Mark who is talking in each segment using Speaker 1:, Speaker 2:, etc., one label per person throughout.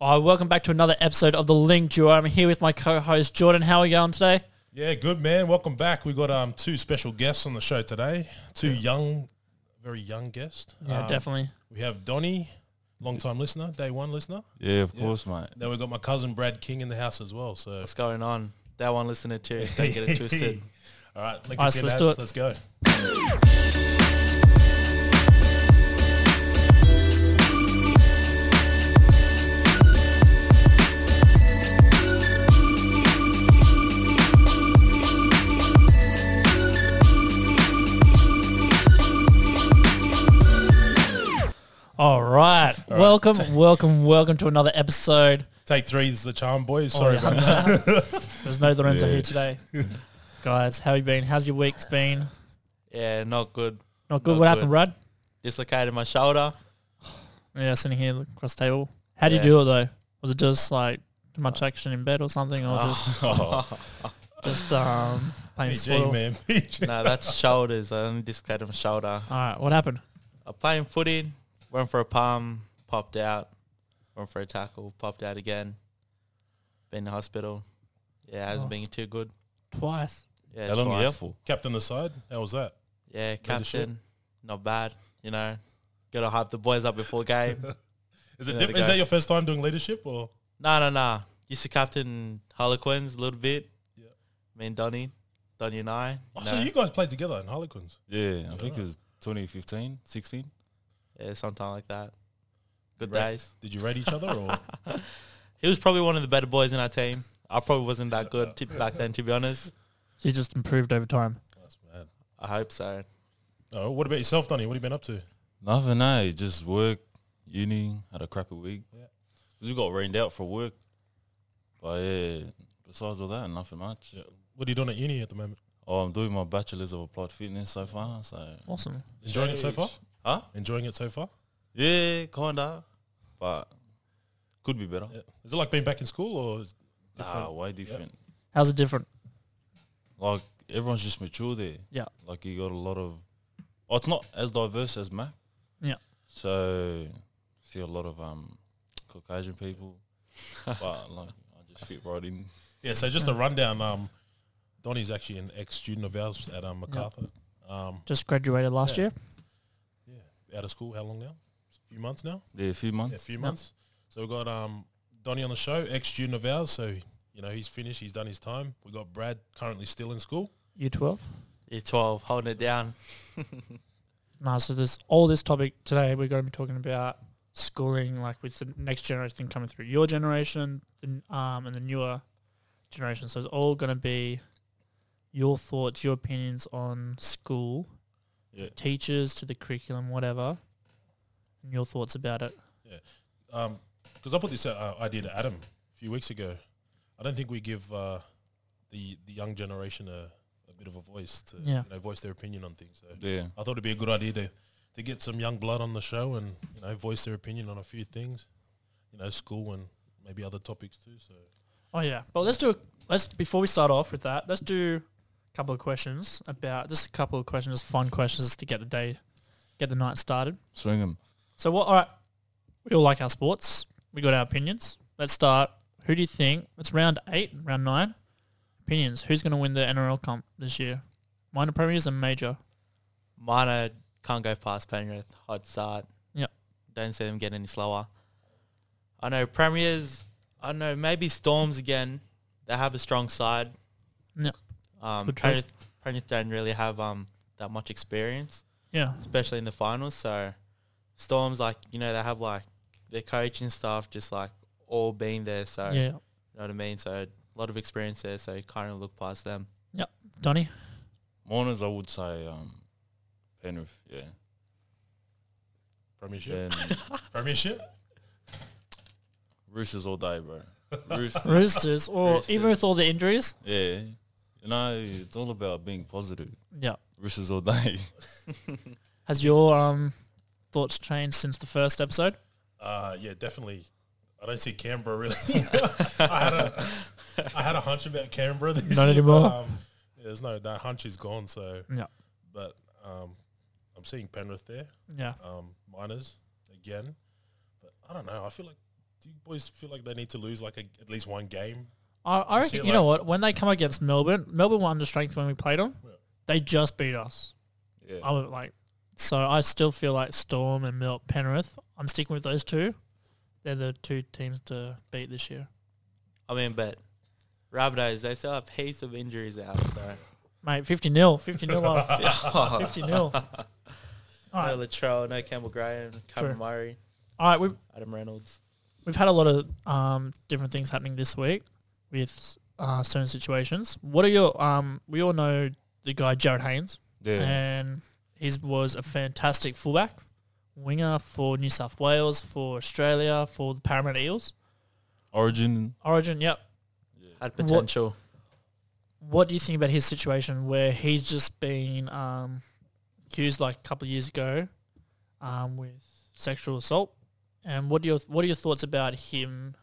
Speaker 1: Oh, welcome back to another episode of the Link Duo. I'm here with my co-host Jordan. How are you going today?
Speaker 2: Yeah, good man. Welcome back. We got um two special guests on the show today. Two young, very young guests.
Speaker 1: Yeah,
Speaker 2: Um,
Speaker 1: definitely.
Speaker 2: We have Donnie, long time listener, day one listener.
Speaker 3: Yeah, of
Speaker 2: Yeah.
Speaker 3: course, mate.
Speaker 2: Now we've got my cousin Brad King in the house as well. So
Speaker 4: What's going on? That one listening to don't get it twisted.
Speaker 2: All right,
Speaker 1: Alright,
Speaker 2: let's,
Speaker 1: so
Speaker 2: get
Speaker 1: let's
Speaker 2: let's,
Speaker 1: do it.
Speaker 2: let's go.
Speaker 1: All right. welcome, welcome, welcome to another episode.
Speaker 2: Take three is the charm, boys.
Speaker 1: Oh,
Speaker 2: Sorry,
Speaker 1: yeah,
Speaker 2: about that.
Speaker 1: 100%. There's no Lorenzo
Speaker 3: Yeah.
Speaker 1: here today. Guys, how you been? How's your week's been?
Speaker 4: Yeah, not good.
Speaker 1: Not good.
Speaker 4: Not
Speaker 1: what
Speaker 4: good.
Speaker 1: happened, Brad?
Speaker 4: Dislocated my shoulder.
Speaker 1: Yeah, sitting here across the table. How do you
Speaker 4: Yeah.
Speaker 1: do it though? Was it just like too much action in bed or something, or
Speaker 3: uh,
Speaker 4: Oh.
Speaker 2: Oh,
Speaker 1: just just um playing
Speaker 2: PG,
Speaker 1: sport?
Speaker 2: man. PG.
Speaker 4: no, that's shoulders. I only dislocated my shoulder.
Speaker 1: All right, what happened?
Speaker 4: I playing footy, went for a palm, popped out. Went for a tackle, popped out again. Been in the hospital. Yeah, hasn't
Speaker 1: Oh.
Speaker 4: been too good.
Speaker 1: Twice.
Speaker 4: Yeah,
Speaker 3: How long are you
Speaker 4: twice.
Speaker 3: out for?
Speaker 2: Captain the side. How was that?
Speaker 4: Yeah,
Speaker 2: the shit?
Speaker 4: captain. Not bad. You know, gotta hype the boys up before game.
Speaker 2: Is it?
Speaker 4: Yeah, the
Speaker 2: diff- is
Speaker 4: guy-
Speaker 2: that your first time doing leadership or?
Speaker 4: No, no, no. Used to captain Harlequins a little bit.
Speaker 2: Yeah.
Speaker 4: Me and Donny, Donny and I.
Speaker 2: Oh,
Speaker 4: you
Speaker 2: So
Speaker 4: know.
Speaker 2: you guys played together in Harlequins.
Speaker 3: Yeah, I think it was 2015, 16.
Speaker 4: yeah, something like that. Good
Speaker 2: Right.
Speaker 4: days.
Speaker 2: Did you rate each other or?
Speaker 4: He was probably one of the better boys in our team. I probably wasn't that good to, back then, to be honest.
Speaker 1: She just improved over time.
Speaker 2: That's mad.
Speaker 4: I hope so.
Speaker 2: Oh, what about yourself, Donnie? What have you been up to?
Speaker 3: Nothing, eh? Just work, uni, had a crappy week.
Speaker 2: Yeah.
Speaker 3: 'Cause we got rained out for work. But yeah, besides all that, nothing much.
Speaker 2: Yeah. What are you doing at uni at the moment?
Speaker 3: Oh, I'm doing my bachelor's of applied fitness so far. So,
Speaker 1: Awesome.
Speaker 2: Enjoying it so
Speaker 3: Sheesh.
Speaker 2: far?
Speaker 3: Huh?
Speaker 2: Enjoying it so far?
Speaker 3: yeah, kinda, but could be better.
Speaker 2: Yeah. Is it like being back in school or is it
Speaker 3: Nah,
Speaker 2: different?
Speaker 3: way different.
Speaker 1: How's it different?
Speaker 3: Like everyone's just mature there.
Speaker 1: Yeah.
Speaker 3: Like you got a lot of. Oh, it's not as diverse as Mac.
Speaker 1: Yeah.
Speaker 3: So see a lot of um Caucasian people, but like I just fit right in.
Speaker 2: Yeah, so just a rundown. Um, Donnie's actually an ex student of ours at um, MacArthur. Um,
Speaker 1: Just graduated last
Speaker 2: Yeah.
Speaker 1: year.
Speaker 2: yeah, out of school, how long now? A few months now?
Speaker 3: Yeah, a few
Speaker 2: Yeah, a
Speaker 3: months.
Speaker 2: few months. So we've got um, Donnie on the show, ex student of ours. So, you know, he's finished, he's done his time. We've got Brad currently still in school.
Speaker 1: Year twelve.
Speaker 4: Year 12, holding it down.
Speaker 1: No, so there's all this topic today. We're going to be talking about schooling, like with the next generation coming through, your generation, the n- um, and the newer generation. So it's all going to be your thoughts, your opinions on school,
Speaker 3: Yeah.
Speaker 1: teachers to the curriculum, whatever, and your thoughts about it.
Speaker 2: Because Um, I put this uh, idea to Adam a few weeks ago. I don't think we give uh, the, the young generation a, a bit of a voice to
Speaker 1: Yeah.
Speaker 2: you know, voice their opinion on things. So
Speaker 3: Yeah.
Speaker 2: I thought it'd be a good idea to, to get some young blood on the show and you know voice their opinion on a few things, you know, school and maybe other topics too. So
Speaker 1: Oh yeah, but let's do a, let's before we start off with that, let's do a couple of questions about just a couple of questions, just fun questions to get the day, get the night started.
Speaker 3: Swing 'em.
Speaker 1: So what? All right, we all like our sports. We got our opinions. Let's start. Who do you think? It's round eight, round nine. Opinions. Who's going to win the NRL comp this year? Minor premiers and major.
Speaker 4: Minor can't go past Penrith. Hot start.
Speaker 1: Yep.
Speaker 4: Don't see them get any slower. I know Premiers. I know maybe Storms again. They have a strong side.
Speaker 1: Yep.
Speaker 4: Um,
Speaker 1: Good choice.
Speaker 4: Penrith, Penrith don't really have um that much experience.
Speaker 1: Yeah,
Speaker 4: especially in the finals. So Storms, like you know, they have like their coach and staff just like all been there. So you
Speaker 1: yeah.
Speaker 4: know what I mean. So a lot of experience there. So you kind of look past them.
Speaker 1: Donny.
Speaker 3: Mourners, I would say um Penrith. Yeah.
Speaker 2: premiership,
Speaker 3: Then
Speaker 2: premiership.
Speaker 3: Roosters all day, bro. Roosters.
Speaker 1: Roosters, or even
Speaker 4: Roosters.
Speaker 1: with all the injuries.
Speaker 3: yeah. You know, it's all about being positive.
Speaker 1: Yeah.
Speaker 3: Roosters all day.
Speaker 1: Has your um thoughts changed since the first episode?
Speaker 2: Uh, yeah, definitely. I don't see Canberra really. I had a I had a hunch about Canberra. This
Speaker 1: Not
Speaker 2: year, but,
Speaker 1: anymore.
Speaker 2: um, yeah, there's no that hunch is gone. So
Speaker 1: Yeah.
Speaker 2: but um, I'm seeing Penrith there.
Speaker 1: Yeah.
Speaker 2: um, minors again. But I don't know. I feel like do you boys feel like they need to lose like a, at least one game?
Speaker 1: I, I
Speaker 2: You
Speaker 1: reckon,
Speaker 2: see,
Speaker 1: you know what? When they come against Melbourne, Melbourne won the strength when we played them.
Speaker 2: Yeah.
Speaker 1: They just beat us.
Speaker 3: Yeah.
Speaker 1: I would like, so I still feel like Storm and Milk Penrith. I'm sticking with those two. They're the two teams to beat this year,
Speaker 4: I mean, but Rabbitohs, they still have heaps of injuries out, so
Speaker 1: mate. Fifty 0 fifty 0
Speaker 4: oh,
Speaker 1: fifty 0 All
Speaker 4: no
Speaker 1: right,
Speaker 4: Latrell, no Campbell Graham,
Speaker 1: True.
Speaker 4: Cameron Murray,
Speaker 1: all right. We've
Speaker 4: Adam Reynolds.
Speaker 1: we've had a lot of um, different things happening this week with uh, certain situations. What are your um? We all know the guy Jared Haynes.
Speaker 3: Yeah.
Speaker 1: and he was a fantastic fullback winger for New South Wales, for Australia, for the Parramatta Eels.
Speaker 3: Origin.
Speaker 1: Origin, yep.
Speaker 4: Had
Speaker 1: What-
Speaker 4: potential.
Speaker 1: What do you think about his situation where he's just been um, accused like a couple of years ago um, with sexual assault? And what do your what are your thoughts about him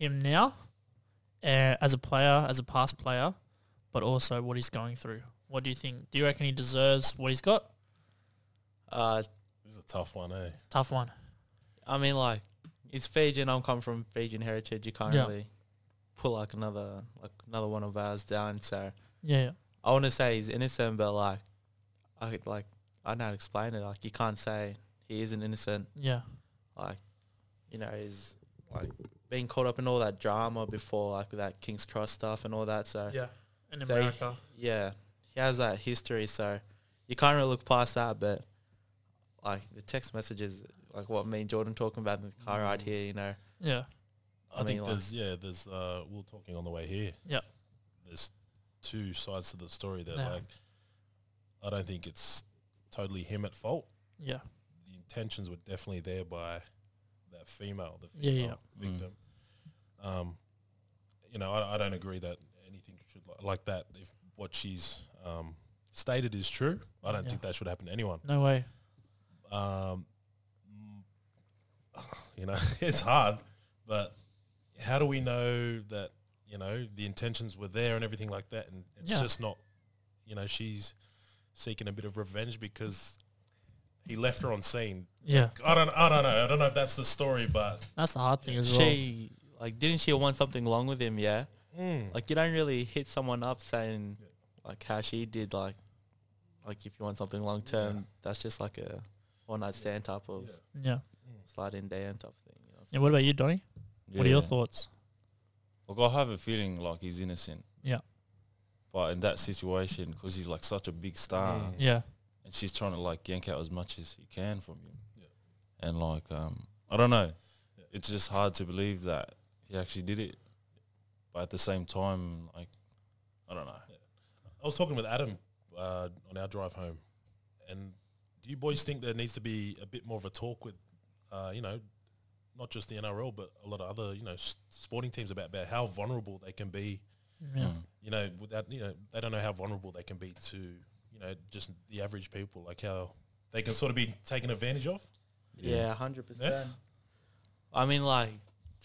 Speaker 1: him now uh, as a player, as a past player, but also what he's going through? What do you think? Do you reckon he deserves what he's got?
Speaker 4: Uh,
Speaker 2: This is a tough one, eh?
Speaker 1: Tough one.
Speaker 4: I mean, like, it's Fijian. I'm coming from Fijian heritage. You can't
Speaker 1: Yeah.
Speaker 4: really pull like another like another one of ours down. So
Speaker 1: Yeah.
Speaker 4: I want to say he's innocent, but like, I could, like I don't know how to explain it. Like, you can't say he isn't innocent.
Speaker 1: Yeah.
Speaker 4: Like, you know, he's like being caught up in all that drama before like with that King's Cross stuff and all that. So
Speaker 1: Yeah, in
Speaker 4: So he-
Speaker 1: America.
Speaker 4: yeah, he has that history. So you can't really look past that. But like the text messages, like what me and Jordan talking about in the car ride here, you know.
Speaker 1: yeah,
Speaker 2: I,
Speaker 4: I
Speaker 2: think
Speaker 4: mean, like-
Speaker 2: there's yeah, there's uh, we we're talking on the way here.
Speaker 1: Yep.
Speaker 2: there's two sides to the story that
Speaker 1: Yeah.
Speaker 2: like I don't think it's totally him at fault.
Speaker 1: yeah,
Speaker 2: The intentions were definitely there by that female, the
Speaker 1: Yeah,
Speaker 2: female
Speaker 1: yeah.
Speaker 3: Mm.
Speaker 2: victim. Um, you know, I, I don't agree that anything should li- like that. If what she's um, stated is true, I don't
Speaker 1: Yeah.
Speaker 2: think that should happen to anyone.
Speaker 1: no way.
Speaker 2: um, you know, it's hard, but how do we know that, you know, the intentions were there and everything like that? And it's
Speaker 1: Yeah.
Speaker 2: just not, you know, she's seeking a bit of revenge because he left her on scene.
Speaker 1: Yeah,
Speaker 2: I don't, I don't know. I don't know if that's the story, but
Speaker 1: that's the hard thing as well.
Speaker 4: she like didn't she want something long with him yeah like you don't really hit someone up saying like how she did like like if you want something long term
Speaker 2: Yeah.
Speaker 4: that's just like a one night stand type of
Speaker 2: Yeah. Mm.
Speaker 1: yeah,
Speaker 4: slide in day and type of thing you know?
Speaker 1: yeah. What about you, Donny? What are your
Speaker 3: Yeah.
Speaker 1: thoughts?
Speaker 3: Look, I have a feeling like he's innocent.
Speaker 1: Yeah.
Speaker 3: But in that situation, because he's like such a big star,
Speaker 2: Mm.
Speaker 1: Yeah,
Speaker 3: and she's trying to like yank out as much as he can from him,
Speaker 2: Yeah.
Speaker 3: and like um, I don't know,
Speaker 2: Yeah.
Speaker 3: it's just hard to believe that he actually did it. But at the same time, like I don't know.
Speaker 2: I was talking with Adam uh, on our drive home, and do you boys think there needs to be a bit more of a talk with, uh, you know, not just the NRL but a lot of other you know s- sporting teams about about how vulnerable they can be.
Speaker 1: yeah,
Speaker 3: Mm.
Speaker 2: You know, without you know they don't know how vulnerable they can be to you know just the average people, like how they can sort of be taken advantage of.
Speaker 4: yeah 100% i mean like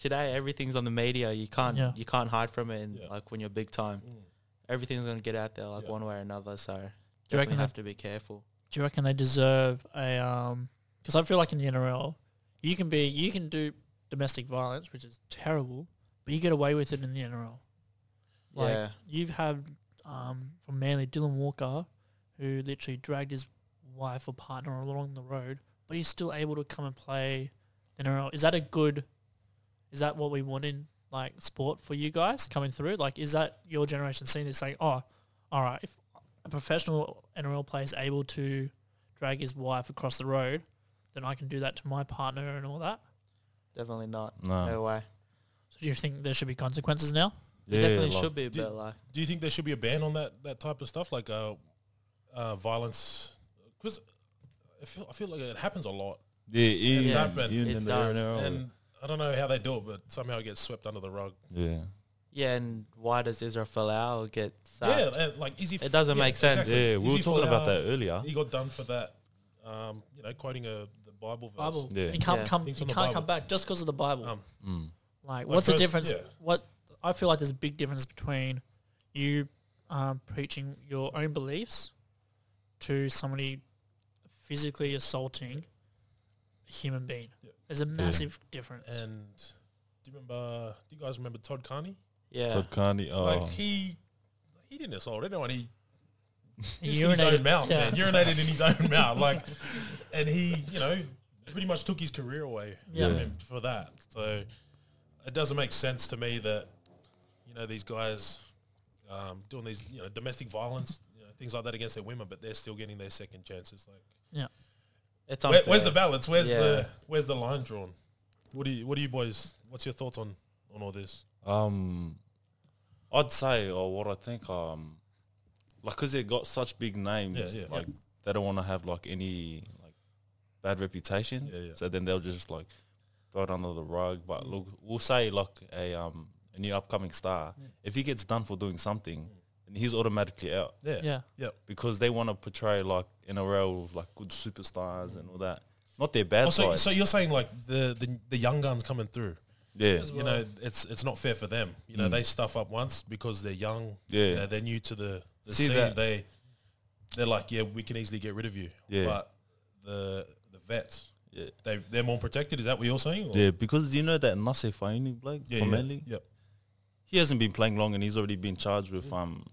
Speaker 4: today everything's on the media you can't
Speaker 1: Yeah.
Speaker 4: you can't hide from it and
Speaker 2: Yeah.
Speaker 4: like when you're big time everything's going to get out there like
Speaker 2: Yeah.
Speaker 4: one way or another so
Speaker 1: Do you
Speaker 4: definitely
Speaker 1: reckon
Speaker 4: have to be careful
Speaker 1: Do you reckon they deserve a? um 'cause Because I feel like in the NRL, you can be, you can do domestic violence, which is terrible, but you get away with it in the NRL. Like
Speaker 4: yeah
Speaker 1: you've had um, from Manly Dylan Walker, who literally dragged his wife or partner along the road, but he's still able to come and play the NRL. Is that a good? Is that what we want in like sport for you guys coming through? Like, is that your generation seeing this saying, "Oh, all right, if a professional NRL player is able to drag his wife across the road, then I can do that to my partner and all that."
Speaker 4: definitely not
Speaker 3: No.
Speaker 4: no way
Speaker 1: So, do you think there should be consequences now?
Speaker 4: It definitely
Speaker 3: like-
Speaker 4: should be
Speaker 2: Do-
Speaker 4: but like
Speaker 2: Do you think there should be a ban on that that type of stuff, like uh, uh, violence? Because I feel I feel like it happens a lot.
Speaker 3: Yeah, it
Speaker 2: It's
Speaker 3: is.
Speaker 2: happened.
Speaker 3: Even
Speaker 4: It
Speaker 3: in the air and around.
Speaker 4: does.
Speaker 2: And I don't know how they do it, but somehow it gets swept under the rug.
Speaker 3: yeah,
Speaker 4: Yeah, and why does Israel Folau get
Speaker 2: Yeah,
Speaker 4: sacked?
Speaker 2: and, like is he?
Speaker 4: It doesn't make sense.
Speaker 3: yeah. We were talking about that earlier.
Speaker 2: He got done for that. Um, you know, quoting a the Bible verse.
Speaker 1: Bible.
Speaker 3: Yeah.
Speaker 1: You can't
Speaker 4: Yeah.
Speaker 1: come. You
Speaker 2: Things
Speaker 1: can't
Speaker 2: from the
Speaker 1: come
Speaker 2: Bible.
Speaker 1: back just because of the Bible.
Speaker 2: Um,
Speaker 3: Mm.
Speaker 1: Like,
Speaker 2: Like
Speaker 1: what's the
Speaker 2: first-
Speaker 1: difference?
Speaker 2: yeah.
Speaker 1: What I feel like there's a big difference between you um, preaching your own beliefs to somebody physically assaulting a human being.
Speaker 2: Yeah.
Speaker 1: There's a massive difference.
Speaker 2: And Do you remember? Do you guys remember Todd Carney?
Speaker 4: Yeah.
Speaker 3: Todd Carney, oh,
Speaker 2: Like he, he didn't assault anyone. He
Speaker 1: He
Speaker 2: pissed in his
Speaker 1: urinated-
Speaker 2: own mouth,
Speaker 1: yeah.
Speaker 2: man. Urinated in his own mouth, like, and he, you know, pretty much took his career away
Speaker 1: Yeah.
Speaker 2: from him for that. So it doesn't make sense to me that you know these guys um, doing these, you know, domestic violence, you know, things like that against their women, but they're still getting their second chances. Like,
Speaker 4: It's
Speaker 2: where, where's
Speaker 4: unfair.
Speaker 2: the balance? Where's the
Speaker 4: Yeah.
Speaker 2: where's the line drawn? What do you What do you boys? What's your thoughts on on all this?
Speaker 3: Um, I'd say, or what I think, um, like, cause they got such big names,
Speaker 2: Yeah, yeah.
Speaker 3: like they don't want to have like any like bad reputations.
Speaker 2: Yeah, yeah.
Speaker 3: So then they'll just like throw it under the rug. But look, we'll say like a um a new upcoming star, if he gets done for doing something, then he's automatically out
Speaker 2: Yeah,
Speaker 1: yeah.
Speaker 3: because they want to portray like NRL with like good superstars and all that, not their bad
Speaker 2: Oh, so,
Speaker 3: side.
Speaker 2: so you're saying like the, the the young guns coming through?
Speaker 3: yeah,
Speaker 2: You know, it's it's not fair for them. You know,
Speaker 3: Mm.
Speaker 2: they stuff up once because they're young. You know,
Speaker 3: yeah,
Speaker 2: they're new to the, the
Speaker 3: See
Speaker 2: scene.
Speaker 3: that-
Speaker 2: They they're like, yeah, we can easily get rid of you.
Speaker 3: Yeah.
Speaker 2: But the the vets,
Speaker 3: yeah,
Speaker 2: they they're more protected. Is that what you're saying? or-
Speaker 3: yeah. Because you know that Nasser Faini bloke
Speaker 2: Yeah.
Speaker 3: from
Speaker 2: yeah,
Speaker 3: Manly?
Speaker 2: yeah.
Speaker 3: he hasn't been playing long and he's already been charged with um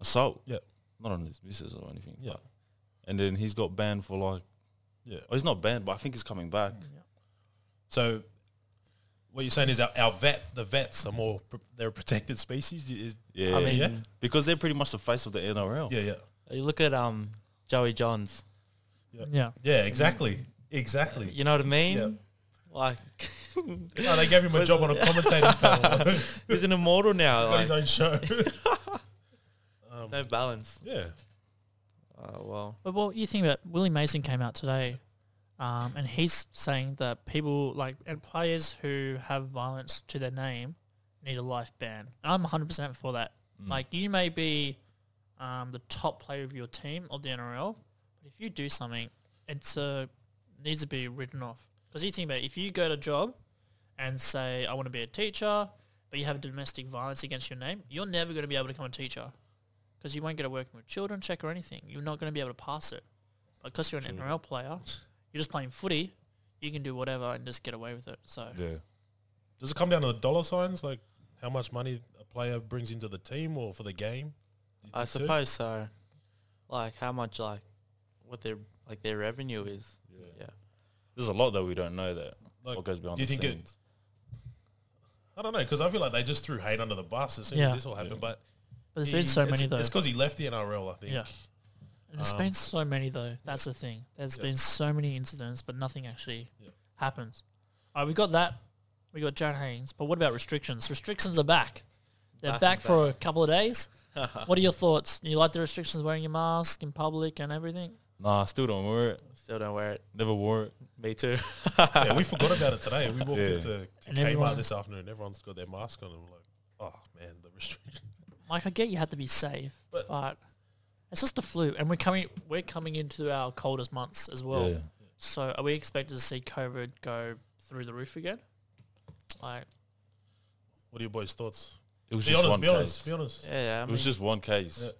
Speaker 3: assault.
Speaker 2: Yeah.
Speaker 3: Not on his missus or anything.
Speaker 2: Yeah.
Speaker 3: but- And then he's got banned for like
Speaker 2: Yeah.
Speaker 3: oh he's not banned, but I think he's coming back.
Speaker 2: So what you're saying is our, our vet the vets are more pr- they're a protected species. Is,
Speaker 3: Yeah.
Speaker 4: I mean,
Speaker 2: yeah.
Speaker 3: because they're pretty much the face of the NRL.
Speaker 2: yeah, yeah,
Speaker 4: you look at um Joey Johns.
Speaker 2: Yeah.
Speaker 1: Yeah.
Speaker 2: yeah. Exactly, exactly.
Speaker 4: You know what I mean?
Speaker 2: Yeah.
Speaker 4: Like
Speaker 2: Oh, they gave him a job on a commentating panel.
Speaker 4: he's an immortal now.
Speaker 2: got his
Speaker 4: Like,
Speaker 2: own show. um,
Speaker 4: no balance.
Speaker 2: yeah.
Speaker 4: Oh well.
Speaker 1: But what you think about Willie Mason came out today, um, and he's saying that people like and players who have violence to their name need a life ban. And I'm 100 percent for that.
Speaker 3: Mm.
Speaker 1: Like you may be um, the top player of your team of the NRL, but if you do something, it's uh, needs to be written off. Because you think about it, if you go to job and say I want to be a teacher, but you have domestic violence against your name, you're never going to be able to become a teacher because you won't get a working with children check or anything. You're not going to be able to pass it. But because you're an
Speaker 2: True.
Speaker 1: NRL player, you're just playing footy. You can do whatever and just get away with it. So
Speaker 3: Yeah.
Speaker 2: Does it come down to the dollar signs, like how much money a player brings into the team or for the game? Do you
Speaker 4: I
Speaker 2: think so?
Speaker 4: suppose so. Like how much like what their like their revenue is.
Speaker 2: Yeah.
Speaker 4: Yeah.
Speaker 3: There's a lot that we don't know that
Speaker 2: Like,
Speaker 3: what goes behind
Speaker 2: do you
Speaker 3: the
Speaker 2: think it-
Speaker 3: scenes.
Speaker 2: I don't know because I feel like they just threw hate under the bus as soon as
Speaker 1: Yeah.
Speaker 2: this all happened.
Speaker 3: Yeah.
Speaker 2: But
Speaker 1: but there's
Speaker 2: he-
Speaker 1: been so
Speaker 2: it's-
Speaker 1: many though.
Speaker 2: It's because he left the NRL, I think.
Speaker 1: Yeah. There's
Speaker 2: Um,
Speaker 1: been so many though. That's the thing. There's
Speaker 2: Yeah.
Speaker 1: been so many incidents, but nothing actually
Speaker 2: Yeah.
Speaker 1: happens. All right, we got that. We got Jared Haynes, but what about restrictions? Restrictions are back. They're
Speaker 4: Back
Speaker 1: back,
Speaker 4: and
Speaker 1: for a couple of days. what are your thoughts? You like the restrictions, wearing your mask in public and everything?
Speaker 3: Nah, I still don't wear it.
Speaker 4: Still don't wear it.
Speaker 3: Never wore it.
Speaker 4: Me too.
Speaker 2: yeah, we forgot about it today. We walked
Speaker 3: Yeah.
Speaker 2: into to
Speaker 1: And
Speaker 2: Kmart
Speaker 1: everyone-
Speaker 2: this afternoon. Everyone's got their mask on, and we're like, oh man, the restriction.
Speaker 1: Mike, I get you had to be safe,
Speaker 2: But-
Speaker 1: but, it's just the flu, and we're coming we're coming into our coldest months as well.
Speaker 3: yeah.
Speaker 1: So are we expected to see COVID go through the roof again? Like,
Speaker 2: What are your boys' thoughts?
Speaker 3: It was
Speaker 2: Be
Speaker 3: just one
Speaker 2: honest. Be honest.
Speaker 3: case.
Speaker 2: Be honest.
Speaker 4: yeah, yeah. I
Speaker 3: It
Speaker 4: mean,
Speaker 3: was just one case.
Speaker 2: Yeah.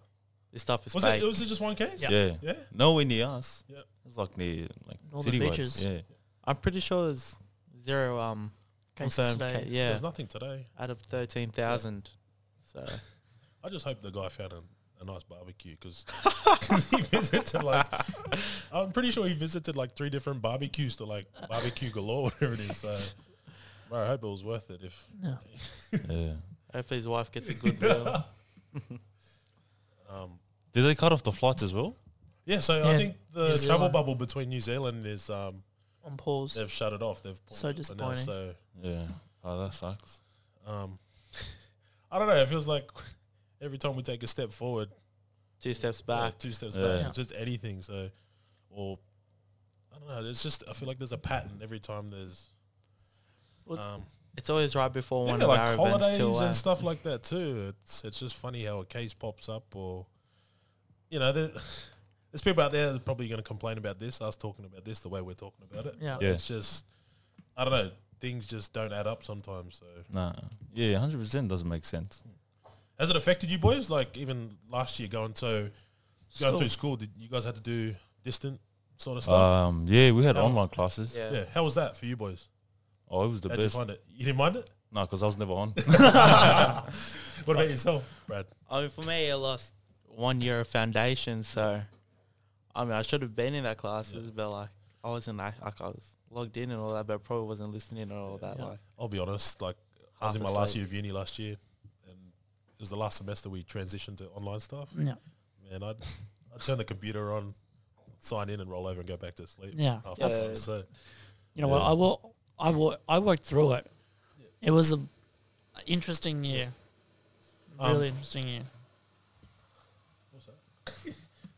Speaker 4: this stuff is
Speaker 2: Was
Speaker 4: fake.
Speaker 2: it? Was it just one case?
Speaker 1: Yeah.
Speaker 3: Yeah.
Speaker 2: Yeah.
Speaker 3: Nowhere near us.
Speaker 2: Yeah.
Speaker 3: It was like near like
Speaker 1: Northern
Speaker 3: cityways.
Speaker 1: beaches.
Speaker 3: Yeah.
Speaker 4: I'm pretty sure there's zero um
Speaker 1: cases
Speaker 4: confirmed
Speaker 1: today.
Speaker 4: ca- yeah.
Speaker 2: There's nothing today.
Speaker 4: out of 13,000. So
Speaker 2: I just hope the guy found a, a nice barbecue because he visited like I'm pretty sure he visited like three different barbecues to like barbecue galore, whatever it is. So, bro, I hope it was worth it. If
Speaker 1: Yeah.
Speaker 3: yeah.
Speaker 4: hopefully his wife gets a good deal.
Speaker 2: um,
Speaker 3: Did they cut off the flights as well?
Speaker 2: yeah, so I
Speaker 1: Yeah,
Speaker 2: think the
Speaker 1: New
Speaker 2: travel
Speaker 1: Zealand.
Speaker 2: bubble between New Zealand is um,
Speaker 1: On pause.
Speaker 2: they've shut it off. They've paused
Speaker 1: So
Speaker 2: it for now,
Speaker 1: disappointing.
Speaker 2: So
Speaker 3: Yeah. Oh, that sucks.
Speaker 2: um, I don't know. It feels like every time we take a step forward,
Speaker 4: Two steps
Speaker 2: Yeah,
Speaker 4: back.
Speaker 2: two steps
Speaker 3: Yeah.
Speaker 2: back, just anything. So, or I don't know. It's just I feel like there's a pattern every time there's.
Speaker 1: Well,
Speaker 2: um,
Speaker 4: It's always right before
Speaker 2: yeah,
Speaker 4: one of
Speaker 2: like
Speaker 4: our events
Speaker 2: holidays
Speaker 4: too. uh,
Speaker 2: and stuff like that too. It's it's just funny how a case pops up, or you know, there, there's people out there that are probably going to complain about this. Us talking about this the way we're talking about it.
Speaker 1: Yeah.
Speaker 2: But
Speaker 3: Yeah.
Speaker 2: It's just I don't know. Things just don't add up sometimes. So,
Speaker 3: Nah. Yeah, hundred percent doesn't make sense.
Speaker 2: has it affected you boys? Like even last year going to going
Speaker 1: School.
Speaker 2: through school, did you guys had to do distant sort of stuff?
Speaker 3: Um, yeah, we had
Speaker 2: Yeah.
Speaker 3: online classes.
Speaker 4: Yeah.
Speaker 2: Yeah, how was that for you boys?
Speaker 3: Oh, it was the
Speaker 2: How'd you
Speaker 3: best.
Speaker 2: find it? You didn't mind it?
Speaker 3: No, because I was never on.
Speaker 2: What about yourself, Brad?
Speaker 4: I mean, for me, I lost one year of foundation, so I mean, I should have been in that classes, but like, I wasn't like, like I was logged in and all that, but I probably wasn't listening or all that.
Speaker 2: Yeah.
Speaker 4: Like,
Speaker 2: I'll be honest. Like I
Speaker 4: Half
Speaker 2: was in my last
Speaker 4: asleep.
Speaker 2: year of uni last year, and it was the last semester we transitioned to online stuff.
Speaker 4: Mm.
Speaker 1: Yeah.
Speaker 2: Man, I'd I'd turn the computer on, sign in, and roll over and go back to sleep.
Speaker 1: Yeah.
Speaker 2: After
Speaker 4: Yeah.
Speaker 2: that, so
Speaker 1: You know what?
Speaker 2: Yeah.
Speaker 1: I will. I will. I worked through it. It was a a interesting year.
Speaker 2: Um,
Speaker 1: Really interesting year.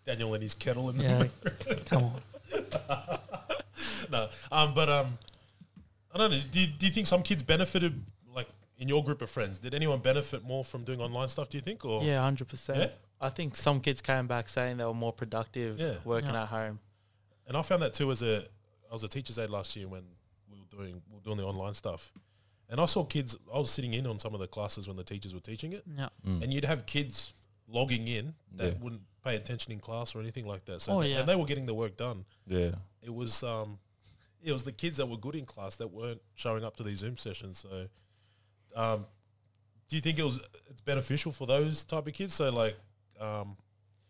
Speaker 2: Daniel and his kettle in the
Speaker 1: Yeah. Come on.
Speaker 2: no. Um, but um, I don't know. Do you, do you think some kids benefited, like in your group of friends? Did anyone benefit more from doing online stuff? Do you think? Or
Speaker 4: yeah, hundred percent.
Speaker 2: Yeah?
Speaker 4: I think some kids came back saying they were more productive
Speaker 2: Yeah.
Speaker 4: working
Speaker 1: Yeah.
Speaker 4: at home.
Speaker 2: and I found that too as a I was a teacher's aide last year when we were doing we were doing the online stuff, and I saw kids. I was sitting in on some of the classes when the teachers were teaching it,
Speaker 1: Yeah.
Speaker 3: Mm.
Speaker 2: and you'd have kids logging in that
Speaker 3: Yeah.
Speaker 2: wouldn't pay attention in class or anything like that. So
Speaker 1: Oh,
Speaker 2: they-
Speaker 1: yeah.
Speaker 2: and they were getting the work done.
Speaker 3: yeah.
Speaker 2: It was um, it was the kids that were good in class that weren't showing up to these Zoom sessions. So, um, do you think it was it's beneficial for those type of kids? So like, um,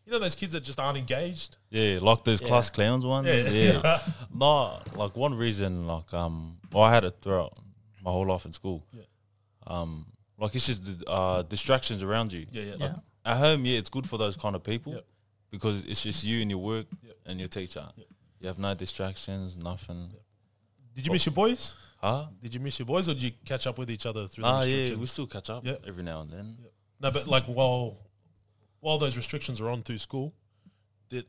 Speaker 2: you know those kids that just aren't engaged.
Speaker 3: Yeah, like those
Speaker 4: Yeah.
Speaker 3: class clowns ones. Yeah. no, like one reason, like um, well, I had it throughout my whole life in school.
Speaker 2: Yeah.
Speaker 3: Um, like it's just the uh, distractions around you.
Speaker 2: yeah, yeah.
Speaker 1: Yeah.
Speaker 3: At home, yeah, it's good for those kind of people
Speaker 2: Yep.
Speaker 3: because it's just you and your work
Speaker 2: Yep.
Speaker 3: and your teacher.
Speaker 2: Yep.
Speaker 3: You have no distractions, nothing.
Speaker 2: Did you miss your boys?
Speaker 3: Huh?
Speaker 2: Did you miss your boys, or did you catch up with each other through the
Speaker 3: Ah, yeah,
Speaker 2: restrictions?
Speaker 3: we still catch up
Speaker 2: Yep.
Speaker 3: every now and then.
Speaker 2: Yep. no, but like while while those restrictions are on through school, did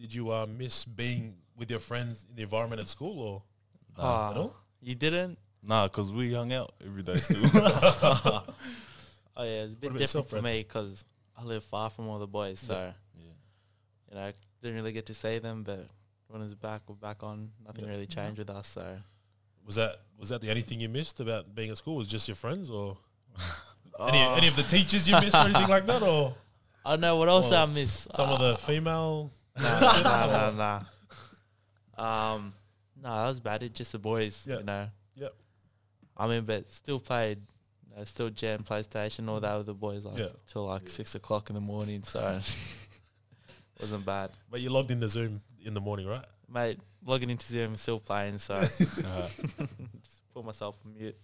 Speaker 2: did you uh, miss being with your friends in the environment at school or
Speaker 3: Nah,
Speaker 4: Ah,
Speaker 2: at all?
Speaker 4: you didn't?
Speaker 3: nah, because we hung out every day still.
Speaker 4: Oh yeah, it's a bit
Speaker 2: about
Speaker 4: different
Speaker 2: yourself,
Speaker 4: for
Speaker 2: Brad?
Speaker 4: me because I live far from all the boys, so
Speaker 3: yeah.
Speaker 4: you know, didn't really get to see them. But when it was back, we're back on. Nothing
Speaker 2: Yeah.
Speaker 4: really changed with us, so.
Speaker 2: Was that was that the only thing you missed about being at school? Was just your friends or any any of the teachers you missed or anything like that, or
Speaker 4: I know what else
Speaker 2: Well,
Speaker 4: I miss.
Speaker 2: some
Speaker 4: uh,
Speaker 2: of the female?
Speaker 4: nah, nah, nah, nah. Um, no, that was bad. It's just the boys,
Speaker 2: Yeah.
Speaker 4: you know.
Speaker 2: Yep.
Speaker 4: I mean, but still played, you know, still jam, PlayStation, all that with the boys, like
Speaker 2: Yeah.
Speaker 4: till like six o'clock in the morning. So wasn't bad,
Speaker 2: But you logged into Zoom in the morning, right?
Speaker 4: mate. Logging into Zoom, still playing. So
Speaker 3: Uh,
Speaker 4: just put myself on mute.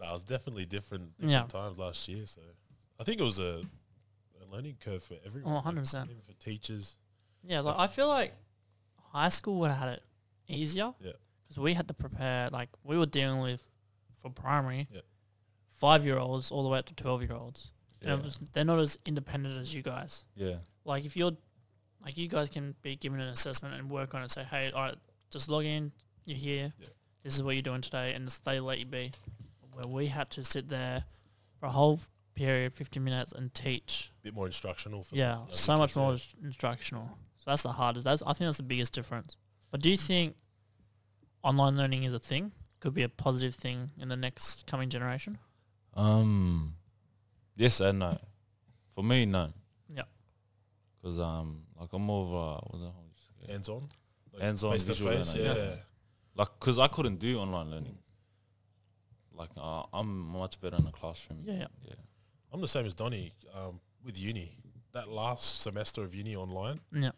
Speaker 2: No, it was definitely different, different
Speaker 1: Yeah.
Speaker 2: times last year. So I think it was a, a learning curve for everyone.
Speaker 1: Oh,
Speaker 2: like,
Speaker 1: 100%.
Speaker 2: Even for teachers.
Speaker 1: Yeah, like I feel like high school would have had it easier.
Speaker 2: Yeah.
Speaker 1: Because we had to prepare, like we were dealing with for primary,
Speaker 2: Yeah.
Speaker 1: five year olds all the way up to twelve year olds.
Speaker 3: yeah.
Speaker 1: They're not as independent as you guys.
Speaker 3: yeah.
Speaker 1: Like if you're, like you guys can be given an assessment and work on it. Say, hey, all right, just log in. You're here.
Speaker 2: Yeah.
Speaker 1: This is what you're doing today, and just they let you be. Where we had to sit there for a whole period, fifty minutes, and teach
Speaker 2: bit more instructional. For
Speaker 1: yeah,
Speaker 2: the-
Speaker 1: so
Speaker 2: the
Speaker 1: much
Speaker 2: kids, yeah.
Speaker 1: more ins- instructional. So that's the hardest. That's I think that's the biggest difference. But
Speaker 2: Mm.
Speaker 1: do you think online learning is a thing? Could be a positive thing in the next coming generation.
Speaker 3: Um, yes and no. For me, no.
Speaker 1: Yeah.
Speaker 3: Because um, like I'm more of a what's that called?
Speaker 2: Hands on. Like
Speaker 3: Hands-on
Speaker 2: face to
Speaker 3: visual
Speaker 2: face,
Speaker 3: learning,
Speaker 2: Yeah.
Speaker 3: yeah. like because I couldn't do online learning. Like uh, I'm much better in the classroom.
Speaker 1: Yeah, yeah.
Speaker 3: yeah.
Speaker 2: I'm the same as Donny um, with uni. That last semester of uni online,
Speaker 1: Yeah,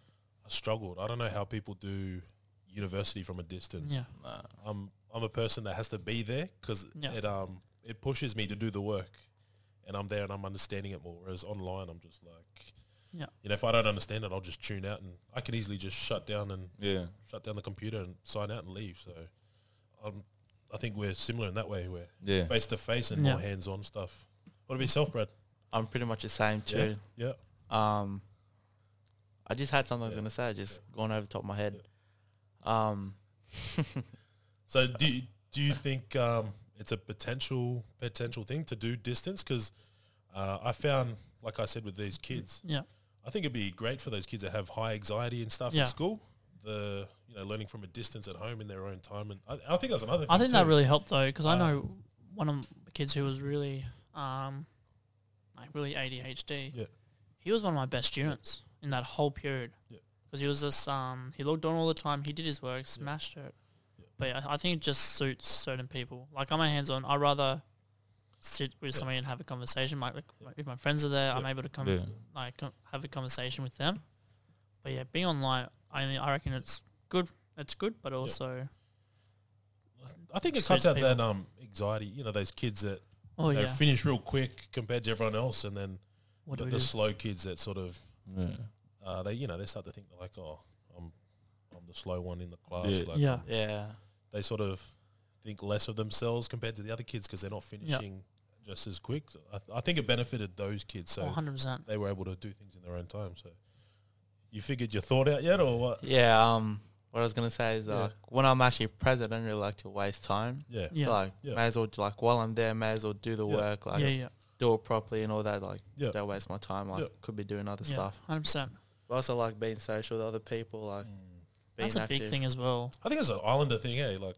Speaker 2: I struggled. I don't know how people do university from a distance.
Speaker 1: yeah,
Speaker 3: Nah.
Speaker 2: I'm I'm a person that has to be there because
Speaker 1: Yeah.
Speaker 2: it um it pushes me to do the work, and I'm there and I'm understanding it more. Whereas online, I'm just like,
Speaker 1: Yeah.
Speaker 2: you know, if I don't understand it, I'll just tune out, and I can easily just shut down and
Speaker 3: Yeah.
Speaker 2: shut down the computer and sign out and leave. So, um, I think we're similar in that way. We're
Speaker 3: Yeah.
Speaker 2: face to face and
Speaker 1: Yeah.
Speaker 2: more hands on stuff. What about yourself, Brad?
Speaker 4: I'm pretty much the same too.
Speaker 2: Yeah. Yeah,
Speaker 4: Um, I just had something I was
Speaker 2: Yeah.
Speaker 4: gonna say, just gone over the top of my head. Um,
Speaker 2: So do you, do you think um, it's a potential potential thing to do distance? Because uh, I found, like I said, with these kids,
Speaker 1: yeah,
Speaker 2: I think it'd be great for those kids that have high anxiety and stuff
Speaker 1: Yeah.
Speaker 2: at school. The you know learning from a distance at home in their own time, and I, I think that's another.
Speaker 1: I
Speaker 2: thing
Speaker 1: think that
Speaker 2: too.
Speaker 1: really helped though, because I
Speaker 2: Uh,
Speaker 1: know one of the kids who was really, um, like really ADHD.
Speaker 2: Yeah.
Speaker 1: he was one of my best students in that whole period.
Speaker 2: Yeah.
Speaker 1: because he was just um, he logged on all the time. He did his work, smashed it.
Speaker 2: Yeah.
Speaker 1: But yeah, I think it just suits certain people. Like I'm a hands-on. I rather sit with
Speaker 2: Yeah.
Speaker 1: somebody and have a conversation. Like if my- if my friends are there, I'm
Speaker 2: Yeah.
Speaker 1: able to come
Speaker 3: Yeah.
Speaker 1: like co- have a conversation with them. But yeah, being online, I mean, I reckon it's good. It's good, but also
Speaker 2: I think it
Speaker 1: Suits
Speaker 2: cuts out
Speaker 1: people.
Speaker 2: that um anxiety. You know, those kids that
Speaker 1: oh
Speaker 2: they
Speaker 1: yeah,
Speaker 2: finish real quick compared to everyone else, and then
Speaker 1: what do
Speaker 2: the,
Speaker 1: we
Speaker 2: the
Speaker 1: do?
Speaker 2: slow kids that sort of
Speaker 3: Yeah.
Speaker 2: uh, they you know they start to think they're like, oh, I'm I'm the slow one in the class.
Speaker 3: Yeah.
Speaker 2: Like,
Speaker 1: Yeah.
Speaker 4: Yeah.
Speaker 2: they sort of think less of themselves compared to the other kids because they're not finishing just as quick. So I, th- I think it benefited those kids, so
Speaker 1: 100 percent.
Speaker 2: they were able to do things in their own time. So you figured your thought out yet, or what?
Speaker 4: Yeah. Um, what I was gonna say is
Speaker 2: Yeah.
Speaker 4: like when I'm actually present, I don't really like to waste time.
Speaker 2: Yeah,
Speaker 1: Yeah.
Speaker 4: So like,
Speaker 2: Yeah.
Speaker 4: may as well like while I'm there, may as well do the
Speaker 2: Yeah.
Speaker 4: work, like
Speaker 1: Yeah, yeah,
Speaker 4: do it properly and all that. Like,
Speaker 2: Yeah.
Speaker 4: don't waste my time. Like,
Speaker 2: Yeah.
Speaker 4: could be doing other
Speaker 1: yeah,
Speaker 4: stuff.
Speaker 1: hundred percent.
Speaker 4: But I also like being social with other people, like
Speaker 2: Mm.
Speaker 4: being
Speaker 1: That's a
Speaker 4: active.
Speaker 1: big thing as well.
Speaker 2: I think it's an islander thing, eh? Like,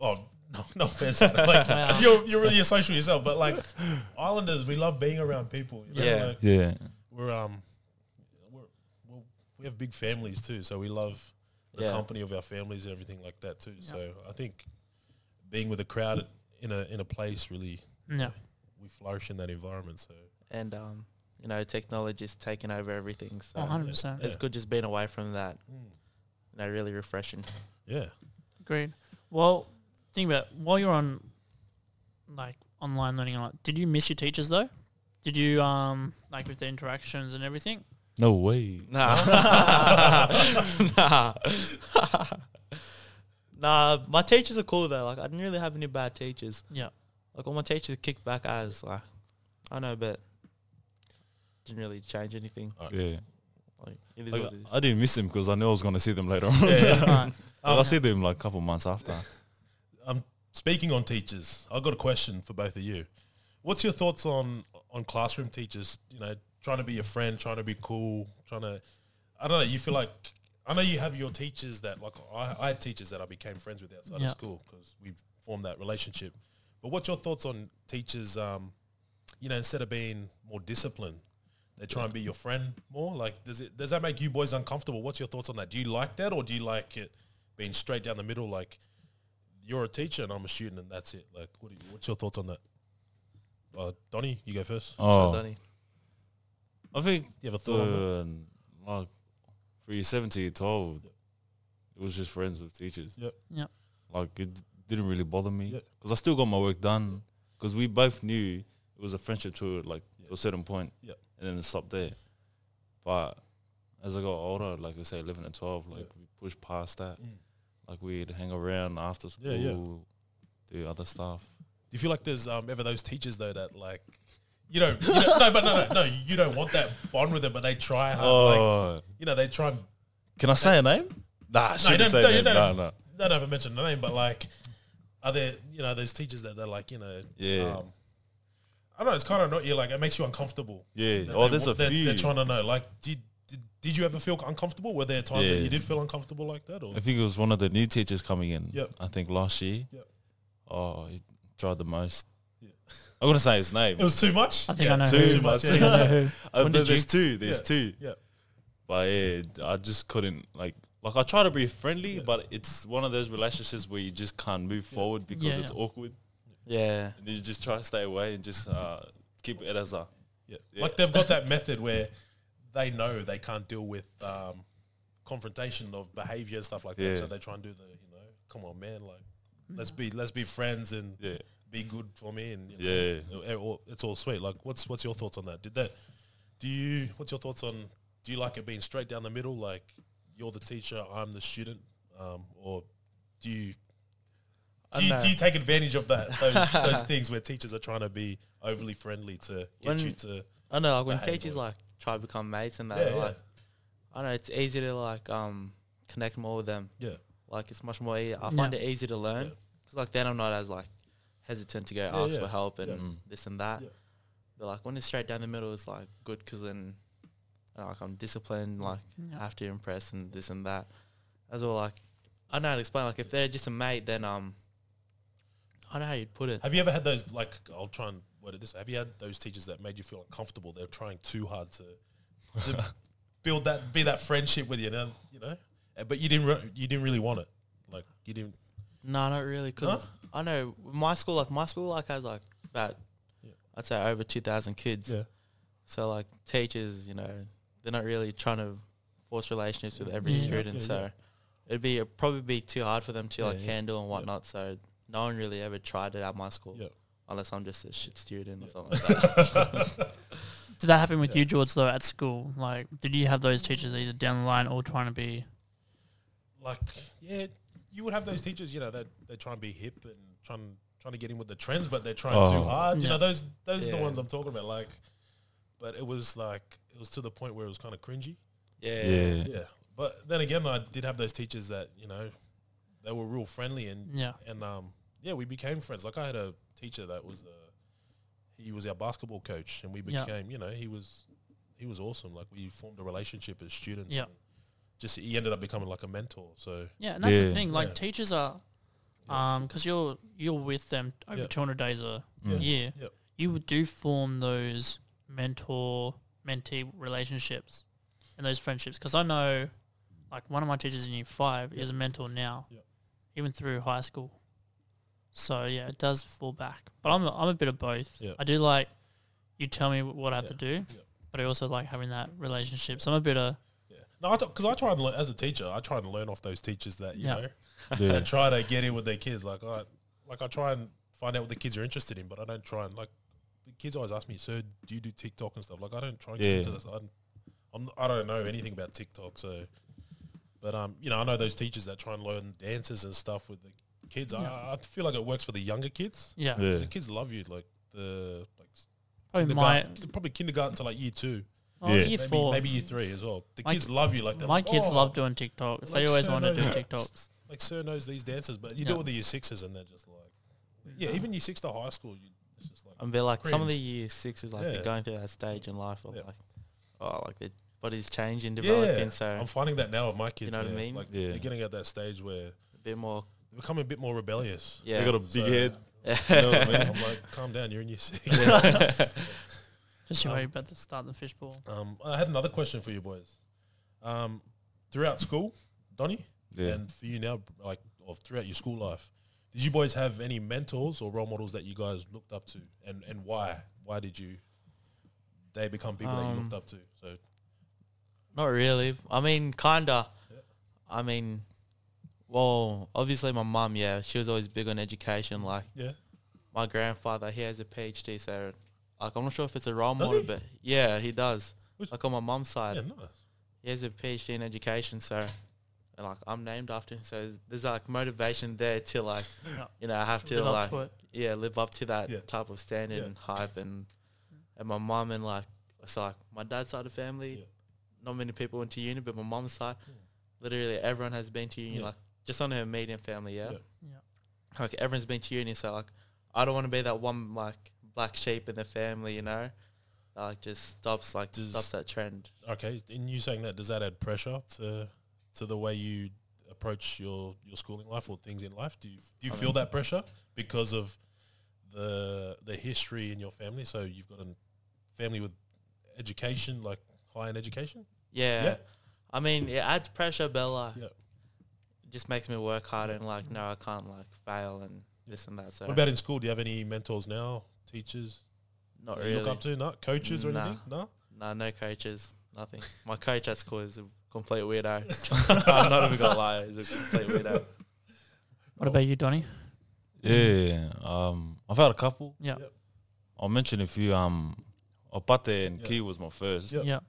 Speaker 2: oh, no, no offense, Adam, like
Speaker 1: Wow.
Speaker 2: you're you're really social yourself, but like islanders, we love being around people. You know?
Speaker 4: Yeah.
Speaker 2: like,
Speaker 3: Yeah.
Speaker 2: we're um, we're, we're we have big families too, so we love the
Speaker 4: Yeah.
Speaker 2: company of our families and everything like that too.
Speaker 1: Yeah.
Speaker 2: So I think being with a crowd in a in a place really
Speaker 1: Yeah,
Speaker 2: we flourish in that environment. So
Speaker 4: And um, you know, technology's taken over everything, so
Speaker 1: one hundred percent.
Speaker 4: it's
Speaker 2: Yeah.
Speaker 4: good just being away from that. You know, really refreshing.
Speaker 2: mm, yeah,
Speaker 1: Agreed. Well, think about it. while you're on, like online learning. Online, did you miss your teachers though? Did you um like with the interactions and everything?
Speaker 3: No way.
Speaker 4: Nah, nah, nah. My teachers are cool though. Like, I didn't really have any bad teachers.
Speaker 1: Yeah,
Speaker 4: Like, all my teachers kicked back as like, I know, but didn't really change anything.
Speaker 3: Yeah.
Speaker 4: Like, it is
Speaker 3: Like, uh,
Speaker 4: what it is.
Speaker 3: I didn't miss them because I knew I was going to see them later on.
Speaker 1: Right.
Speaker 3: Like, I see them like a couple months after.
Speaker 2: um, speaking on teachers, I've got a question for both of you. What's your thoughts on on classroom teachers? You know, trying to be your friend, trying to be cool, trying to. I don't know. You feel like I know you have your teachers that like I, I had teachers that I became friends with outside
Speaker 1: Yeah.
Speaker 2: of school because we formed that relationship. But what's your thoughts on teachers? Um, you know, instead of being more disciplined, they try and be your friend more. Like, does it does that make you boys uncomfortable? What's your thoughts on that? Do you like that, or do you like it being straight down the middle? Like, you're a teacher and I'm a student, and that's it. Like, what are you, what's your thoughts on that? Uh, Donnie, you go first.
Speaker 4: So,
Speaker 3: Oh,
Speaker 4: Donny,
Speaker 3: I think
Speaker 2: You have a thought? on that?
Speaker 3: the like for year seven to year twelve, it was just friends with teachers.
Speaker 2: Yep.
Speaker 1: Yep.
Speaker 3: Like it didn't really bother me
Speaker 2: Yeah.
Speaker 3: because I still got my work done because we both knew it was a friendship to it, like to
Speaker 2: Yeah.
Speaker 3: a certain point,
Speaker 2: Yep.
Speaker 3: and then it stopped there. But as I got older, like we say eleven and twelve, like
Speaker 2: Yeah.
Speaker 3: we pushed past that.
Speaker 2: Mm.
Speaker 3: Like we'd hang around after school,
Speaker 2: Yeah, yeah.
Speaker 3: do other stuff.
Speaker 2: Do you feel like there's um, ever those teachers though that like you don't, you don't no, but no, no, no, you don't want that bond with them, but they try hard. Uh, Like,
Speaker 3: Oh,
Speaker 2: you know, they try. and-
Speaker 3: can I say a name? Nah,
Speaker 2: No, you
Speaker 3: shouldn't
Speaker 2: don't.
Speaker 3: say
Speaker 2: No,
Speaker 3: a
Speaker 2: you
Speaker 3: name.
Speaker 2: don't.
Speaker 3: Nah,
Speaker 2: have
Speaker 3: nah.
Speaker 2: to- Don't ever mention the name, but like, are there you know those teachers that they're like you know
Speaker 3: Yeah.
Speaker 2: Um, I don't know. It's kind of not you. Like it makes you uncomfortable.
Speaker 3: Yeah.
Speaker 2: that
Speaker 3: Oh,
Speaker 2: they
Speaker 3: there's a
Speaker 2: want- that
Speaker 3: few.
Speaker 2: They're trying to know. Like, did did, did you ever feel uncomfortable? Were there times that
Speaker 3: Yeah.
Speaker 2: you did feel uncomfortable like that? Or
Speaker 3: I think it was one of the new teachers coming in.
Speaker 2: Yep.
Speaker 3: I think last year.
Speaker 2: Yep.
Speaker 3: Oh, he tried the most.
Speaker 2: Yeah.
Speaker 3: I'm gonna say his name.
Speaker 2: it was too much.
Speaker 1: I think
Speaker 2: Yeah,
Speaker 1: I know
Speaker 3: too
Speaker 1: who.
Speaker 2: much,
Speaker 1: I think I know
Speaker 2: yeah.
Speaker 1: who.
Speaker 3: Uh,
Speaker 4: When
Speaker 3: but
Speaker 4: did
Speaker 3: there's two. There's
Speaker 2: Yeah.
Speaker 3: two.
Speaker 2: Yeah.
Speaker 3: But yeah, I just couldn't like like I try to be friendly,
Speaker 2: Yeah.
Speaker 3: but it's one of those relationships where you just can't move forward because
Speaker 1: Yeah,
Speaker 3: it's
Speaker 1: yeah.
Speaker 3: awkward,
Speaker 4: yeah.
Speaker 3: and you just try to stay away and just uh, keep it as a.
Speaker 2: Yeah.
Speaker 3: Yeah.
Speaker 2: Like they've got that method where they know they can't deal with um, confrontation of behavior and stuff like that.
Speaker 3: Yeah.
Speaker 2: So they try and do the, you know, come on, man, like let's be let's be friends and
Speaker 3: Yeah.
Speaker 2: be good for me and you
Speaker 3: Yeah.
Speaker 2: know, it all- it's all sweet. Like what's what's your thoughts on that? Did that do you what's your thoughts on do you like it being straight down the middle, like you're the teacher, I'm the student? Um, or do you
Speaker 4: I
Speaker 2: do you,
Speaker 4: know.
Speaker 2: do you take advantage of that those, those things where teachers are trying to be overly friendly to get
Speaker 4: When-
Speaker 2: you to
Speaker 4: I know, like when
Speaker 2: Behave
Speaker 4: teachers
Speaker 2: well.
Speaker 4: like try to become mates and
Speaker 2: Yeah,
Speaker 4: that,
Speaker 2: yeah.
Speaker 4: like I know it's easy to like um connect more with them.
Speaker 2: yeah
Speaker 4: Like it's much more. Easy. I
Speaker 1: Yeah.
Speaker 4: find it easy to learn
Speaker 2: Yeah.
Speaker 4: because like then I'm not as like hesitant to go ask
Speaker 2: yeah.
Speaker 4: for help and
Speaker 2: Yeah.
Speaker 3: Mm.
Speaker 4: this and that.
Speaker 2: Yeah.
Speaker 4: But like when it's straight down the middle, it's like good because then uh, like I'm disciplined. Like I
Speaker 1: Yeah.
Speaker 4: have to impress and this and that. As well, like I know how to explain. Like if they're just a mate, then um I know how you'd put it.
Speaker 2: Have you ever had those like I'll try and word it this? way. Have you had those teachers that made you feel uncomfortable? They're trying too hard to, to build that be that friendship with you, and you know, Uh, but you didn't re- you didn't really want it. Like you didn't
Speaker 4: No, not really. Because I know my school, like my school, like has like about,
Speaker 2: Yeah.
Speaker 4: I'd say over two thousand kids.
Speaker 2: Yeah.
Speaker 4: So like teachers, you know, they're not really trying to force relationships with every
Speaker 1: Yeah. Yeah,
Speaker 4: student.
Speaker 2: yeah,
Speaker 4: so it'd be it'd probably be too hard for them to
Speaker 2: Yeah,
Speaker 4: like
Speaker 2: yeah.
Speaker 4: handle and whatnot. So no one really ever tried it at my school,
Speaker 2: Yeah.
Speaker 4: unless I'm just a shit student or something like that.
Speaker 1: Did that happen with
Speaker 2: Yeah.
Speaker 1: you, George, though, at school? Like, did you have those teachers either down the line or trying to be.
Speaker 2: like yeah, you would have those teachers, you know, that they try and be hip and trying trying to get in with the trends, but they're trying too
Speaker 3: Oh.
Speaker 2: hard. You
Speaker 1: Yeah.
Speaker 2: know, those those are
Speaker 4: Yeah.
Speaker 2: the ones I'm talking about. Like, but it was like it was to the point where it was kind of cringy.
Speaker 4: yeah.
Speaker 3: yeah.
Speaker 2: Yeah, but then again, I did have those teachers that you know they were real friendly and
Speaker 1: Yeah.
Speaker 2: and um yeah, we became friends. Like I had a teacher that was uh he was our basketball coach, and we
Speaker 1: Yeah.
Speaker 2: became you know he was he was awesome. Like we formed a relationship as students.
Speaker 1: Yeah.
Speaker 2: and Just he ended up becoming like a mentor. So
Speaker 1: Yeah, and that's the
Speaker 3: Yeah.
Speaker 1: thing. Like,
Speaker 2: Yeah.
Speaker 1: teachers are. um, Because you're, you're with them over
Speaker 2: Yeah.
Speaker 1: 200 days a
Speaker 3: Yeah.
Speaker 1: year.
Speaker 2: Yep.
Speaker 1: You would do form those mentor mentee relationships and those friendships. Because I know, like, one of my teachers in year five is a mentor now,
Speaker 2: Yep.
Speaker 1: even through high school. So, yeah, it does fall back. But I'm a, I'm a bit of both.
Speaker 2: Yeah.
Speaker 1: I do like you tell me what I have
Speaker 2: Yeah.
Speaker 1: to do,
Speaker 2: Yeah.
Speaker 1: but I also like having that relationship. So I'm a bit of,
Speaker 2: yeah, no, because I, try and learn as a teacher, I try and learn off those teachers that you
Speaker 1: Yeah.
Speaker 2: know
Speaker 3: Yeah.
Speaker 2: that try to get in with their kids. Like I like I try and find out what the kids are interested in, but I don't try and like the kids always ask me, "Sir, do you do TikTok and stuff?" Like I don't try and get
Speaker 3: Yeah.
Speaker 2: into this. I'm, I'm I don't know anything about TikTok, so. But um, you know, I know those teachers that try and learn dances and stuff with the kids. I, I feel like it works for the younger kids.
Speaker 1: yeah,
Speaker 2: 'Cause
Speaker 3: Yeah.
Speaker 2: The kids love you, like the like
Speaker 1: probably my,
Speaker 2: kindergarten, probably kindergarten to like year two,
Speaker 1: oh,
Speaker 3: Yeah.
Speaker 1: year
Speaker 2: maybe
Speaker 1: four.
Speaker 2: maybe year three as well. The
Speaker 1: My
Speaker 2: kids
Speaker 1: ki-
Speaker 2: love you, like they're
Speaker 1: my
Speaker 2: like,
Speaker 1: kids
Speaker 2: "Oh,
Speaker 1: love doing TikToks. they
Speaker 2: like
Speaker 1: always
Speaker 2: so
Speaker 1: want to do
Speaker 2: nice.
Speaker 1: TikToks.
Speaker 2: like Sir knows these dances, but you
Speaker 1: Yeah.
Speaker 2: do all the year sixes and they're just like, yeah, even year six to high school, you, it's just like,
Speaker 4: And they're like some of
Speaker 2: Cringe.
Speaker 4: the year sixes, like
Speaker 2: Yeah.
Speaker 4: they're going through that stage in life of
Speaker 2: Yeah.
Speaker 4: like, oh, like their body's changing, developing.
Speaker 2: yeah,
Speaker 4: So
Speaker 2: I'm finding that now with my kids.
Speaker 4: know what I
Speaker 2: man.
Speaker 4: mean?
Speaker 2: Like
Speaker 3: Yeah.
Speaker 2: they're getting at that stage where
Speaker 4: a bit more,
Speaker 2: they're becoming a bit more rebellious.
Speaker 4: yeah.
Speaker 3: They got a big
Speaker 2: So-
Speaker 3: head.
Speaker 2: You know what I mean? I'm like, calm down, you're in year six.
Speaker 1: Just you
Speaker 2: Um,
Speaker 1: worry about the start of the fishbowl.
Speaker 2: um, I had another question for you boys. Um, throughout school, Donnie,
Speaker 3: Yeah.
Speaker 2: and for you now, like or throughout your school life, did you boys have any mentors or role models that you guys looked up to, and and why? Why did you? They become people that you
Speaker 4: Um,
Speaker 2: looked up to. So
Speaker 4: Not really. I mean, kinda.
Speaker 2: Yeah.
Speaker 4: I mean, well, obviously my mum, yeah, she was always big on education. Like
Speaker 2: yeah,
Speaker 4: my grandfather, he has a PhD, so like I'm not sure if it's a role
Speaker 2: Does
Speaker 4: model,
Speaker 2: he?
Speaker 4: but yeah, he does.
Speaker 2: Which-
Speaker 4: like on my mum's side,
Speaker 2: yeah, nice.
Speaker 4: he has a PhD in education, so and, like I'm named after him. So there's like motivation there to like,
Speaker 1: Yeah.
Speaker 4: you know, I have to
Speaker 1: Live up
Speaker 4: like
Speaker 1: to it.
Speaker 4: yeah, live up to that
Speaker 2: Yeah.
Speaker 4: type of standard
Speaker 2: Yeah.
Speaker 4: and hype and and my mum and like it's like my dad's side of the family,
Speaker 2: Yeah.
Speaker 4: not many people went to uni, but my mum's side, literally everyone has been to uni,
Speaker 2: Yeah.
Speaker 4: like just on her median family, yeah?
Speaker 2: Yeah.
Speaker 1: Yeah.
Speaker 4: Like everyone's been to uni, so like I don't want to be that one like black sheep in the family, you know, that, like just stops like
Speaker 2: Does-
Speaker 4: stops that trend.
Speaker 2: Okay, in you saying that, does that add pressure to to the way you approach your your schooling life or things in life? Do you do you
Speaker 4: I
Speaker 2: feel
Speaker 4: mean-
Speaker 2: that pressure because of the the history in your family? So you've got a family with education, like high in education.
Speaker 4: Yeah.
Speaker 2: Yeah.
Speaker 4: I mean, it adds pressure, but like,
Speaker 2: Yeah. Mm-hmm.
Speaker 4: it just makes me work harder and like, no, I can't like fail and this and that. So
Speaker 2: What about in school? Do you have any mentors now, teachers
Speaker 4: not
Speaker 2: that
Speaker 4: really.
Speaker 2: you look up to? No, coaches or
Speaker 4: Nah.
Speaker 2: anything? No.
Speaker 4: No, no coaches, nothing. My coach at school is a complete weirdo. I'm not even gonna lie, he's a complete weirdo.
Speaker 1: What about you, Donny?
Speaker 3: Yeah. Um, I've had a couple.
Speaker 1: Yeah.
Speaker 2: Yep.
Speaker 3: I'll mention a few. Um, Opate and
Speaker 2: Yeah.
Speaker 3: Key was my first,
Speaker 2: Yep.
Speaker 1: Yeah.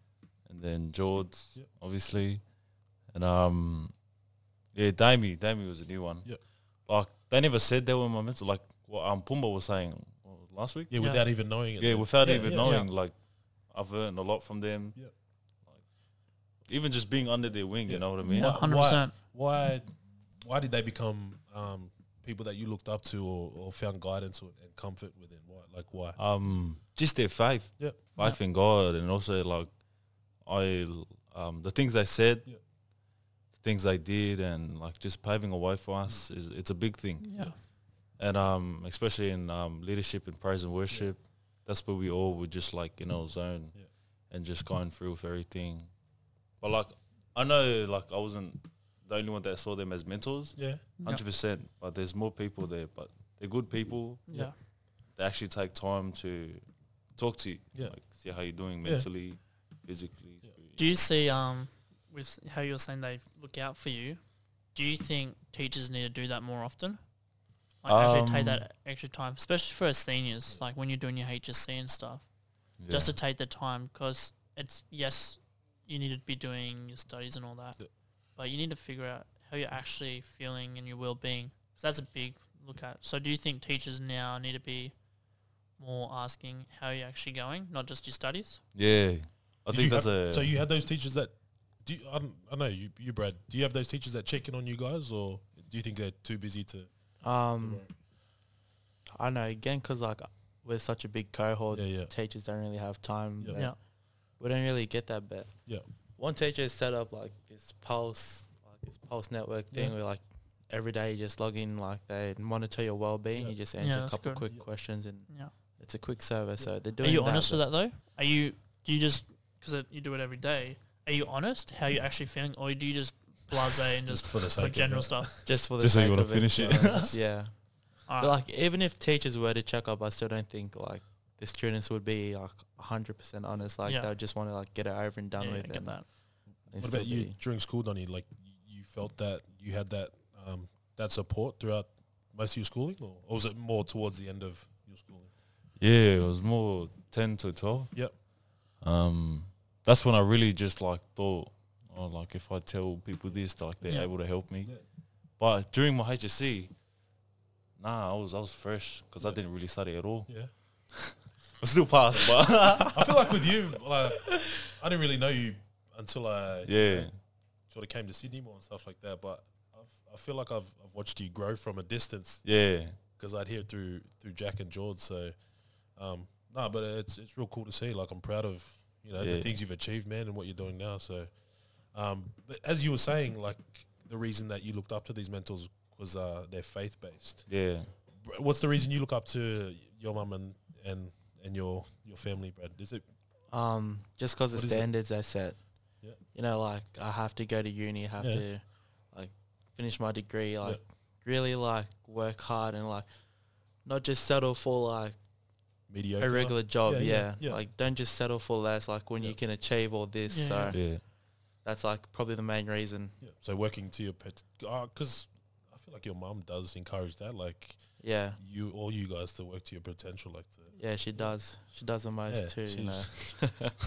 Speaker 3: and then George,
Speaker 2: Yep.
Speaker 3: obviously, and um, yeah, Damie. Damie was a new one.
Speaker 2: Yep.
Speaker 3: Like they never said they were my mentor. Like what um Pumba was saying what, last week.
Speaker 2: Yeah,
Speaker 1: Yeah.
Speaker 2: without even knowing it.
Speaker 3: Yeah, without even
Speaker 2: yeah.
Speaker 3: knowing, like I've learned a lot from them.
Speaker 2: Yeah.
Speaker 3: Like, even just being under their wing,
Speaker 2: Yeah.
Speaker 3: you know what I mean?
Speaker 2: Why-
Speaker 1: Yeah, 100%.
Speaker 2: Why why did they become um, people that you looked up to or, or found guidance or, and comfort within? Why, like why?
Speaker 3: Um, just their faith.
Speaker 2: Yeah.
Speaker 3: faith in God, and also like I um the things they said,
Speaker 2: Yeah.
Speaker 3: the things they did, and like just paving a way for us is it's a big thing,
Speaker 1: Yeah.
Speaker 3: and um especially in um leadership and praise and worship, that's where we all were just like in our zone,
Speaker 2: Yeah.
Speaker 3: and just going through with everything, but like I know like I wasn't the only one that saw them as mentors,
Speaker 2: Yeah.
Speaker 1: Yeah.
Speaker 3: hundred percent. But there's more people there, but they're good people.
Speaker 1: Yeah.
Speaker 3: They actually take time to talk to you,
Speaker 2: Yeah.
Speaker 3: like see how you're doing
Speaker 2: Yeah.
Speaker 3: mentally, physically.
Speaker 2: Yeah.
Speaker 3: spiritually.
Speaker 1: Do you see um with how you're saying they look out for you? Do you think teachers need to do that more often? Like actually
Speaker 3: Um,
Speaker 1: take that extra time, especially for us seniors, like when you're doing your HSC and stuff, just to
Speaker 3: Yeah.
Speaker 1: take the time because it's yes, you need to be doing your studies and all that,
Speaker 2: Yeah.
Speaker 1: but you need to figure out how you're actually feeling and your well being. that's a big look at. So do you think teachers now need to be more asking how you're actually going, not just your studies?
Speaker 3: yeah. I
Speaker 2: Did
Speaker 3: think
Speaker 2: you
Speaker 3: that's
Speaker 2: have-
Speaker 3: a
Speaker 2: So you had those teachers that. Do you, I, don't, I know you, you, Brad. Do you have those teachers that check in on you guys, or do you think they're too busy to? to
Speaker 3: Mm.
Speaker 4: Um,
Speaker 2: worry?
Speaker 4: I know again because like we're such a big cohort.
Speaker 2: yeah, yeah,
Speaker 4: Teachers don't really have time.
Speaker 2: Yeah.
Speaker 4: that-
Speaker 1: Yeah.
Speaker 4: we don't really get that bit.
Speaker 2: Yeah.
Speaker 4: One teacher set up like this pulse, like this pulse network thing
Speaker 2: Yeah.
Speaker 4: where like every day you just log in, like they monitor your well being.
Speaker 2: Yeah.
Speaker 4: You just
Speaker 1: Yeah,
Speaker 4: answer a
Speaker 1: that's
Speaker 4: couple
Speaker 1: good.
Speaker 4: quick
Speaker 2: Yeah.
Speaker 4: questions, and
Speaker 1: Yeah.
Speaker 4: it's a quick service.
Speaker 2: Yeah.
Speaker 4: So they're
Speaker 1: Are
Speaker 4: doing.
Speaker 1: you
Speaker 4: that,
Speaker 1: honest
Speaker 4: but
Speaker 1: with that though? Are you do you just because you do it every day? Are you honest how you actually feeling, or do you just blase and just
Speaker 2: for the sake
Speaker 1: like
Speaker 2: of
Speaker 1: general
Speaker 2: it.
Speaker 1: stuff?
Speaker 4: Just for the
Speaker 3: Just so you
Speaker 4: sake
Speaker 3: wanna
Speaker 4: of
Speaker 3: finish
Speaker 4: to
Speaker 3: it.
Speaker 4: be honest, yeah.
Speaker 1: All
Speaker 4: But
Speaker 1: right.
Speaker 4: like even if teachers were to check up, I still don't think like the students would be like hundred percent honest. Like
Speaker 1: Yeah.
Speaker 4: they would just want to like get it over and done
Speaker 1: yeah, I
Speaker 4: with.
Speaker 1: get
Speaker 4: and,
Speaker 1: that.
Speaker 4: and
Speaker 2: What
Speaker 4: still
Speaker 2: about you
Speaker 4: be-
Speaker 2: during school, Donny? Like y- you felt that you had that um, that support throughout most of your schooling, or, or was it more towards the end of your schooling?
Speaker 3: Yeah, it was more ten to twelve.
Speaker 2: Yep.
Speaker 3: Um, that's when I really just like thought, oh, like if I tell people this, like they're
Speaker 1: Yeah.
Speaker 3: able to help me.
Speaker 2: Yeah.
Speaker 3: But during my HSC, nah, I was I was fresh because I
Speaker 2: Yeah.
Speaker 3: didn't really study at all.
Speaker 2: Yeah,
Speaker 3: I still passed, but
Speaker 2: I feel like with you, like I didn't really know you until I
Speaker 3: yeah,
Speaker 2: sort of came to Sydney more and stuff like that. But I've, I feel like I've, I've watched you grow from a distance
Speaker 3: yeah,
Speaker 2: because I'd hear it through through Jack and George. So, um, no, but it's it's real cool to see. Like I'm proud of you know the
Speaker 3: Yeah.
Speaker 2: things you've achieved, man, and what you're doing now. So, um, but as you were saying, like the reason that you looked up to these mentors was uh, they're faith based.
Speaker 3: yeah.
Speaker 2: What's the reason you look up to your mum and and and your your family, Brad? Is it
Speaker 4: Um, just because the
Speaker 2: What is it?
Speaker 4: standards I set.
Speaker 2: Yeah.
Speaker 4: You know, like I have to go to uni, I have
Speaker 2: Yeah.
Speaker 4: to like finish my degree, like really like work hard and like not just settle for like
Speaker 2: mediocre?
Speaker 4: a regular job.
Speaker 2: Yeah,
Speaker 4: Yeah,
Speaker 2: yeah, yeah.
Speaker 4: Like don't just settle for less. Like when
Speaker 2: Yeah.
Speaker 4: you can achieve all this,
Speaker 1: Yeah,
Speaker 4: so
Speaker 1: yeah.
Speaker 3: Yeah,
Speaker 4: that's like probably the main reason.
Speaker 2: Yeah. So working to your pet, because I feel like your mum does encourage that, like
Speaker 4: Yeah,
Speaker 2: you all you guys to work to your potential, like to
Speaker 4: yeah. She does. She does the most
Speaker 2: Yeah,
Speaker 4: too. You know.
Speaker 2: she's-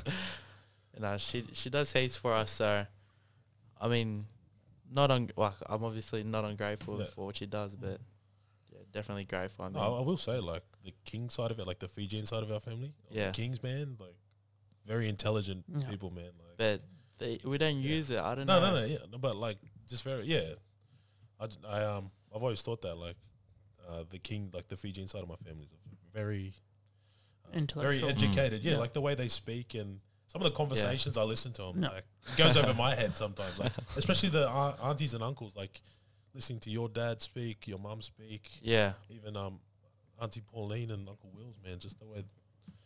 Speaker 4: you know, she she does heaps for us. So, I mean, not un- like I'm obviously not ungrateful
Speaker 2: Yeah.
Speaker 4: for what she does, but yeah, definitely grateful. I mean,
Speaker 2: No, I will say, like the king side of it, like the Fijian side of our family, the
Speaker 4: Yeah.
Speaker 2: kings, man, like very intelligent
Speaker 1: Yeah.
Speaker 2: people, man. Like,
Speaker 4: but they, we don't
Speaker 2: Yeah.
Speaker 4: use it. I don't
Speaker 2: no,
Speaker 4: know.
Speaker 2: no, no, yeah, no, but like just very, yeah. I, j- I, um, I've always thought that, like, uh, the king, like the Fijian side of my family, is very, um, very
Speaker 1: Intellectual. Mm-hmm.
Speaker 3: Mm.
Speaker 2: educated. Yeah,
Speaker 1: Yeah.
Speaker 2: like the way they speak and some of the conversations I listen to them,
Speaker 1: No.
Speaker 2: like it goes over my head sometimes. Like, especially the uh, aunties and uncles, like listening to your dad speak, your mum speak,
Speaker 4: Yeah,
Speaker 2: even um, Auntie Pauline and Uncle Will's, man, just the way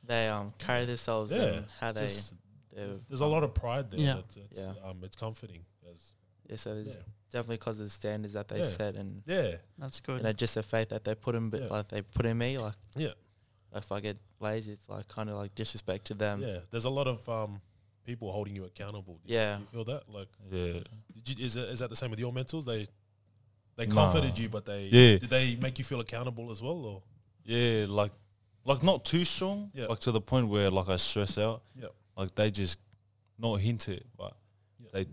Speaker 4: they um carry themselves and how they.
Speaker 2: just-
Speaker 4: they
Speaker 2: there's, there's a lot of pride there.
Speaker 1: Yeah.
Speaker 2: It's, it's,
Speaker 4: Yeah.
Speaker 2: Um, it's comforting. As,
Speaker 4: yeah, so it's
Speaker 2: yeah.
Speaker 4: definitely because of the standards that they
Speaker 2: Yeah.
Speaker 4: set and
Speaker 2: yeah,
Speaker 1: That's
Speaker 4: you
Speaker 1: good.
Speaker 4: know just the faith that they put in, but
Speaker 2: Yeah.
Speaker 4: like they put in me, like
Speaker 2: Yeah.
Speaker 4: If I get lazy, it's like kind of like disrespect to them.
Speaker 2: yeah. There's a lot of um, people holding you accountable. Do you-
Speaker 4: Yeah.
Speaker 2: do you feel that? Like,
Speaker 3: yeah.
Speaker 2: did you, is that, is that the same with your mentors? They they
Speaker 3: Nah.
Speaker 2: comforted you, but they
Speaker 3: Yeah.
Speaker 2: did they make you feel accountable as well? Or
Speaker 3: Yeah, like like not too strong,
Speaker 2: Yeah.
Speaker 3: like to the point where like I stress out.
Speaker 2: Yeah.
Speaker 3: Like they just not hint it, but
Speaker 2: Yeah.
Speaker 3: they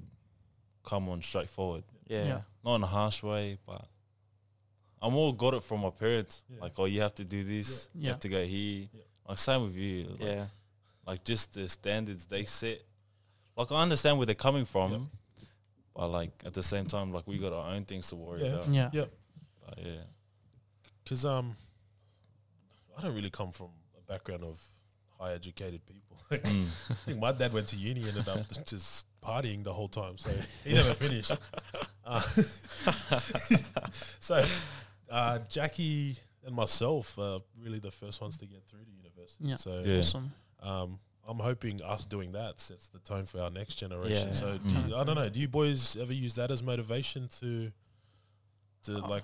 Speaker 3: come on straightforward.
Speaker 4: Yeah.
Speaker 1: Yeah.
Speaker 3: Not in a harsh way, but I'm all got it from my parents.
Speaker 2: Yeah.
Speaker 3: Like, oh you have to do this, you
Speaker 1: Yeah.
Speaker 3: have to go here.
Speaker 2: Yeah.
Speaker 3: Like same with you. Like,
Speaker 4: yeah.
Speaker 3: like just the standards they set. Like I understand where they're coming from.
Speaker 2: Yep.
Speaker 3: But like at the same time, like we got our own things to worry
Speaker 2: Yeah.
Speaker 3: about.
Speaker 1: yeah.
Speaker 2: Yeah.
Speaker 3: But yeah.
Speaker 2: because um, I don't really come from a background of high educated people. I
Speaker 3: Mm.
Speaker 2: think my dad went to uni and ended up just partying the whole time, so he never finished. Uh, so, uh, Jackie and myself are really the first ones to get through to university.
Speaker 1: Yeah.
Speaker 2: So,
Speaker 3: Yeah.
Speaker 1: Awesome.
Speaker 2: um, I'm hoping us doing that sets the tone for our next generation.
Speaker 4: Yeah.
Speaker 2: So
Speaker 3: Mm.
Speaker 2: do you, I don't know. Do you boys ever use that as motivation to, to
Speaker 4: Oh.
Speaker 2: like?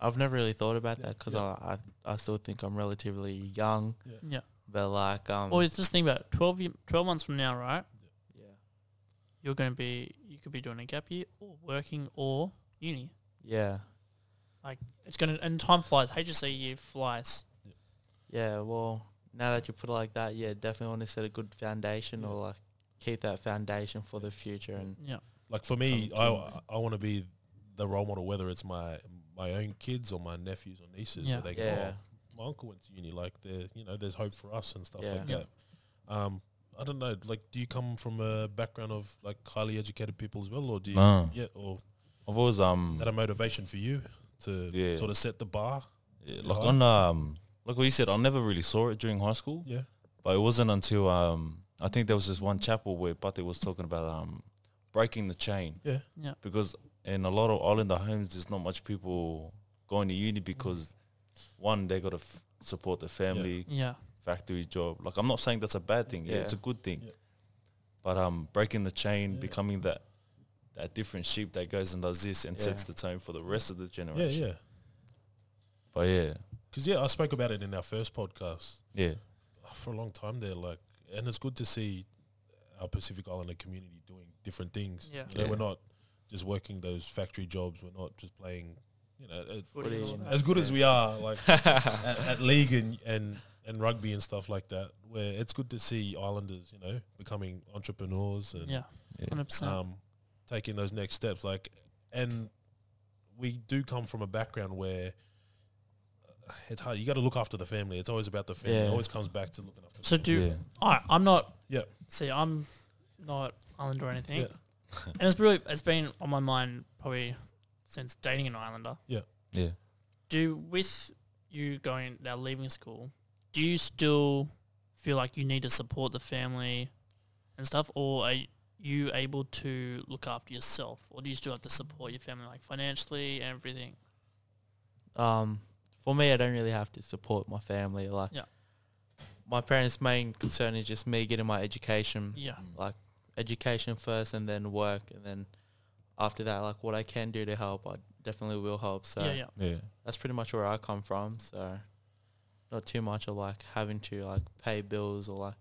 Speaker 4: I've never really thought about
Speaker 2: Yeah,
Speaker 4: that 'cause
Speaker 2: yeah.
Speaker 4: that because I, I I still think I'm relatively young.
Speaker 1: Yeah.
Speaker 4: But like um
Speaker 1: Well, just think about it. 12, year, 12 months from now, right?
Speaker 4: yeah
Speaker 1: You're going to be, you could be doing a gap year or working or uni.
Speaker 4: yeah
Speaker 1: It's going to, and time flies. HSC year flies.
Speaker 4: yeah. Well, now that you put it like that, yeah, definitely want to set a good foundation
Speaker 2: Yeah.
Speaker 4: or like keep that foundation for the future and
Speaker 2: Mm-hmm.
Speaker 1: Yeah.
Speaker 2: Like for me,
Speaker 4: Some
Speaker 2: I
Speaker 4: kids.
Speaker 2: I want to be the role model, whether it's my my own kids or my nephews or nieces.
Speaker 1: Yeah.
Speaker 2: Where they go,
Speaker 4: yeah
Speaker 2: "Oh, my uncle went to uni. Like there, you know, there's hope for us and stuff
Speaker 4: Yeah.
Speaker 2: like
Speaker 1: Yeah.
Speaker 2: that. Um, I don't know. Like, do you come from a background of like highly educated people as well, or do you?
Speaker 3: No.
Speaker 2: Yeah, or
Speaker 3: I've always um
Speaker 2: is that a motivation for you to
Speaker 3: Yeah.
Speaker 2: sort of set the bar?
Speaker 3: yeah, like
Speaker 2: high?
Speaker 3: on um like what you said, I never really saw it during high school.
Speaker 2: Yeah,
Speaker 3: But it wasn't until um I think there was this one chapel where Pate was talking about um breaking the chain.
Speaker 2: Yeah.
Speaker 1: Yeah.
Speaker 3: Because in a lot of islander homes there's not much people going to uni because one, they gotta f- support the family,
Speaker 1: Yeah.
Speaker 3: factory job. Like I'm not saying that's a bad thing. Yeah, it's a
Speaker 4: Yeah.
Speaker 3: good thing.
Speaker 2: Yeah.
Speaker 3: But um, breaking the chain,
Speaker 2: Yeah.
Speaker 3: becoming that that different sheep that goes and does this and sets
Speaker 4: Yeah.
Speaker 3: the tone for the rest of the
Speaker 2: yeah,
Speaker 3: generation.
Speaker 2: yeah.
Speaker 3: But yeah,
Speaker 2: Because yeah, I spoke about it in our first podcast
Speaker 3: yeah,
Speaker 2: for a long time there. Like, and it's good to see our Pacific Islander community doing different things.
Speaker 1: Yeah.
Speaker 2: You know,
Speaker 3: Yeah.
Speaker 2: we're not just working those factory jobs. We're not just playing. You know, it-
Speaker 1: Footy
Speaker 4: Footy.
Speaker 1: and all
Speaker 2: as good as we are, like
Speaker 4: yeah.
Speaker 2: at, at league and, and and rugby and stuff like that, where it's good to see Islanders, you know, becoming entrepreneurs
Speaker 1: that.
Speaker 2: and
Speaker 1: Yeah.
Speaker 3: yeah.
Speaker 1: 100%.
Speaker 2: um, taking those next steps. Like, and we do come from a background where uh, it's hard. You got to look after the family. It's always about the family. It
Speaker 4: Yeah.
Speaker 2: always comes back to looking after. the
Speaker 1: so do,
Speaker 3: yeah.
Speaker 1: all right, I'm not.
Speaker 2: Yeah.
Speaker 1: See, I'm not Islander or anything,
Speaker 2: Yeah.
Speaker 1: and it's really it's been on my mind probably since dating an Islander.
Speaker 3: yeah.
Speaker 1: Do with you going now leaving school, do you still feel like you need to support the family and stuff, or are you able to look after yourself, or do you still have to support your family like financially and everything?
Speaker 4: um, for me, I don't really have to support my family. Like,
Speaker 1: Yeah.
Speaker 4: my parents' main concern is just me getting my education,
Speaker 1: Yeah,
Speaker 4: like education first, and then work, and then after that, like what I can do to help, I definitely will help. So
Speaker 1: yeah, yeah,
Speaker 3: yeah.
Speaker 4: that's pretty much where I come from. So not too much of like having to like pay bills or like,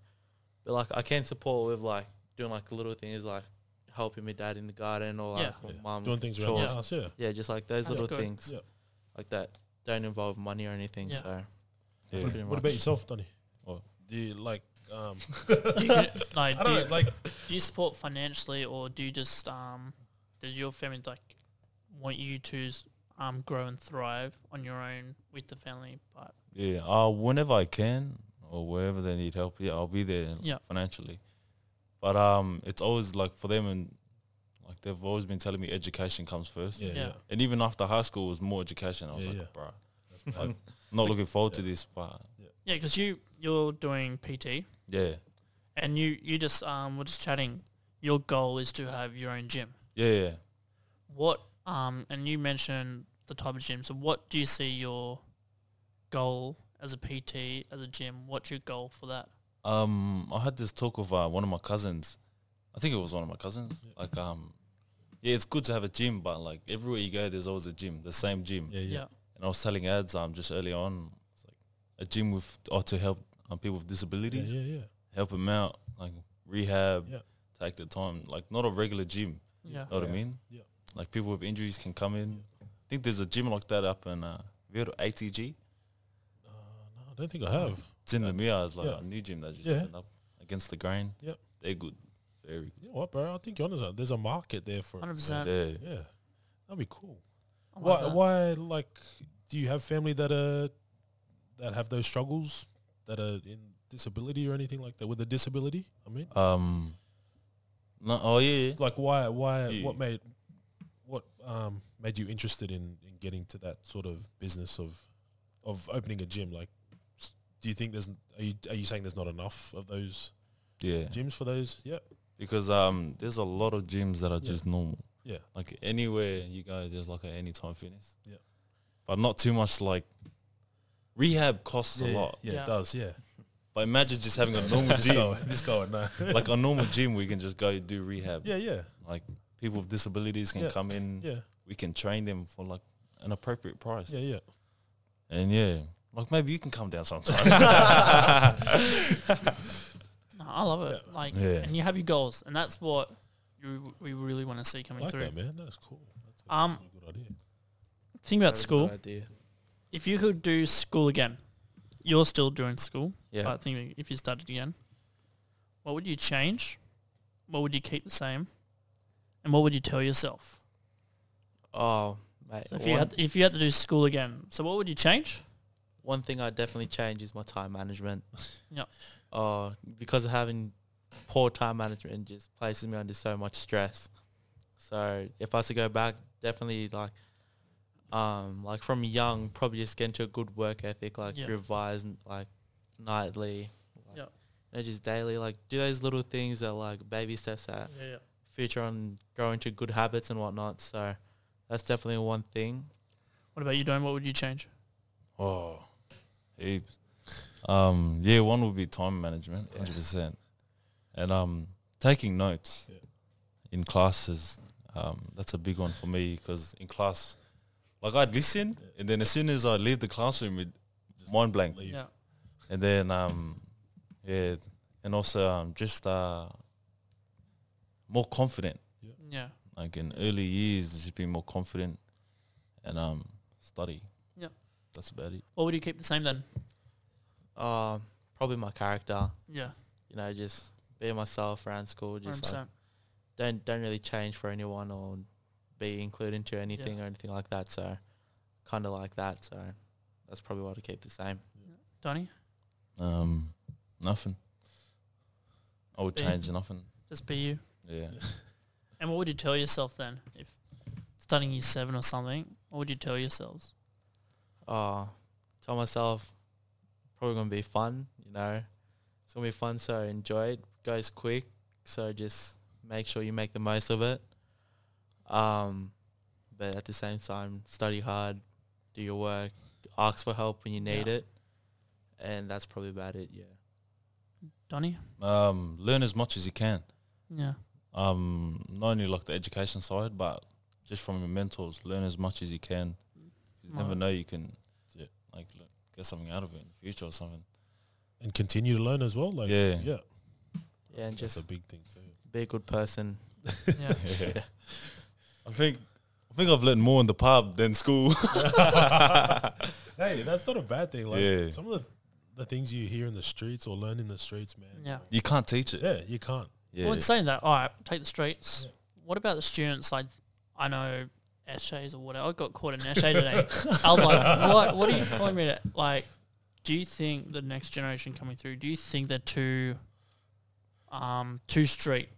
Speaker 4: but like I can support with like doing like little things like helping my dad in the garden or like
Speaker 1: Yeah.
Speaker 4: my
Speaker 2: Yeah.
Speaker 4: mum
Speaker 2: Doing things around the
Speaker 1: chores.
Speaker 2: house. Yeah.
Speaker 4: yeah, just like those
Speaker 1: That's
Speaker 4: little
Speaker 1: good.
Speaker 4: things
Speaker 2: Yeah.
Speaker 4: like that don't involve money or anything.
Speaker 1: Yeah.
Speaker 4: So
Speaker 3: Yeah.
Speaker 4: pretty
Speaker 2: What
Speaker 4: much.
Speaker 2: about yourself, Donny?
Speaker 3: What?
Speaker 2: Oh, Do you like? Um,
Speaker 1: do you, like,
Speaker 2: I
Speaker 1: do you-
Speaker 2: don't know, like.
Speaker 1: do you support financially or do you just um does your family like want you to um grow and thrive on your own with the family but
Speaker 3: Yeah, uh, whenever I can or wherever they need help, yeah, I'll be there
Speaker 1: Yeah.
Speaker 3: financially. But um, it's always like for them and like they've always been telling me education comes first.
Speaker 2: Yeah, yeah.
Speaker 1: Yeah.
Speaker 3: And even after high school, it was more education. I was
Speaker 2: Yeah,
Speaker 3: like,
Speaker 2: yeah.
Speaker 3: bruh,
Speaker 2: That's
Speaker 3: like,
Speaker 2: bad.
Speaker 3: I'm not looking forward to this, but
Speaker 1: yeah because you you're doing pt
Speaker 3: yeah,
Speaker 1: and you you just um we're just chatting your goal is to have your own gym
Speaker 3: yeah, yeah.
Speaker 1: what um and you mentioned the type of gym so what do you see your goal as a pt as a gym what's your goal for that
Speaker 3: Um, I had this talk with uh, one of my cousins. I think it was one of my cousins.
Speaker 2: Yeah.
Speaker 3: Like, um, yeah, it's good to have a gym, but like everywhere you go, there's always a gym, the same gym.
Speaker 2: yeah, yeah,
Speaker 3: And I was telling ads um just early on, it's like a gym with or to help um, people with
Speaker 2: yeah,
Speaker 3: disabilities,
Speaker 2: yeah, yeah.
Speaker 3: help them out, like rehab,
Speaker 2: Yeah.
Speaker 3: take the time, like not a regular gym.
Speaker 1: yeah
Speaker 3: Know what I
Speaker 2: Yeah.
Speaker 3: mean?
Speaker 2: Yeah.
Speaker 3: Like people with injuries can come in. I think there's a gym like that up in uh, have you heard of ATG?
Speaker 2: Uh, no, I don't think I have.
Speaker 3: It's in the mirror. It's like
Speaker 2: Uh, Yeah.
Speaker 3: a new gym that just
Speaker 2: Yeah.
Speaker 3: opened up against the grain.
Speaker 2: Yep.
Speaker 3: They're good. Very
Speaker 2: You know what, bro? I think you're on something. There's a market there for. it.
Speaker 1: 100%
Speaker 3: good. Yeah.
Speaker 2: Yeah, that'd be cool.
Speaker 1: I like
Speaker 2: why
Speaker 1: that.
Speaker 2: why like do you have family that are that have those struggles that are in disability or anything like that with a disability i mean
Speaker 3: Um no, oh yeah.
Speaker 2: like why why
Speaker 3: Yeah.
Speaker 2: what made what um made you interested in in getting to that sort of business of of opening a gym like s- do you think there's are you are you saying there's not enough of those
Speaker 3: Yeah.
Speaker 2: gyms for those yeah
Speaker 3: Because um there's a lot of gyms that are
Speaker 2: Yeah.
Speaker 3: just normal.
Speaker 2: yeah
Speaker 3: Like anywhere you go, there's like a time fitness.
Speaker 2: Yeah.
Speaker 3: But not too much like rehab costs
Speaker 2: yeah,
Speaker 3: a lot.
Speaker 2: yeah,
Speaker 1: Yeah.
Speaker 2: it does yeah
Speaker 3: But imagine just having a normal
Speaker 2: Just
Speaker 3: gym,
Speaker 2: go, just go, no.
Speaker 3: like a normal gym, we can just go do rehab.
Speaker 2: Yeah, yeah,
Speaker 3: Like people with disabilities can
Speaker 2: Yeah.
Speaker 3: come in.
Speaker 2: yeah,
Speaker 3: We can train them for like an appropriate price.
Speaker 2: yeah, yeah.
Speaker 3: And yeah, like maybe you can come down sometime.
Speaker 1: No, I love it. Like,
Speaker 3: Yeah.
Speaker 1: and you have your goals, and that's what you, we really want to see
Speaker 2: I
Speaker 1: coming
Speaker 2: like
Speaker 1: through.
Speaker 2: that, man. That's cool. That's a
Speaker 1: Um,
Speaker 2: really good idea.
Speaker 1: Think about
Speaker 4: That is a
Speaker 1: school.
Speaker 4: good idea.
Speaker 1: If you could do school again, you're still doing school.
Speaker 4: Yeah.
Speaker 1: But I think if you started again, what would you change? What would you keep the same? And what would you tell yourself?
Speaker 4: oh, mate.
Speaker 1: So if
Speaker 4: one,
Speaker 1: you had if you had to do school again, so what would you change?
Speaker 4: one thing I definitely change is my time management.
Speaker 1: Yep.
Speaker 4: Uh, because of having poor time management it just places me under so much stress. So if I was to go back, definitely like, um, like from young, probably just get into a good work ethic, like
Speaker 1: Yeah.
Speaker 4: revise n- like nightly, like,
Speaker 1: Yep.
Speaker 4: you know, just daily, like do those little things that like baby steps at
Speaker 1: Yeah, yeah.
Speaker 4: future on growing to good habits and whatnot. So that's definitely one thing.
Speaker 1: What about you, Dome? What would you change?
Speaker 3: oh, heaps. Um, yeah, one would be time management, hundred percent, and um, taking notes
Speaker 2: Yeah.
Speaker 3: in classes. Um, that's a big one for me because in class, like I'd listen, and then as soon as I leave the classroom, it mind blank.
Speaker 2: Leave.
Speaker 1: Yeah.
Speaker 3: And then, um, yeah, and also um, just uh, more confident.
Speaker 1: Yeah.
Speaker 3: Like in early years, just be more confident and um, study.
Speaker 1: Yeah.
Speaker 3: that's about it.
Speaker 1: What would you keep the same then?
Speaker 4: Um, probably my character.
Speaker 1: Yeah.
Speaker 4: You know, just being myself around school. Just like
Speaker 1: 100%.
Speaker 4: don't don't really change for anyone or be included into anything or anything like that. So kind of like that. So that's probably what I keep the same.
Speaker 1: Donnie?
Speaker 3: Um, nothing. I would
Speaker 1: Be-
Speaker 3: change nothing.
Speaker 1: Just be you.
Speaker 3: Yeah.
Speaker 1: And what would you tell yourself then? If starting year seven or something, what would you tell yourselves?
Speaker 4: uh, tell myself probably gonna be fun, you know. It's gonna be fun, so enjoy it. Goes quick, so just make sure you make the most of it. Um, but at the same time, study hard, do your work, ask for help when you need
Speaker 1: Yeah.
Speaker 4: it, and that's probably about it. Yeah.
Speaker 1: Donnie?
Speaker 3: Um, learn as much as you can.
Speaker 1: Yeah.
Speaker 3: Um, not only like the education side, but just from your mentors, learn as much as you can. You never
Speaker 1: Right.
Speaker 3: know you can,
Speaker 2: Yeah.
Speaker 3: like, le- get something out of it in the future or something.
Speaker 2: And continue to learn as well. Like,
Speaker 3: Yeah.
Speaker 2: yeah.
Speaker 4: Yeah, and
Speaker 2: That's
Speaker 4: just
Speaker 2: a big thing too.
Speaker 4: be a good person.
Speaker 1: Yeah.
Speaker 3: Yeah. I think I think I've learned more in the pub than school.
Speaker 2: hey, that's not a bad thing. Like
Speaker 3: Yeah.
Speaker 2: some of the, the things you hear in the streets or learn in the streets, man.
Speaker 1: Yeah.
Speaker 3: you can't teach it.
Speaker 2: Yeah, you can't.
Speaker 3: Yeah.
Speaker 1: Well, in saying that, all right, take the streets.
Speaker 2: Yeah.
Speaker 1: What about the students? Like, I know essays or whatever. I got caught in an essay today. I was like, what? What are you calling me? To? Like, do you think the next generation coming through? Do you think they're too, um, too street?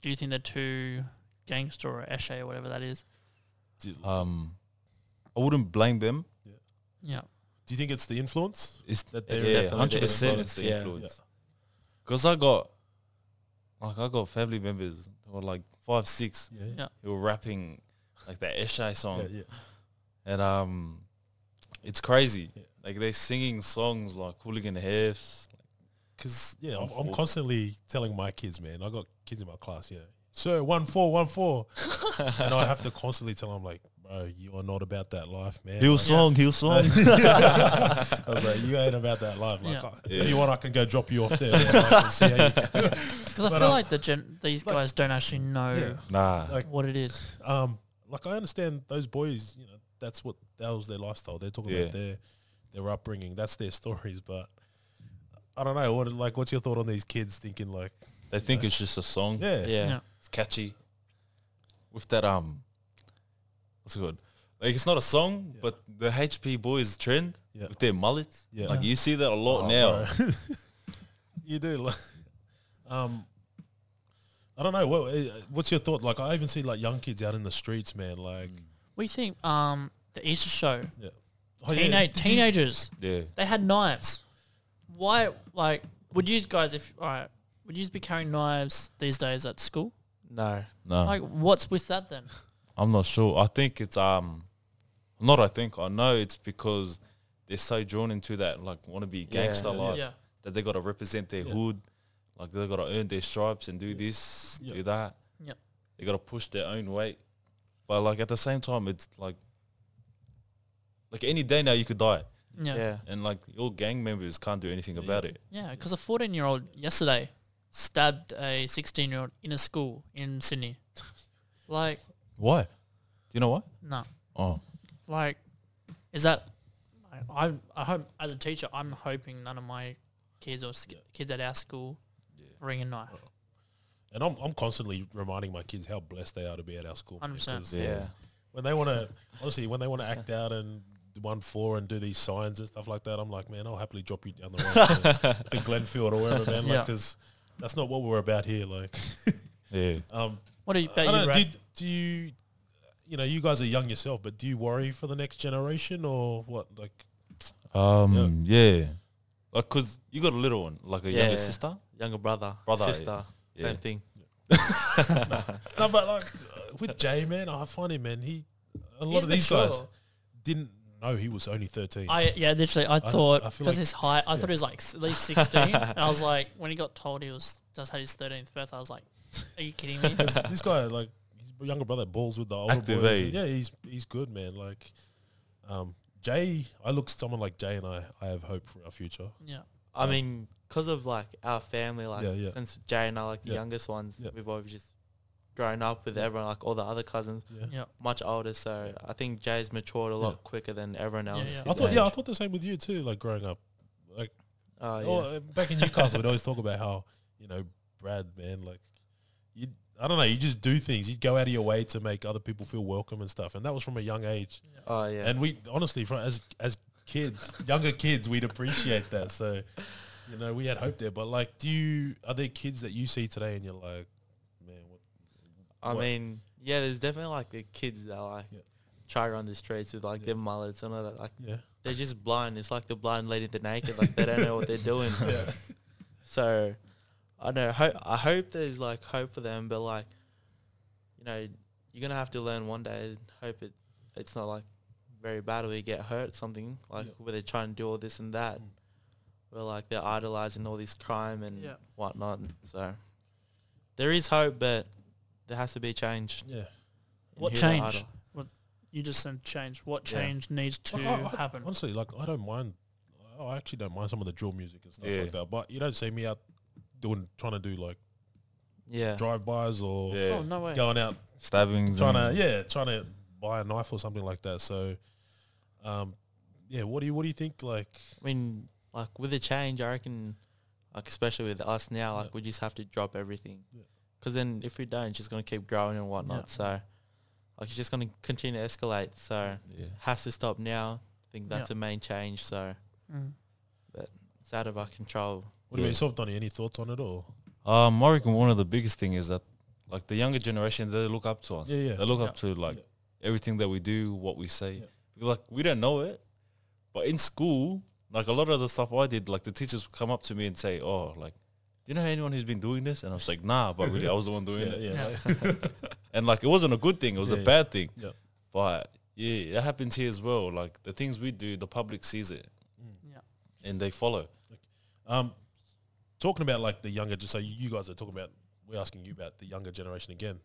Speaker 1: Do you think they're too gangster or essay or whatever that is?
Speaker 3: Um, I wouldn't blame them.
Speaker 1: Yeah,
Speaker 2: Do you think it's the influence?
Speaker 3: It's
Speaker 2: That they're
Speaker 3: yeah,
Speaker 4: definitely
Speaker 3: hundred percent.
Speaker 4: the
Speaker 3: It's the
Speaker 4: influence, yeah.
Speaker 3: influence. Because I got like I got family members who were like five, six
Speaker 2: Yeah,
Speaker 1: Yeah.
Speaker 3: who were rapping like that Eshay song,
Speaker 2: yeah, yeah.
Speaker 3: and um, it's crazy.
Speaker 2: Yeah.
Speaker 3: Like they're singing songs like Hooligan Hefs.
Speaker 2: Because yeah,
Speaker 3: One
Speaker 2: I'm, I'm
Speaker 3: four.
Speaker 2: constantly telling my kids, man. I got kids in my class, you know. Sir, one four, one four, and I have to constantly tell them, like, bro, you are not about that life, man. Like,
Speaker 3: song, Hill song.
Speaker 2: I was like, you ain't about that life. Like,
Speaker 1: Yeah.
Speaker 2: I-
Speaker 3: Yeah.
Speaker 2: if you want, I can go drop you off there. man. I can see how you-
Speaker 1: because I
Speaker 2: But,
Speaker 1: feel
Speaker 2: um,
Speaker 1: like the gen- these
Speaker 2: like-
Speaker 1: guys don't actually know
Speaker 2: Yeah.
Speaker 3: Nah,
Speaker 2: Like-
Speaker 1: what it is.
Speaker 2: um, like I understand those boys, you know, that's what that was their lifestyle. They're talking
Speaker 3: Yeah.
Speaker 2: about their their upbringing. That's their stories. But I don't know. What like, what's your thought on these kids thinking like,
Speaker 3: they think it's just a song.
Speaker 2: yeah,
Speaker 4: yeah.
Speaker 1: Yeah.
Speaker 3: It's catchy. With that um what's it called? Like it's not a song,
Speaker 2: Yeah.
Speaker 3: but the HP boys trend
Speaker 2: Yeah.
Speaker 3: with their mullets.
Speaker 2: Yeah.
Speaker 3: Like you see that a lot
Speaker 2: Oh,
Speaker 3: now.
Speaker 2: bro. you do. Like, um, I don't know. What, eh, what's your thought? Like, I even see like young kids out in the streets, man. Like,
Speaker 1: We think um the Easter show,
Speaker 3: Mm.
Speaker 2: oh, yeah,
Speaker 1: teenage
Speaker 2: did you-
Speaker 1: teenagers.
Speaker 3: Yeah.
Speaker 1: They had knives. Why, like, would you guys, if, all right, would you be carrying knives these days at school?
Speaker 4: No.
Speaker 2: Uh.
Speaker 3: No.
Speaker 1: Like, what's with that then?
Speaker 3: I'm not sure. I think it's um not I think, I know it's because they're so drawn into that like wanna be
Speaker 4: Yeah.
Speaker 3: gangster life.
Speaker 1: Yeah.
Speaker 3: that they got to represent their
Speaker 2: Yeah.
Speaker 3: hood, like they got to earn their stripes and do
Speaker 2: Yeah.
Speaker 3: this,
Speaker 2: Yeah.
Speaker 3: do that.
Speaker 1: Yep.
Speaker 3: They got to push their own weight, but like at the same time, it's like like any day now you could die,
Speaker 1: Yeah.
Speaker 4: yeah.
Speaker 3: and like your gang members can't do anything
Speaker 2: Yeah.
Speaker 3: about it.
Speaker 1: Yeah, because a 14 year old yesterday stabbed a 16 year old in a school in Sydney. like,
Speaker 3: Why? Do you know why?
Speaker 1: no.
Speaker 3: Oh,
Speaker 1: Like, is that. I, I, I hope, as a teacher, I'm hoping none of my kids or sk- kids at our school bring a knife.
Speaker 2: And I'm, I'm constantly reminding my kids how blessed they are to be at our school. man,
Speaker 1: 100%.
Speaker 2: 'cause
Speaker 3: yeah. yeah.
Speaker 2: When they want to, honestly, when they want to act out and one four and do these signs and stuff like that, I'm like, man, I'll happily drop you down the road to, to Glenfield or wherever, man.
Speaker 1: Yeah.
Speaker 2: Like 'cause that's not what we're about here. Like, um,
Speaker 1: What do you bet
Speaker 2: I don't
Speaker 1: you,
Speaker 2: know,
Speaker 1: Brad?
Speaker 2: do, do you, you know, you guys are young yourself, but do you worry for the next generation or what? Like,
Speaker 3: Um, yeah. Like, cause you got a little one, like a
Speaker 4: Yeah,
Speaker 3: younger
Speaker 4: yeah.
Speaker 3: sister.
Speaker 4: Younger brother,
Speaker 3: Brother,
Speaker 4: sister,
Speaker 3: yeah.
Speaker 4: same thing.
Speaker 2: no, but like uh, with Jay, man, I find him, man, he, a lot
Speaker 1: He's
Speaker 2: of these guys
Speaker 1: mature.
Speaker 2: didn't know he was only 13.
Speaker 1: I yeah, literally. I thought
Speaker 2: I
Speaker 1: because
Speaker 2: feel like-
Speaker 1: his height, I
Speaker 2: yeah.
Speaker 1: thought he was like s- at least sixteen. and I was like, when he got told he was just had his thirteenth birthday, I was like, are you kidding me?
Speaker 2: this guy, like his younger brother, balls with the older
Speaker 3: Active,
Speaker 2: boys.
Speaker 3: eh?
Speaker 2: Yeah, he's he's good, man. Like, um, Jay, I look at someone like Jay, and I, I have hope for our future.
Speaker 1: yeah,
Speaker 4: I mean, because of like our family, like
Speaker 2: Yeah, yeah.
Speaker 4: since Jay and I, like the
Speaker 2: Yeah.
Speaker 4: youngest ones,
Speaker 2: Yeah.
Speaker 4: we've always just grown up with
Speaker 2: Yeah.
Speaker 4: everyone, like all the other cousins,
Speaker 2: Yeah,
Speaker 1: yeah,
Speaker 4: much older. So I think Jay's matured a lot quicker than everyone
Speaker 1: Yeah,
Speaker 4: else.
Speaker 1: yeah.
Speaker 2: I
Speaker 4: his
Speaker 2: thought, yeah, I
Speaker 4: age.
Speaker 2: thought the same with you too. Like growing up, like
Speaker 4: Oh, yeah.
Speaker 2: oh, back in Newcastle, we'd always talk about how you know Brad, man, like you, I don't know, you just do things. You'd go out of your way to make other people feel welcome and stuff, and that was from a young age.
Speaker 4: Oh, yeah.
Speaker 2: And we honestly, from as as kids, younger kids, we'd appreciate that. So, you know, we had hope there. But like, do you are there kids that you see today and you're like, man, what?
Speaker 4: I
Speaker 2: what-
Speaker 4: mean, yeah, there's definitely like the kids that like
Speaker 2: Yeah.
Speaker 4: try around the streets with like
Speaker 2: Yeah.
Speaker 4: their mullets and all that. Like
Speaker 2: yeah,
Speaker 4: they're just blind. It's like the blind leading the naked. Like they don't know what they're doing.
Speaker 2: yeah,
Speaker 4: So I know. Ho- I hope there's like hope for them, but like you know, you're gonna have to learn one day. and Hope it it's not like very bad or you get hurt something like
Speaker 2: Yeah.
Speaker 4: where they're trying to do all this and that.
Speaker 2: Mm.
Speaker 4: Where like they're idolizing all this crime and
Speaker 1: Yeah.
Speaker 4: whatnot. So there is hope, but there has to be change.
Speaker 2: yeah.
Speaker 4: in
Speaker 1: What
Speaker 4: who the
Speaker 1: change?
Speaker 4: idol-
Speaker 1: You just said change. What
Speaker 4: Yeah.
Speaker 1: change needs to
Speaker 2: Like, I- I-
Speaker 1: happen?
Speaker 2: Honestly, like I don't mind. I actually don't mind some of the drill music and stuff
Speaker 3: Yeah.
Speaker 2: like that. But you don't see me out doing trying to do like
Speaker 4: Yeah.
Speaker 2: drive bys or
Speaker 3: Yeah.
Speaker 1: Oh no way.
Speaker 2: going out
Speaker 3: Stabbings.
Speaker 2: trying
Speaker 3: and-
Speaker 2: to yeah trying to buy a knife or something like that. So, um, yeah. What do you what do you think? Like,
Speaker 4: I mean, like with the change, I reckon, like especially with us now, like
Speaker 2: Yeah.
Speaker 4: we just have to drop everything,
Speaker 2: Yeah.
Speaker 4: because then if we don't, it's just gonna keep growing and whatnot.
Speaker 1: Yeah.
Speaker 4: So, like it's just gonna continue to escalate. So,
Speaker 3: Yeah.
Speaker 4: has to stop now. I think that's
Speaker 1: Yeah.
Speaker 4: a main change. So
Speaker 1: Mm.
Speaker 4: it's out of our control.
Speaker 2: what do you
Speaker 3: Yeah.
Speaker 2: yourself, Donny? Any thoughts on it or?
Speaker 3: Um, I reckon one of the biggest thing is that like the younger generation they look up to us.
Speaker 2: Yeah, yeah.
Speaker 3: They look
Speaker 1: Yeah.
Speaker 3: up to like everything that we do, what we say.
Speaker 2: Yeah.
Speaker 3: Because, Like we don't know it, but in school, like a lot of the stuff I did, like the teachers would come up to me and say, "Oh, like, do you know anyone who's been doing this?" And I was like, "Nah," but really, I was the one doing
Speaker 2: Yeah,
Speaker 3: it.
Speaker 2: yeah.
Speaker 1: Yeah.
Speaker 2: like-
Speaker 3: And like it wasn't a good thing; it was
Speaker 2: Yeah,
Speaker 3: a
Speaker 2: yeah.
Speaker 3: bad thing.
Speaker 2: Yeah.
Speaker 3: But yeah, it happens here as well. Like the things we do, the public sees it
Speaker 2: Mm.
Speaker 3: and they follow.
Speaker 2: Um, talking about like the younger, just so you guys are talking about, we're asking you about the younger generation again.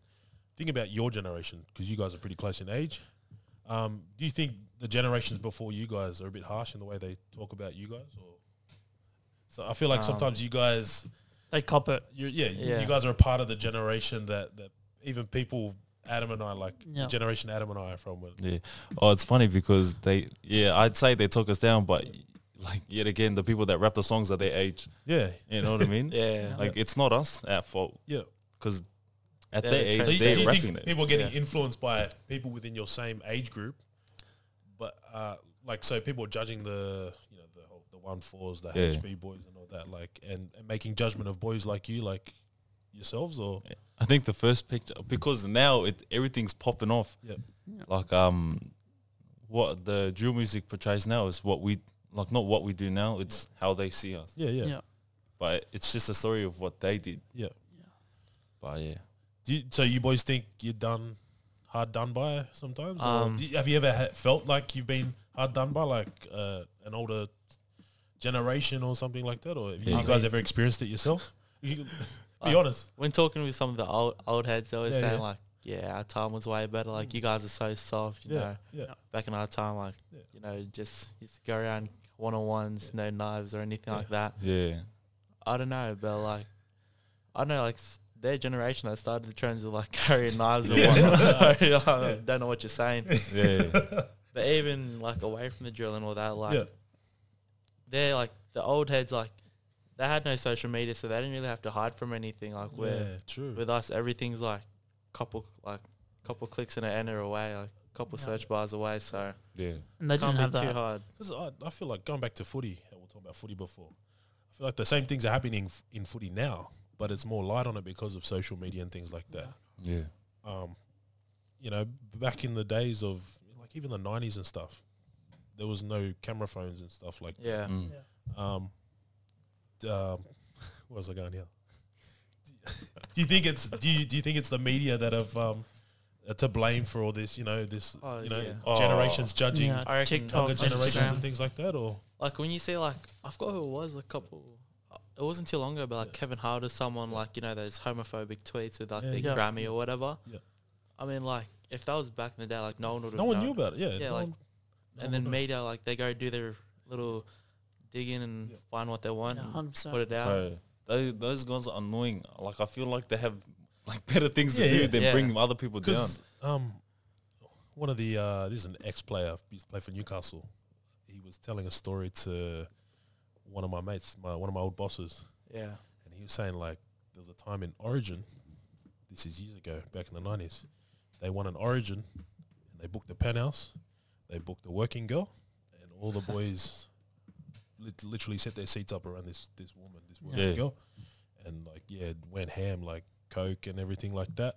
Speaker 2: Think about your generation because you guys are pretty close in age. Um, do you think the generations before you guys are a bit harsh in the way they talk about you guys? Or so I feel like
Speaker 4: Um,
Speaker 2: sometimes you guys,
Speaker 1: They cop it.
Speaker 2: you yeah, you-
Speaker 4: Yeah.
Speaker 2: you guys are a part of the generation that that even people Adam and I like
Speaker 1: Yeah.
Speaker 2: the generation Adam and I are from. With,
Speaker 3: Yeah. Oh, it's funny because they, yeah, I'd say they took us down, but like yet again, the people that rap the songs are their age.
Speaker 2: yeah,
Speaker 3: You know what I mean?
Speaker 4: Yeah.
Speaker 3: Like it's not us at fault
Speaker 2: yeah.
Speaker 3: because at
Speaker 4: They're
Speaker 3: their
Speaker 4: the
Speaker 3: age
Speaker 2: So you,
Speaker 4: trendsetters.
Speaker 3: they're
Speaker 2: do you
Speaker 3: rapping
Speaker 2: think
Speaker 3: it.
Speaker 2: people are getting
Speaker 4: Yeah.
Speaker 2: influenced by people within your same age group? But uh, like, so people are judging the you know the whole, the one fours, the
Speaker 3: Yeah.
Speaker 2: HB boys, and all that, like, and, and making judgment of boys like you, like yourselves, or
Speaker 3: I think the first picture because now it everything's popping off.
Speaker 2: Yep.
Speaker 1: Yeah.
Speaker 3: Like um, what the drill music portrays now is what we like, not what we do now. It's how they see us,
Speaker 2: yeah, yeah,
Speaker 1: Yeah.
Speaker 3: but it's just a story of what they did.
Speaker 2: yeah.
Speaker 3: But yeah,
Speaker 2: Do you, so you boys think you're done, hard done by sometimes? or
Speaker 4: Um,
Speaker 2: do you- have you ever ha- felt like you've been hard done by, like uh, an older generation or something like that? Or have you
Speaker 3: Yeah.
Speaker 2: guys ever experienced it yourself? You can- Be
Speaker 4: Uh,
Speaker 2: honest.
Speaker 4: When talking with some of the old old heads, they always
Speaker 2: Yeah,
Speaker 4: saying
Speaker 2: yeah. Mm.
Speaker 4: like, "Yeah, our time was way better. Like you guys are so soft, you
Speaker 2: Yeah,
Speaker 4: know."
Speaker 2: yeah.
Speaker 4: Back in our time, like
Speaker 2: Yeah.
Speaker 4: you know, just just go around one on ones, no knives or anything
Speaker 2: Yeah.
Speaker 4: like that.
Speaker 3: Yeah.
Speaker 4: I don't know, but like, I don't know, like s- their generation that started the trends of like carrying knives and
Speaker 2: Yeah.
Speaker 4: whatnot. So I don't know what you're saying,
Speaker 3: Yeah.
Speaker 4: but even like away from the drill and all that, like
Speaker 2: Yeah.
Speaker 4: they're like the old heads, like they had no social media, so they didn't really have to hide from anything. Like where
Speaker 2: yeah, true.
Speaker 4: with us, everything's like couple like couple clicks and an enter away, like couple
Speaker 1: Yeah.
Speaker 4: search bars away. So
Speaker 3: yeah.
Speaker 1: And they
Speaker 4: can't
Speaker 1: didn't have
Speaker 4: be too
Speaker 1: that.
Speaker 4: hard.
Speaker 2: 'Cause I, I feel like going back to footy, and we'll talk about footy before. I feel like the same things are happening f- in footy now, but it's more light on it because of social media and things like that.
Speaker 3: Yeah.
Speaker 2: Um, you know, back in the days of like even the nineties and stuff, there was no camera phones and stuff like
Speaker 4: Yeah,
Speaker 3: Mm.
Speaker 2: Um, d- um, where was I going here? do you think it's do you do you think it's the media that have um are to blame for all this? You know this
Speaker 4: Oh,
Speaker 2: you know
Speaker 3: yeah.
Speaker 2: generations judging
Speaker 1: Yeah,
Speaker 4: I reckon
Speaker 1: TikTok,
Speaker 2: younger generations and
Speaker 1: Instagram.
Speaker 2: things like that, or
Speaker 4: like when you see like I forgot who it was a couple. It wasn't too long ago, but like Kevin Hart or someone like you know those homophobic tweets with like
Speaker 2: Yeah.
Speaker 4: the
Speaker 1: Yeah.
Speaker 4: Grammy or whatever.
Speaker 2: Yeah.
Speaker 4: I mean, like if that was back in the day, like no one would. have
Speaker 2: no one
Speaker 4: known.
Speaker 2: knew about it. Yeah,
Speaker 4: Yeah,
Speaker 2: no
Speaker 4: like-
Speaker 2: one- no
Speaker 4: And
Speaker 2: one
Speaker 4: then
Speaker 2: knew.
Speaker 4: media, like they go do their little digging and
Speaker 2: Yeah.
Speaker 4: find what they want, and
Speaker 1: 100%.
Speaker 4: put it out.
Speaker 3: Bro, those, those guys are annoying. Like I feel like they have like better things
Speaker 2: Yeah,
Speaker 3: to do
Speaker 2: yeah.
Speaker 3: than
Speaker 4: Yeah.
Speaker 3: bring other people down.
Speaker 2: Because um, one of the uh, this is an ex-player. He used to play for Newcastle. He was telling a story to one of my mates, my one of my old bosses,
Speaker 4: Yeah,
Speaker 2: and he was saying like there was a time in Origin. This is years ago, back in the nineties. They won an Origin, and they booked the penthouse. They booked the working girl, and all the boys lit- literally set their seats up around this this woman, this working
Speaker 3: Yeah.
Speaker 2: girl, and like yeah, went ham like coke and everything like that.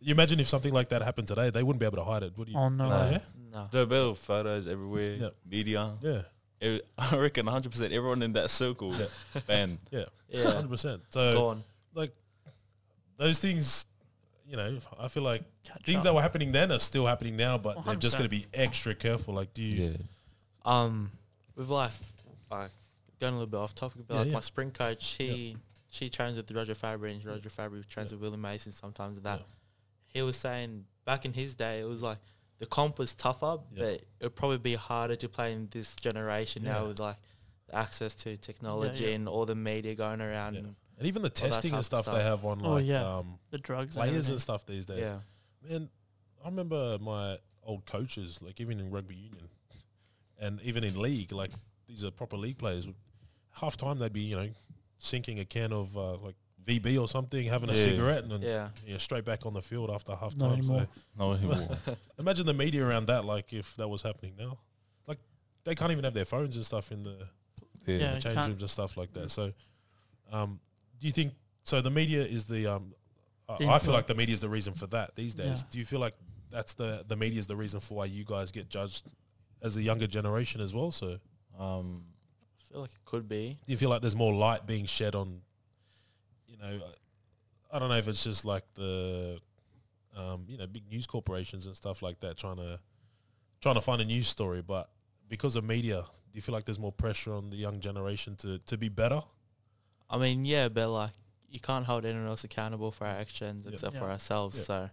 Speaker 2: You imagine if something like that happened today, they wouldn't be able to hide it. Would you?
Speaker 1: Oh, no.
Speaker 2: Yeah,
Speaker 4: no.
Speaker 3: There are better photos everywhere,
Speaker 2: Yeah.
Speaker 3: media.
Speaker 2: yeah,
Speaker 3: Ev- I reckon 100 percent everyone in that circle,
Speaker 2: Yeah.
Speaker 3: man.
Speaker 4: Yeah,
Speaker 2: hundred percent. So
Speaker 4: gone.
Speaker 2: like those things, you know, I feel like
Speaker 1: Catch
Speaker 2: things
Speaker 1: up.
Speaker 2: that were happening then are still happening now, but they're just
Speaker 1: 100%.
Speaker 2: going to be extra careful. Like, do you?
Speaker 4: Um, with like, like going a little bit off topic, but
Speaker 2: Yeah,
Speaker 4: like
Speaker 2: yeah.
Speaker 4: my spring coach, she she trains with Roger Fabry and Roger Fabry trains with Willie Mason sometimes. And that
Speaker 2: Yeah.
Speaker 4: he was saying back in his day, it was like the comp was tougher,
Speaker 2: Yeah.
Speaker 4: but it would probably be harder to play in this generation
Speaker 2: Yeah.
Speaker 4: now with like the access to technology and all the media going around.
Speaker 2: Yeah.
Speaker 4: And,
Speaker 2: And even the testing
Speaker 4: type
Speaker 2: and
Speaker 4: of
Speaker 2: stuff, they
Speaker 4: stuff.
Speaker 2: have on like
Speaker 1: Oh, yeah.
Speaker 2: um,
Speaker 1: The drugs. and
Speaker 2: players
Speaker 1: everything.
Speaker 2: and stuff these days.
Speaker 4: yeah,
Speaker 2: Man, I remember my old coaches, like even in rugby union, and even in league, like these are proper league players. Half time they'd be you know sinking a can of uh, like VB or something, having a
Speaker 3: Yeah.
Speaker 2: cigarette, and then
Speaker 4: yeah,
Speaker 2: you know, straight back on the field after half
Speaker 1: Not
Speaker 2: time. So
Speaker 1: anymore.
Speaker 3: No anymore.
Speaker 2: Imagine the media around that, like if that was happening now. Like they can't even have their phones and stuff in the
Speaker 3: yeah.
Speaker 1: Yeah.
Speaker 2: change
Speaker 1: can't- Mm.
Speaker 2: rooms and stuff like that. So um, do you think so the media is the um, I,
Speaker 1: The
Speaker 2: I feel
Speaker 1: influ-
Speaker 2: like the media is the reason for that these days.
Speaker 1: Yeah.
Speaker 2: Do you feel like that's the the media is the reason for why you guys get judged as a younger generation as well? So do
Speaker 3: Um,
Speaker 4: I feel like it could be.
Speaker 2: you feel like there's more light being shed on you know I don't know if it's just like the um, you know big news corporations and stuff like that trying to trying to find a news story, but because of media, do you feel like there's more pressure on the young generation to to be better?
Speaker 4: I mean, yeah, but like you can't hold anyone else accountable for our actions
Speaker 2: Yeah.
Speaker 4: except for
Speaker 1: Yeah.
Speaker 4: ourselves.
Speaker 2: Yeah.
Speaker 4: So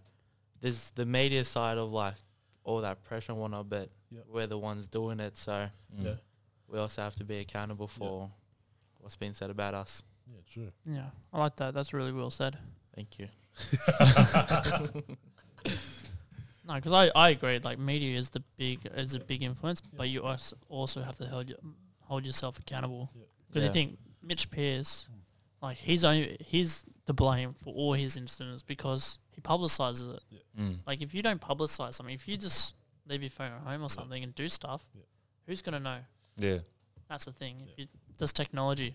Speaker 4: there's the media side of like all that pressure and whatnot, but
Speaker 2: Yeah.
Speaker 4: we're the ones doing it, so
Speaker 3: mm.
Speaker 2: Yeah.
Speaker 4: we also have to be accountable for what's being said about us.
Speaker 2: Yeah, true.
Speaker 1: Yeah, I like that. That's really well said.
Speaker 4: Thank you.
Speaker 1: No, because I, I agree. Like media is the big is a big influence, but you als- also have to hold your, hold yourself accountable.
Speaker 2: Yeah. Hmm.
Speaker 1: Because
Speaker 4: Yeah.
Speaker 1: you think Mitch Pearce, like he's only he's to blame for all his incidents because he publicizes it.
Speaker 3: Mm.
Speaker 1: Like if you don't publicize something, if you just leave your phone at home or
Speaker 2: Yeah.
Speaker 1: something and do stuff,
Speaker 2: Yeah.
Speaker 1: who's gonna know?
Speaker 3: yeah.
Speaker 1: That's the thing. If
Speaker 2: Yeah.
Speaker 1: you, there's technology.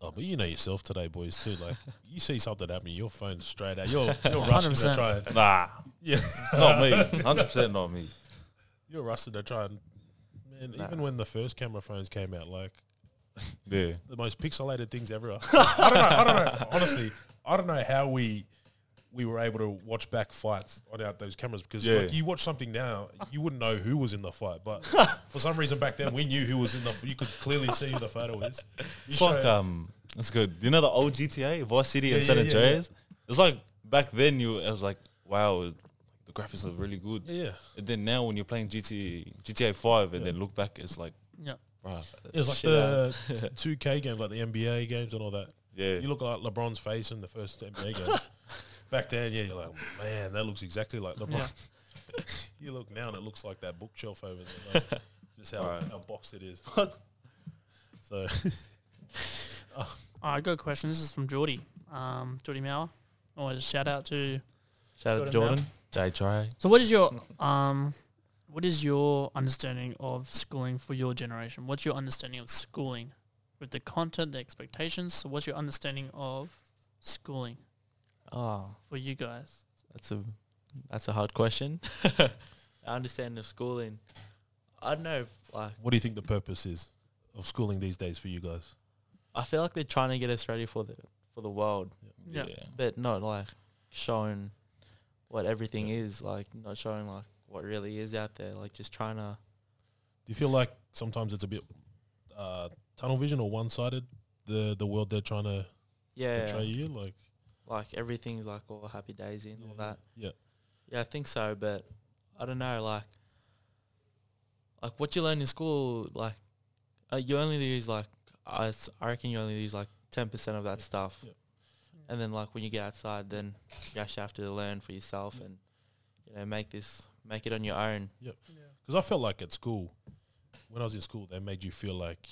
Speaker 2: Oh, but you know yourself today, boys, too. Like, you see something happening, your phone's straight out. You're, you're rushing to
Speaker 1: 100%.
Speaker 2: try and,
Speaker 3: Nah.
Speaker 2: Yeah.
Speaker 3: Not me. 100 percent not me.
Speaker 2: you're rushing to try and, man,
Speaker 4: Nah.
Speaker 2: even when the first camera phones came out, like,
Speaker 3: Yeah.
Speaker 2: the most pixelated things ever. I don't know. I don't know. Honestly, I don't know how we we were able to watch back fights on out those cameras because
Speaker 3: Yeah.
Speaker 2: like, you watch something now, you wouldn't know who was in the fight, but for some reason back then we knew who was in the. f- You could clearly see who the photo is. You
Speaker 3: It's
Speaker 2: show-
Speaker 3: like um, it's good. You know the old GTA, Vice City and
Speaker 2: Yeah,
Speaker 3: San
Speaker 2: yeah, yeah, yeah.
Speaker 3: Andreas. It's like back then you, it was like, wow, it- the graphics are really good.
Speaker 2: yeah, yeah.
Speaker 3: And then now when you're playing GTA, GTA Five, and
Speaker 2: Yeah.
Speaker 3: then look back, it's like,
Speaker 1: Yeah.
Speaker 3: bruh,
Speaker 2: It was like
Speaker 3: shit
Speaker 2: the two K games, like the NBA games and all that.
Speaker 3: yeah,
Speaker 2: You look like LeBron's face in the first NBA game. Back then, yeah, you're like, man, that looks exactly like LeBron.
Speaker 1: Yeah.
Speaker 2: you look now and it looks like that bookshelf over there. Like, just how,
Speaker 3: Right.
Speaker 2: how boxed it is. so
Speaker 1: All right, good question. This is from Geordie. Um, Geordie Mauer. Always a shout out to.
Speaker 4: Shout out to
Speaker 1: Jordan
Speaker 4: Jordan. Jay Try.
Speaker 1: So, what is your um, what is your understanding of schooling for your generation? What's your understanding of schooling, with the content, the expectations? So, what's your understanding of schooling
Speaker 4: Oh,
Speaker 1: for you guys?
Speaker 4: That's a that's a hard question. I understand the schooling. I don't know if like
Speaker 2: what do you think the purpose is of schooling these days for you guys?
Speaker 4: I feel like they're trying to get us ready for the for the world,
Speaker 1: Yeah.
Speaker 4: but not like showing what everything is, like not showing like what really is out there, like just trying to
Speaker 2: Do you feel like sometimes it's a bit uh, tunnel vision or one sided? The the world they're trying to portray
Speaker 4: yeah,
Speaker 2: you like
Speaker 4: like everything's like all happy daisy and all that.
Speaker 2: Yeah,
Speaker 4: Yeah, I think so, but I don't know. Like, like what you learn in school, like uh, you only use like I, s- I reckon you only use like ten percent of that stuff,
Speaker 2: yeah.
Speaker 4: and then like when you get outside, then you actually have to learn for yourself
Speaker 2: Yeah.
Speaker 4: and you know make this make it on your own.
Speaker 2: because I felt like at school, when I was in school, they made you feel like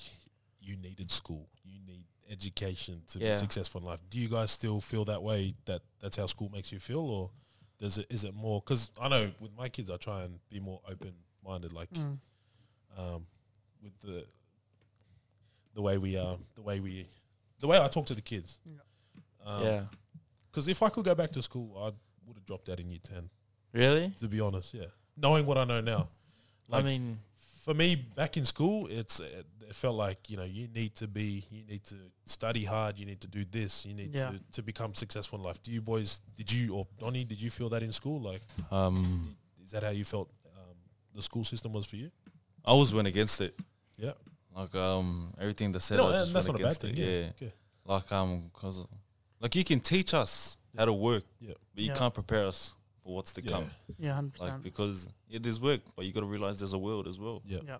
Speaker 2: you needed school, you need education to
Speaker 4: Yeah.
Speaker 2: be successful in life. Do you guys still feel that way? That that's how school makes you feel, or does it is it more? Because I know with my kids, I try and be more open minded, like
Speaker 1: Mm.
Speaker 2: um, with the the way we um the way we the way I talk to the kids.
Speaker 1: Yeah.
Speaker 2: Um,
Speaker 4: yeah,
Speaker 2: Because if I could go back to school, I would have dropped out in year ten.
Speaker 4: really.
Speaker 2: To be honest, yeah. Knowing what I know now, like-
Speaker 4: I mean,
Speaker 2: for me back in school it's it, it felt like you know you need to be you need to study hard you need to do this you need
Speaker 1: Yeah.
Speaker 2: to, to become successful in life do you boys did you or donnie did you feel that in school like
Speaker 3: Um,
Speaker 2: is that how you felt um, the school system was for you
Speaker 3: I always went against it.
Speaker 2: Yeah.
Speaker 3: Like um, everything they said,
Speaker 2: No,
Speaker 3: I
Speaker 2: and
Speaker 3: just
Speaker 2: that's
Speaker 3: went
Speaker 2: not a bad
Speaker 3: against
Speaker 2: thing
Speaker 3: it.
Speaker 2: yeah,
Speaker 3: yeah.
Speaker 2: Okay.
Speaker 3: Like um, cause like you can teach us how to work,
Speaker 2: Yeah.
Speaker 3: but you
Speaker 1: Yeah.
Speaker 3: can't prepare us for what's to
Speaker 2: Yeah.
Speaker 3: come.
Speaker 1: Yeah, hundred
Speaker 3: Like
Speaker 1: percent.
Speaker 3: because yeah, there's work, but you got to realize there's a world as well,
Speaker 2: yeah
Speaker 1: Yeah,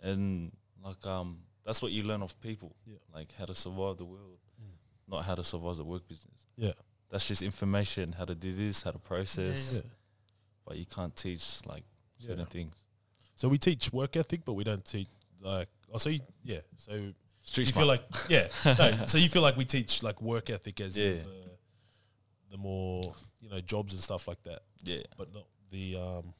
Speaker 3: and like um, that's what you learn off people,
Speaker 2: Yeah.
Speaker 3: like how to survive the world,
Speaker 2: Mm.
Speaker 3: not how to survive the work business.
Speaker 2: Yeah.
Speaker 3: that's just information, how to do this, how to process,
Speaker 2: yeah.
Speaker 3: but you can't teach like
Speaker 2: Yeah.
Speaker 3: certain things.
Speaker 2: so we teach work ethic but we don't teach like oh so you, yeah so
Speaker 3: Street
Speaker 2: you feel like yeah no, so you feel like we teach like work ethic as in
Speaker 3: Yeah.
Speaker 2: the, the more you know jobs and stuff like that
Speaker 3: yeah,
Speaker 2: but not the um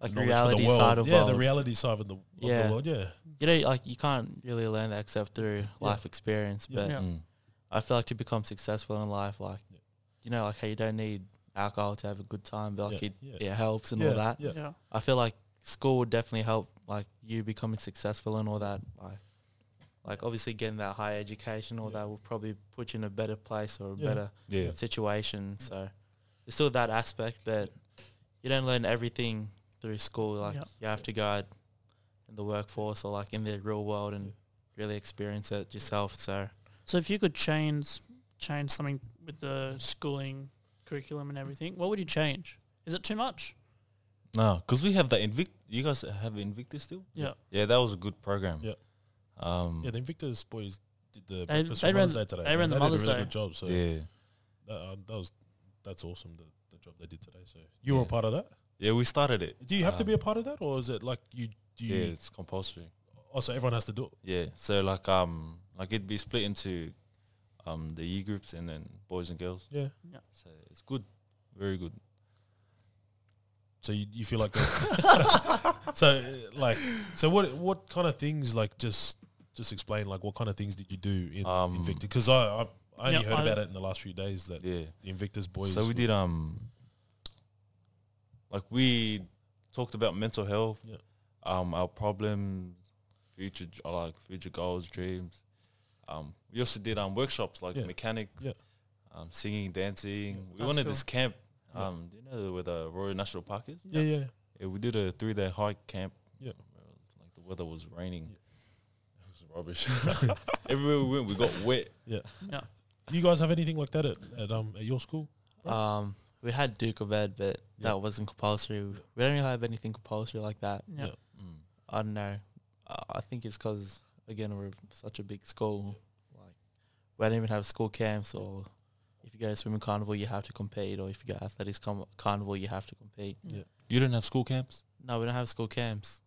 Speaker 4: like
Speaker 2: knowledge for
Speaker 4: reality
Speaker 2: the world.
Speaker 4: side of
Speaker 2: yeah,
Speaker 4: world.
Speaker 2: the reality side of the, of
Speaker 4: Yeah.
Speaker 2: the world. Yeah,
Speaker 4: you know, like you can't really learn that except through life experience.
Speaker 2: Yeah.
Speaker 4: But
Speaker 1: Yeah.
Speaker 3: Mm.
Speaker 4: I feel like to become successful in life, like
Speaker 2: Yeah.
Speaker 4: you know, like how you don't need alcohol to have a good time, but like
Speaker 2: Yeah,
Speaker 4: it,
Speaker 2: yeah.
Speaker 4: it helps and
Speaker 2: yeah,
Speaker 4: all that.
Speaker 2: Yeah,
Speaker 1: yeah,
Speaker 4: I feel like school would definitely help like you becoming successful and all that. Like like obviously getting that higher education, all
Speaker 2: Yeah.
Speaker 4: that will probably put you in a better place or a
Speaker 2: Yeah.
Speaker 4: better
Speaker 3: yeah,
Speaker 4: situation. So there's still that aspect, but you don't learn everything through school. Like
Speaker 1: Yeah.
Speaker 4: you have to go out in the workforce or like in the real world and really experience it yourself. So
Speaker 1: So, if you could change change something with the schooling curriculum and everything, what would you change? Is it too much?
Speaker 3: no, because we have that Invict. You guys have Invictus still?
Speaker 1: Yeah.
Speaker 3: yeah, that was a good program.
Speaker 2: Yeah.
Speaker 3: um,
Speaker 2: yeah. The Invictus boys did the
Speaker 1: They-
Speaker 2: Breakfast
Speaker 1: they
Speaker 2: for
Speaker 1: ran-
Speaker 2: Wednesday today.
Speaker 1: they ran
Speaker 2: and
Speaker 1: the
Speaker 2: did a
Speaker 1: Mother's
Speaker 2: really
Speaker 1: Day.
Speaker 2: good job. So
Speaker 3: yeah.
Speaker 2: that, um, that was that's awesome. The, the job they did today. So you were a
Speaker 3: Yeah.
Speaker 2: part of that.
Speaker 3: Yeah, we started it.
Speaker 2: Do you have to
Speaker 3: Um,
Speaker 2: be a part of that, or is it like you? Do you,
Speaker 3: Yeah, it's compulsory.
Speaker 2: Oh, so everyone has to do it.
Speaker 3: Yeah, so like um, like it'd be split into um the E groups and then boys and girls.
Speaker 2: Yeah.
Speaker 3: So it's good, very good.
Speaker 2: So you, you feel like that. so uh, like so what what kind of things like just just explain like what kind of things did you do in
Speaker 3: Um,
Speaker 2: Invictus? Because I, I I only
Speaker 1: Yeah,
Speaker 2: heard
Speaker 1: I-
Speaker 2: about it in the last few days that
Speaker 3: Yeah.
Speaker 2: the Invictus boys.
Speaker 3: so we did um, like we talked about mental health,
Speaker 2: Yeah.
Speaker 3: um, our problems, future j- uh, like future goals, dreams. Um, we also did um workshops like
Speaker 2: Yeah.
Speaker 3: mechanics,
Speaker 2: Yeah.
Speaker 3: um, singing, dancing. We
Speaker 1: That's
Speaker 3: wanted
Speaker 1: cool.
Speaker 3: this camp.
Speaker 2: Yeah.
Speaker 3: Um, do you know where the Royal National Park is?
Speaker 2: Yeah, yeah.
Speaker 3: Yeah, we did a three day hike camp.
Speaker 2: Yeah.
Speaker 3: Like the weather was raining. It was rubbish.
Speaker 2: yeah.
Speaker 3: Everywhere we went, we got wet.
Speaker 1: Yeah.
Speaker 2: Do you guys have anything like that at, at um at your school?
Speaker 4: Um, we had Duke of Ed, but
Speaker 2: Yeah.
Speaker 4: that wasn't compulsory. We don't really have anything compulsory like that.
Speaker 1: Yeah.
Speaker 2: Yeah.
Speaker 3: Mm.
Speaker 4: I don't know. I I think it's because again we're such a big school. Like we don't even have school camps, or if you go to swimming carnival, you have to compete, or if you go athletics com- carnival, you have to compete.
Speaker 3: You didn't have school camps?
Speaker 4: No, we don't have school camps.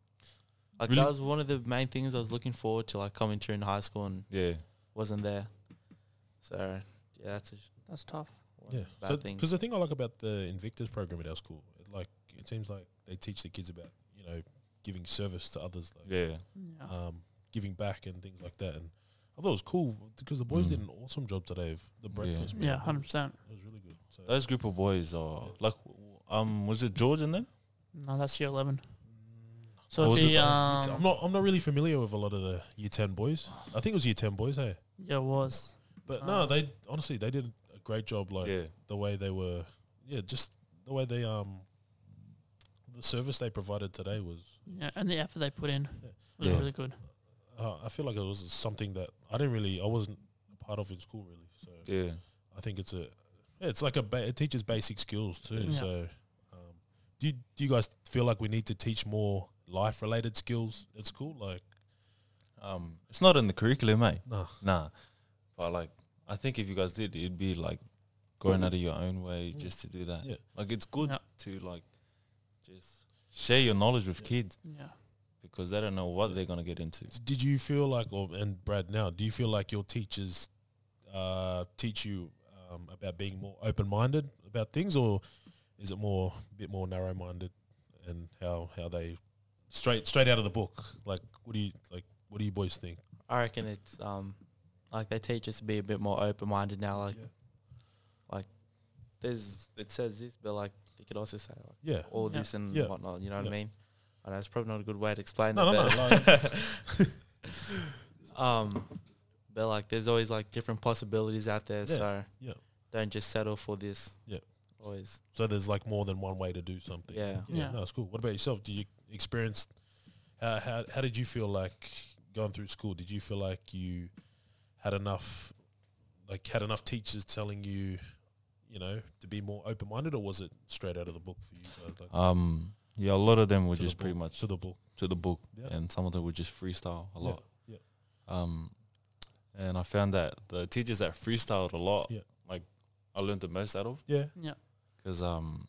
Speaker 4: Like
Speaker 3: Really?
Speaker 4: that was one of the main things I was looking forward to, like coming to in high school and
Speaker 3: Yeah.
Speaker 4: wasn't there. So yeah, that's a sh-
Speaker 1: That's tough.
Speaker 4: one
Speaker 2: Yeah.
Speaker 4: bad thing.
Speaker 2: Because the thing I like about the Invictus program at our school, it, like it seems like they teach the kids about you know giving service to others, like
Speaker 3: Yeah.
Speaker 1: Yeah.
Speaker 2: um, giving back and things like that. And I thought it was cool because the boys
Speaker 3: Mm.
Speaker 2: did an awesome job today of the breakfast.
Speaker 1: yeah,
Speaker 2: program.
Speaker 1: hundred percent.
Speaker 2: It was really good. So
Speaker 3: Those group of boys are like, um, was it George and them?
Speaker 1: No, that's year eleven.
Speaker 3: What
Speaker 1: So
Speaker 3: was
Speaker 1: Mm. the
Speaker 3: it?
Speaker 2: It's- I'm
Speaker 1: um,
Speaker 2: not. I'm not really familiar with a lot of the year ten boys. I think it was year ten boys, hey.
Speaker 1: yeah, it was
Speaker 2: But
Speaker 1: Ah.
Speaker 2: no, they honestly they did a great job. Like
Speaker 3: yeah.
Speaker 2: the way they were, yeah, just the way they um, the service they provided today was.
Speaker 1: yeah, and the effort they put in was
Speaker 3: Yeah.
Speaker 1: really good.
Speaker 2: Uh, I feel like it was something that I didn't really, I wasn't a part of in school really. So
Speaker 3: Yeah.
Speaker 2: I think it's a, yeah, it's like a, ba- it teaches basic skills too.
Speaker 1: Yeah.
Speaker 2: So, um, do you, do you guys feel like we need to teach more life related skills at school? Like,
Speaker 3: Um, it's not in the curriculum, mate.
Speaker 2: no,
Speaker 3: Nah. But like, I think if you guys did, it'd be like going out of your own way
Speaker 2: Mm.
Speaker 3: just to do that.
Speaker 2: Yeah.
Speaker 3: Like, it's good
Speaker 1: Yeah.
Speaker 3: to like just share your knowledge with
Speaker 2: Yeah.
Speaker 3: kids
Speaker 1: Yeah,
Speaker 3: because they don't know what they're gonna get into.
Speaker 2: did you feel like, or and Brad now, do you feel like your teachers uh, teach you um, about being more open minded about things, or is it more bit more narrow minded and how how they straight straight out of the book? Like, what do you like? What do you boys think?
Speaker 4: I reckon it's um like they teach us to be a bit more open minded now. Like
Speaker 2: Yeah.
Speaker 4: there's it says this, but like they could also say like
Speaker 2: yeah.
Speaker 4: all
Speaker 1: Yeah.
Speaker 4: this and
Speaker 2: Yeah.
Speaker 4: whatnot. You know what
Speaker 2: Yeah.
Speaker 4: I mean? I know it's probably not a good way to explain
Speaker 2: No,
Speaker 4: it.
Speaker 2: no, no.
Speaker 4: but um, but like there's always like different possibilities out there.
Speaker 2: Yeah.
Speaker 4: So
Speaker 2: Yeah.
Speaker 4: don't just settle for this.
Speaker 2: Yeah.
Speaker 4: Always.
Speaker 2: So there's like more than one way to do something.
Speaker 4: Yeah.
Speaker 2: Yeah,
Speaker 1: Yeah.
Speaker 2: no, it's cool. What about yourself? Do you experience how, how how did you feel like going through school? Did you feel like you had enough like had enough teachers telling you, you know, to be more open minded, or was it straight out of the book for you guys? Like
Speaker 3: Um, yeah, a lot of them were
Speaker 2: to the
Speaker 3: just pretty
Speaker 2: book-
Speaker 3: much
Speaker 2: to the book.
Speaker 3: to the book,
Speaker 2: Yeah.
Speaker 3: and some of them were just freestyle a
Speaker 2: Yeah,
Speaker 3: lot.
Speaker 2: yeah.
Speaker 3: Um, and I found that the teachers that freestyled a lot,
Speaker 2: Yeah.
Speaker 3: like I learned the most out of,
Speaker 2: Yeah,
Speaker 1: yeah,
Speaker 3: because um,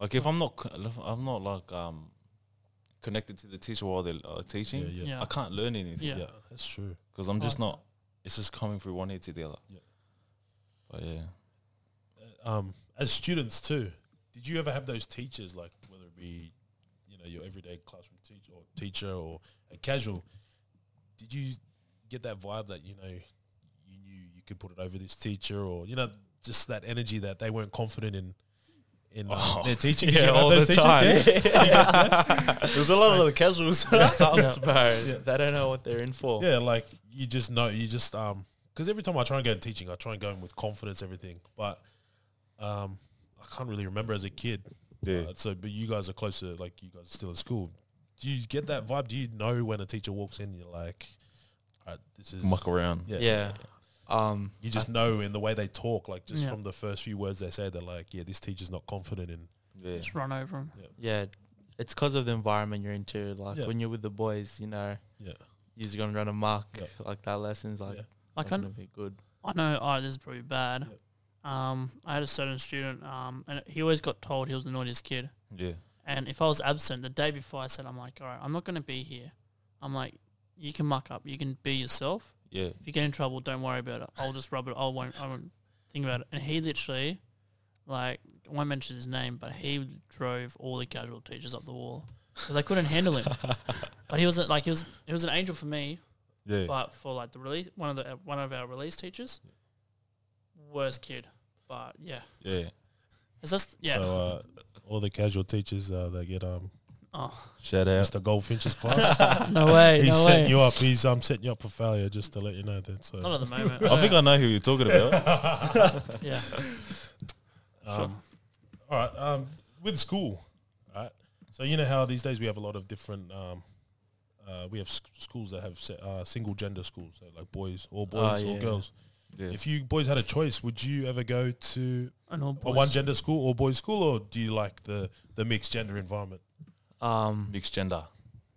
Speaker 3: like if I'm not, co- if I'm not like um, connected to the teacher while they're uh,
Speaker 2: yeah,
Speaker 3: teaching,
Speaker 2: yeah,
Speaker 1: yeah,
Speaker 3: I can't learn anything
Speaker 1: yeah.
Speaker 2: yeah, That's true.
Speaker 3: because I'm just
Speaker 1: Oh.
Speaker 3: not. It's just coming through one ear to the other.
Speaker 2: Yeah.
Speaker 3: But yeah,
Speaker 2: um, as students too, did you ever have those teachers like whether it be you know your everyday classroom teacher or teacher or a casual? Did you get that vibe that you know you knew you could put it over this teacher or you know just that energy that they weren't confident in in um,
Speaker 3: Oh,
Speaker 2: their teaching? Did you
Speaker 3: yeah,
Speaker 2: have those teachers? Yeah.
Speaker 3: There's a lot of the casuals.
Speaker 4: They don't know what they're in for.
Speaker 2: Yeah, like you just know, you just um, because every time I try and go in teaching, I try and go in with confidence, everything, but um, I can't really remember as a kid.
Speaker 3: Yeah.
Speaker 2: Uh, so, but you guys are closer, like you guys are still in school. Do you get that vibe? Do you know when a teacher walks in, you're like, all right, this is
Speaker 3: Muck around.
Speaker 2: yeah.
Speaker 4: Yeah. Um.
Speaker 2: You just know in the way they talk, like just
Speaker 1: Yeah.
Speaker 2: from the first few words they say, they're like, yeah, this teacher's not confident in.
Speaker 3: Yeah.
Speaker 1: Just run over them.
Speaker 4: Yeah. It's because of the environment you're into. Like
Speaker 2: Yeah.
Speaker 4: when you're with the boys, you know,
Speaker 2: Yeah.
Speaker 4: you're gonna run a muck.
Speaker 2: Yeah.
Speaker 4: Like that lesson's like
Speaker 2: Yeah.
Speaker 1: Like I,
Speaker 4: gonna be good.
Speaker 1: I know, oh, this is probably bad. Um, I had a certain student, um, and he always got told he was the naughtiest kid.
Speaker 3: Yeah.
Speaker 1: And if I was absent the day before, I said, I'm like, all right, I'm not going to be here. I'm like, you can muck up, you can be yourself.
Speaker 3: Yeah.
Speaker 1: If you get in trouble, don't worry about it. I'll just rub it. I won't. I won't think about it. And he literally, like, I won't mention his name, but he drove all the casual teachers up the wall because I couldn't handle him. But he wasn't like he was. He was an angel for me,
Speaker 3: Yeah.
Speaker 1: but for like the release, one of the uh, one of our release teachers, worst kid. But yeah,
Speaker 3: Yeah.
Speaker 1: it's just yeah.
Speaker 2: So uh, all the casual teachers, uh, they get um,
Speaker 1: Oh
Speaker 3: Shout out.
Speaker 2: Mr. Goldfinch's class.
Speaker 1: no way,
Speaker 2: He's
Speaker 1: no
Speaker 2: setting
Speaker 1: way.
Speaker 2: you up. He's um setting you up for failure, just to let you know that. So
Speaker 1: Not at the moment.
Speaker 3: I think I know who you're talking about.
Speaker 1: yeah.
Speaker 2: Um, All right. Um, with school, right? So you know how these days we have a lot of different. Um, uh, we have sc- schools that have se- uh, single gender schools, so like boys, all boys,
Speaker 4: yeah.
Speaker 2: or girls.
Speaker 3: Ah, Yeah.
Speaker 2: If you boys had a choice, would you ever go to
Speaker 1: An all
Speaker 2: a
Speaker 1: boys.
Speaker 2: one gender school or boys school, or do you like the the mixed gender environment?
Speaker 4: Um,
Speaker 3: Mixed gender.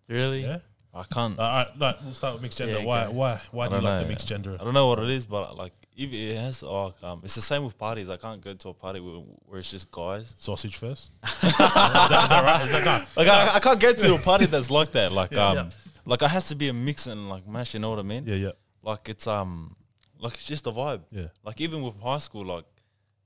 Speaker 4: really?
Speaker 2: Yeah.
Speaker 3: I can't.
Speaker 2: All right. Like, we'll start with mixed gender.
Speaker 4: Yeah,
Speaker 2: why?
Speaker 4: go.
Speaker 2: Why? Why
Speaker 3: I
Speaker 2: do you
Speaker 3: don't
Speaker 2: like the
Speaker 3: know.
Speaker 2: mixed gender?
Speaker 3: I don't know what it is, but like, if it has, oh, um, it's the same with parties. I can't go to a party where, where it's just guys.
Speaker 2: Sausage first. is, that, is that right? Is that not?
Speaker 3: Like, I, I can't go to a party that's like that. Like,
Speaker 2: Yeah.
Speaker 3: um,
Speaker 2: Yeah.
Speaker 3: like it has to be a mix and like mash. You know what I mean?
Speaker 2: Yeah. Yeah.
Speaker 3: Like, it's um, like it's just a vibe.
Speaker 2: Yeah.
Speaker 3: Like even with high school, like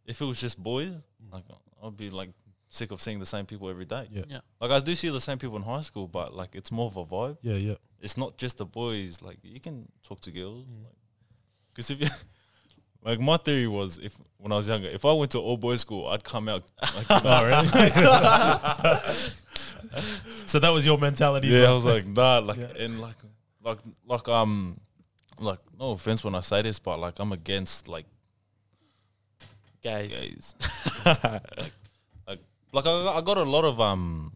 Speaker 3: if it was just boys, like I'd be like sick of seeing the same people every day.
Speaker 2: Yeah.
Speaker 1: Yeah.
Speaker 3: Like I do see the same people in high school, but like it's more of a vibe.
Speaker 2: Yeah. Yeah.
Speaker 3: It's not just the boys. Like you can talk to girls.
Speaker 2: Mm.
Speaker 3: Because if you, like my theory was, if when I was younger, if I went to all boys school, I'd come out. Like,
Speaker 2: Oh, really? so that was your mentality.
Speaker 3: Oh, yeah, I
Speaker 2: bro.
Speaker 3: was like nah, like
Speaker 2: Yeah.
Speaker 3: and like like like um like no offense when I say this, but like I'm against like
Speaker 4: Guys.
Speaker 3: gays. like, like, like I, I got a lot of um,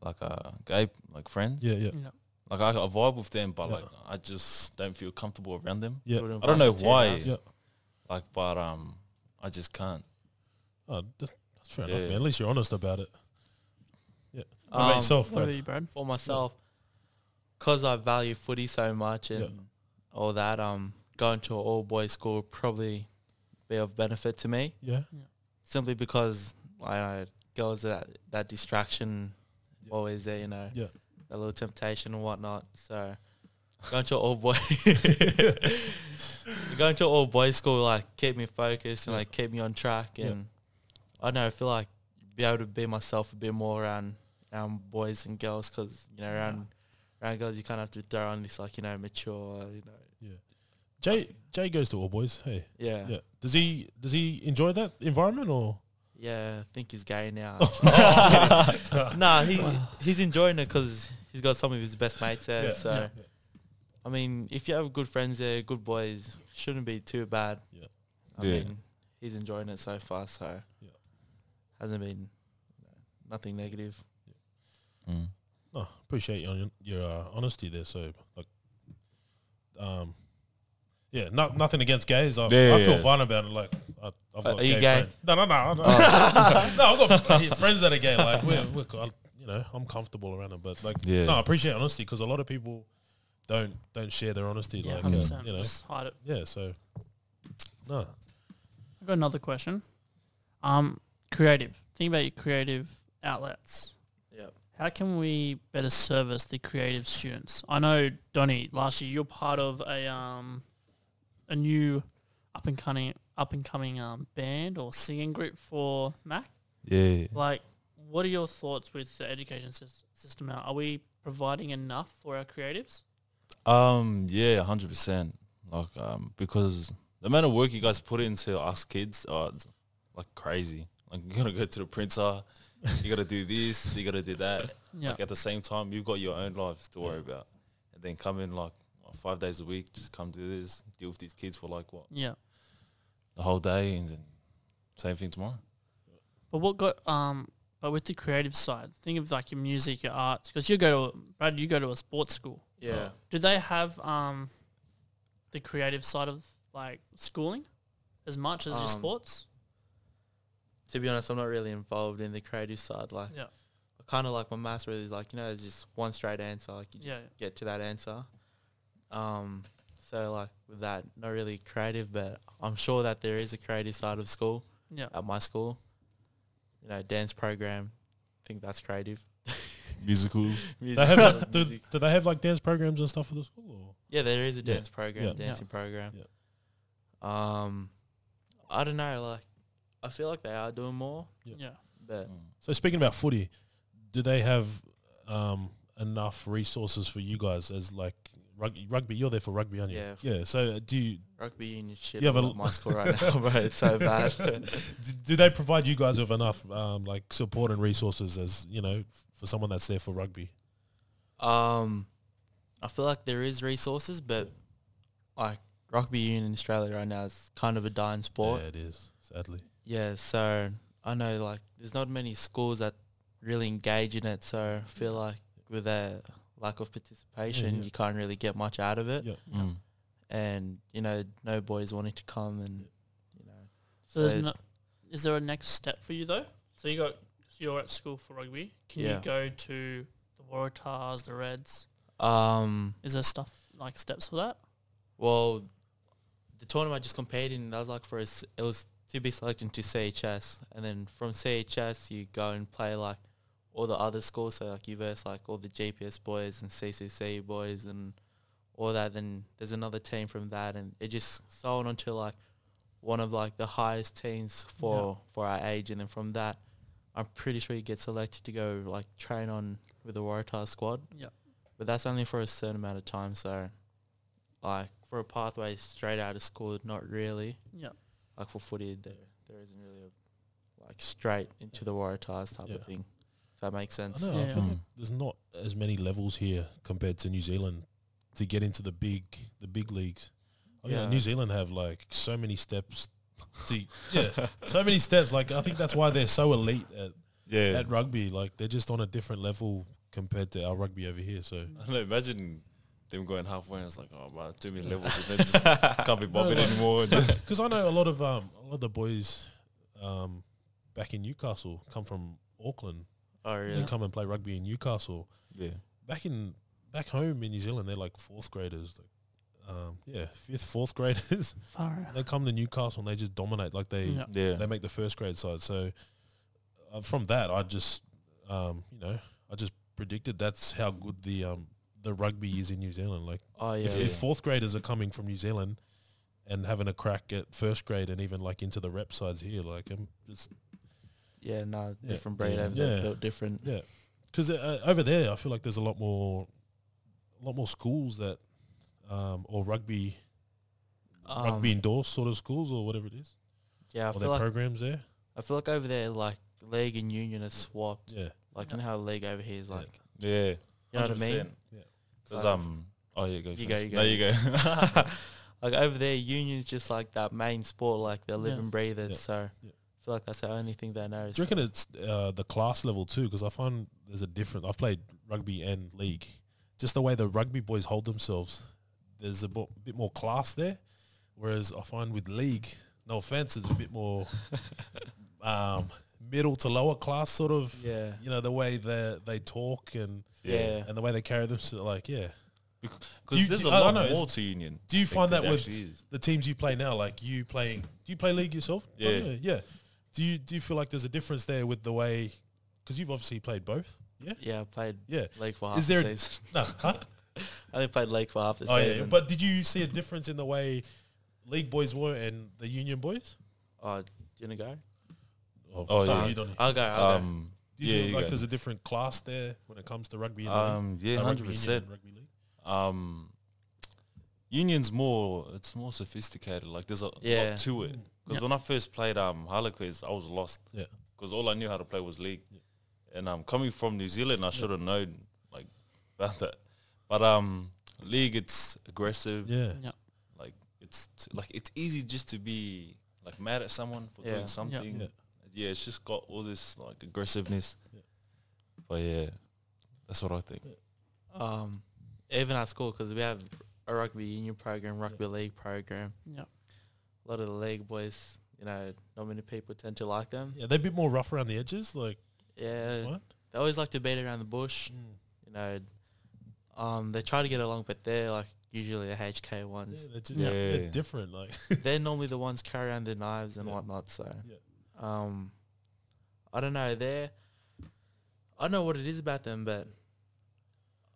Speaker 3: like uh, gay like friends.
Speaker 2: yeah, yeah,
Speaker 1: Yeah.
Speaker 3: Like I, I vibe with them, but
Speaker 2: Yeah.
Speaker 3: like I just don't feel comfortable around them.
Speaker 2: yeah.
Speaker 4: Wouldn't
Speaker 3: I don't know
Speaker 4: invite them to your
Speaker 3: why.
Speaker 4: house.
Speaker 2: Yeah.
Speaker 3: Like, but um, I just can't.
Speaker 2: Oh, that, that's fair
Speaker 3: Yeah.
Speaker 2: enough, man. At least you're honest about it. Yeah. What about
Speaker 4: Um,
Speaker 2: yourself,
Speaker 1: What
Speaker 2: bro?
Speaker 1: about you, Brad?
Speaker 4: for myself because I value footy so much and
Speaker 2: Yeah.
Speaker 4: all that. Um, going to an all boys school probably be of benefit to me
Speaker 2: Yeah.
Speaker 4: simply because I girls that that distraction
Speaker 2: Yeah.
Speaker 4: always there, you know,
Speaker 2: Yeah.
Speaker 4: that little temptation and whatnot. So going to all boy, going to all boys school like keep me focused and
Speaker 2: Yeah.
Speaker 4: like keep me on track
Speaker 2: Yeah.
Speaker 4: and I don't know. I feel like be able to be myself a bit more around around boys and girls because you know around around girls you kind of have to throw on this like you know mature you know
Speaker 2: Jay Jay goes to all boys. Hey.
Speaker 4: yeah yeah,
Speaker 2: Yeah. Does he does he enjoy that environment or?
Speaker 4: I think he's gay now. nah, he he's enjoying it because he's got some of his best mates there.
Speaker 2: Yeah.
Speaker 4: So
Speaker 2: Yeah.
Speaker 4: I mean, if you have good friends there, good boys, shouldn't be too bad.
Speaker 2: Yeah.
Speaker 4: I
Speaker 3: Yeah.
Speaker 4: mean, he's enjoying it so far, so
Speaker 2: Yeah.
Speaker 4: hasn't been you know, nothing negative.
Speaker 3: Mm.
Speaker 2: No, Oh, appreciate your your uh, honesty there. So like, um, yeah, no, nothing against gays. I,
Speaker 3: Yeah,
Speaker 2: I
Speaker 3: yeah,
Speaker 2: feel
Speaker 3: yeah.
Speaker 2: fine about it. Like, I, I've got
Speaker 4: Uh, are
Speaker 2: a
Speaker 4: you
Speaker 2: gay
Speaker 4: gay?
Speaker 2: friend. No,
Speaker 4: Oh,
Speaker 2: no, no, no.
Speaker 3: Oh,
Speaker 2: no. I've got friends that are gay. Like, we're, we're co- I, you know, I'm comfortable around them. But like,
Speaker 3: Yeah.
Speaker 2: no, I appreciate honesty because a lot of people don't don't share their honesty.
Speaker 1: Yeah,
Speaker 2: like,
Speaker 1: hundred
Speaker 2: uh,
Speaker 1: percent.
Speaker 2: you know,
Speaker 1: Just hide it.
Speaker 2: yeah. So, no,
Speaker 1: I've got another question. Um, creative. Think about your creative outlets.
Speaker 4: Yeah.
Speaker 1: How can we better service the creative students? I know Donny. Last year, you're part of a um, a new up and coming up and coming um, band or singing group for Mac.
Speaker 3: Yeah.
Speaker 1: Like, what are your thoughts with the education sys- system now? Are we providing enough for our creatives?
Speaker 3: Um. Yeah. Hundred percent. Like um, because the amount of work you guys put into us kids, are it's like crazy. Like you gotta go to the printer, you gotta do this, you gotta do that.
Speaker 1: Yeah.
Speaker 3: Like at the same time, you've got your own lives to worry about, and then come in like what, five days a week, just come do this, deal with these kids for like what
Speaker 1: Yeah.
Speaker 3: the whole day, and then same thing tomorrow.
Speaker 1: But what got um, but with the creative side, think of like your music, your arts, because you go to Brad, you go to a sports school.
Speaker 4: Yeah.
Speaker 1: Do they have um, the creative side of like schooling as much as your
Speaker 4: Um,
Speaker 1: sports?
Speaker 4: To be honest, I'm not really involved in the creative side. Like,
Speaker 1: Yeah.
Speaker 4: kind of like my maths really is like you know, there's just one straight answer. Like, you just
Speaker 1: Yeah.
Speaker 4: get to that answer. Um, so like with that, not really creative, but I'm sure that there is a creative side of school
Speaker 1: Yeah.
Speaker 4: at my school. You know, dance program. I think that's creative.
Speaker 3: Musicals.
Speaker 2: they
Speaker 4: Music,
Speaker 2: have do,
Speaker 4: music.
Speaker 2: do they have like dance programs and stuff for the school?
Speaker 4: Yeah, there is a
Speaker 2: Yeah.
Speaker 4: dance program,
Speaker 2: Yeah.
Speaker 4: dancing program.
Speaker 2: Yeah.
Speaker 4: Um, I don't know. Like, I feel like they are doing more,
Speaker 2: Yeah.
Speaker 1: Yeah.
Speaker 4: but
Speaker 2: So speaking about footy, do they have um, enough resources for you guys as like rugby? Rugby, you're there for rugby, aren't you?
Speaker 4: Yeah.
Speaker 2: Yeah. So uh, do you,
Speaker 4: rugby union shit.
Speaker 2: You have
Speaker 4: all
Speaker 2: a
Speaker 4: at my school right now, bro. It's so bad.
Speaker 2: do, do they provide you guys with enough um, like support and resources as you know for someone that's there for rugby?
Speaker 4: Um, I feel like there is resources, but like rugby union in Australia right now is kind of a dying sport.
Speaker 2: Yeah, it is sadly.
Speaker 4: Yeah, so I know like there's not many schools that really engage in it. So I feel like with that lack of participation,
Speaker 2: yeah.
Speaker 4: you can't really get much out of it.
Speaker 2: Yeah.
Speaker 3: Mm.
Speaker 4: And you know, no boys wanting to come, and you know,
Speaker 1: So there's
Speaker 4: so-
Speaker 1: no, is there a next step for you though? So you got so you're at school for rugby. Can
Speaker 4: Yeah.
Speaker 1: you go to the Waratahs, the Reds?
Speaker 4: um,
Speaker 1: Is there stuff like steps for that?
Speaker 4: well, the tournament I just competed in that was like for us. It was to be selected to CHS, and then from CHS you go and play like all the other schools. So like you verse like all the GPS boys and CCC boys and all that. Then there's another team from that, and it just so on until like one of like the highest teams for for our age, and then from that. I'm pretty sure you get selected to go like train on with the Waratah squad.
Speaker 1: Yep.
Speaker 4: But that's only for a certain amount of time, so like for a pathway straight out of school, not really.
Speaker 1: Yeah.
Speaker 4: Like for footy, there there isn't really a like straight into the Waratahs type
Speaker 2: Yeah.
Speaker 4: of thing. If that makes sense.
Speaker 2: I know. I
Speaker 1: Yeah.
Speaker 2: feel
Speaker 3: Mm.
Speaker 2: like there's not as many levels here compared to New Zealand to get into the big the big leagues. I mean,
Speaker 4: Yeah.
Speaker 2: Oh, New Zealand have like so many steps. To, yeah, so many steps. Like I think that's why they're so elite at,
Speaker 3: Yeah.
Speaker 2: at rugby. Like they're just on a different level compared to our rugby over here. So
Speaker 3: I don't know, imagine them going halfway and it's like, oh, man, too many levels. And then just can't be bothered anymore. Just,
Speaker 2: Because I know a lot of um, a lot of the boys um, back in Newcastle come from Auckland.
Speaker 4: Oh really?
Speaker 2: They come and play rugby in Newcastle.
Speaker 3: yeah.
Speaker 2: Back in back home in New Zealand, they're like fourth graders. Like, um, yeah, fifth, fourth graders.
Speaker 1: Far out.
Speaker 2: they come to Newcastle and they just dominate. Like they
Speaker 1: Yeah.
Speaker 3: Yeah.
Speaker 2: they make the first grade side. So uh, from that, I just um, you know I just predicted that's how good the um, the rugby is in New Zealand. Like
Speaker 4: Oh yeah.
Speaker 2: if, if fourth graders are coming from New Zealand and having a crack at first grade and even like into the rep sides here, like um, just
Speaker 4: Yeah, no,
Speaker 2: Yeah.
Speaker 4: different breed over
Speaker 2: Yeah.
Speaker 4: there, built different.
Speaker 2: yeah, because uh, over there I feel like there's a lot more, a lot more schools that, um, or rugby
Speaker 4: Um,
Speaker 2: rugby endorsed sort of schools or whatever it is,
Speaker 4: yeah, I
Speaker 2: or
Speaker 4: feel
Speaker 2: their
Speaker 4: like
Speaker 2: programs there.
Speaker 4: I feel like over there like league and union are swapped.
Speaker 2: Yeah,
Speaker 4: Like
Speaker 1: Yeah.
Speaker 4: you know how league over here is
Speaker 2: Yeah.
Speaker 4: like
Speaker 3: Yeah.
Speaker 4: you know what I mean?
Speaker 3: 100%.
Speaker 2: Yeah.
Speaker 3: 'Cause, um, oh, yeah, go.
Speaker 4: You
Speaker 3: first.
Speaker 4: go, you go.
Speaker 3: No, you go.
Speaker 4: like over there, union's just like that main sport, like they live
Speaker 1: Yeah.
Speaker 4: and breathe it.
Speaker 2: Yeah.
Speaker 4: So
Speaker 2: Yeah.
Speaker 4: I feel like that's the only thing they know.
Speaker 2: do you
Speaker 4: so-
Speaker 2: reckon it's uh, the class level too? Because I find there's a difference. I've played rugby and league, just the way the rugby boys hold themselves. There's a bo- bit more class there, whereas I find with league, no offense, it's a bit more um, middle to lower class sort of.
Speaker 4: yeah.
Speaker 2: You know the way they they talk and
Speaker 4: Yeah.
Speaker 2: and the way they carry themselves. Like yeah,
Speaker 3: Because
Speaker 2: You-
Speaker 3: there's
Speaker 2: do-
Speaker 3: a
Speaker 2: I
Speaker 3: lot
Speaker 2: know,
Speaker 3: more
Speaker 2: it's-
Speaker 3: to Union.
Speaker 2: do you
Speaker 3: Like,
Speaker 2: find
Speaker 3: than
Speaker 2: that
Speaker 3: there
Speaker 2: with
Speaker 3: actually is.
Speaker 2: the teams you play now, like you playing, do you play league yourself?
Speaker 3: Yeah.
Speaker 2: Oh, yeah. Do you do you feel like there's a difference there with the way? Because you've obviously played both.
Speaker 4: Yeah, I played
Speaker 2: Yeah.
Speaker 4: league for half
Speaker 2: Is there
Speaker 4: the
Speaker 2: a-
Speaker 4: season.
Speaker 2: No, huh?
Speaker 4: I only played league for half the
Speaker 2: Oh yeah,
Speaker 4: season.
Speaker 2: but did you see a difference in the way league boys were and the union boys?
Speaker 4: oh, do you wanna go?
Speaker 3: Oh,
Speaker 2: sorry,
Speaker 3: yeah.
Speaker 2: you don't.
Speaker 4: I'll go. I'll go.
Speaker 3: Um,
Speaker 2: Do you
Speaker 3: yeah,
Speaker 2: feel
Speaker 3: you
Speaker 2: like
Speaker 3: go.
Speaker 2: there's a different class there when it comes to rugby? And
Speaker 3: um,
Speaker 2: league?
Speaker 3: yeah,
Speaker 2: Uh,
Speaker 3: hundred
Speaker 2: rugby union
Speaker 3: percent.
Speaker 2: and Rugby league.
Speaker 3: Um, Union's more. It's more sophisticated. Like there's a
Speaker 4: Yeah.
Speaker 3: lot to it. Because
Speaker 1: Yeah.
Speaker 3: when I first played um Harlequins, I was lost.
Speaker 2: Yeah.
Speaker 3: Because all I knew how to play was league,
Speaker 2: Yeah.
Speaker 3: and um coming from New Zealand, I should have known like about that. But um league, it's aggressive.
Speaker 2: Mm. Yeah,
Speaker 1: Yeah.
Speaker 3: Like it's t- like it's easy just to be like mad at someone for
Speaker 4: Yeah. Yeah.
Speaker 3: doing something.
Speaker 2: Yeah.
Speaker 3: Yeah. it's just got all this like aggressiveness.
Speaker 2: Yeah.
Speaker 3: But yeah, that's what I think.
Speaker 4: Um, even at school, because we have a rugby union program, rugby league program.
Speaker 1: Yeah.
Speaker 4: A lot of the league boys, you know, not many people tend to like them.
Speaker 2: yeah, they're a bit more rough around the edges. Like
Speaker 4: Yeah,
Speaker 2: what? Mm.
Speaker 4: they always like to beat around the bush. You know, um, they try to get along, but they're like usually the HK
Speaker 2: Yeah,
Speaker 4: ones.
Speaker 2: they're just
Speaker 3: Yeah.
Speaker 2: they're different. Like
Speaker 4: they're normally the ones carry around the knives and
Speaker 2: Yeah.
Speaker 4: whatnot. So,
Speaker 2: Yeah.
Speaker 4: um, I don't know. They're, I don't know what it is about them, but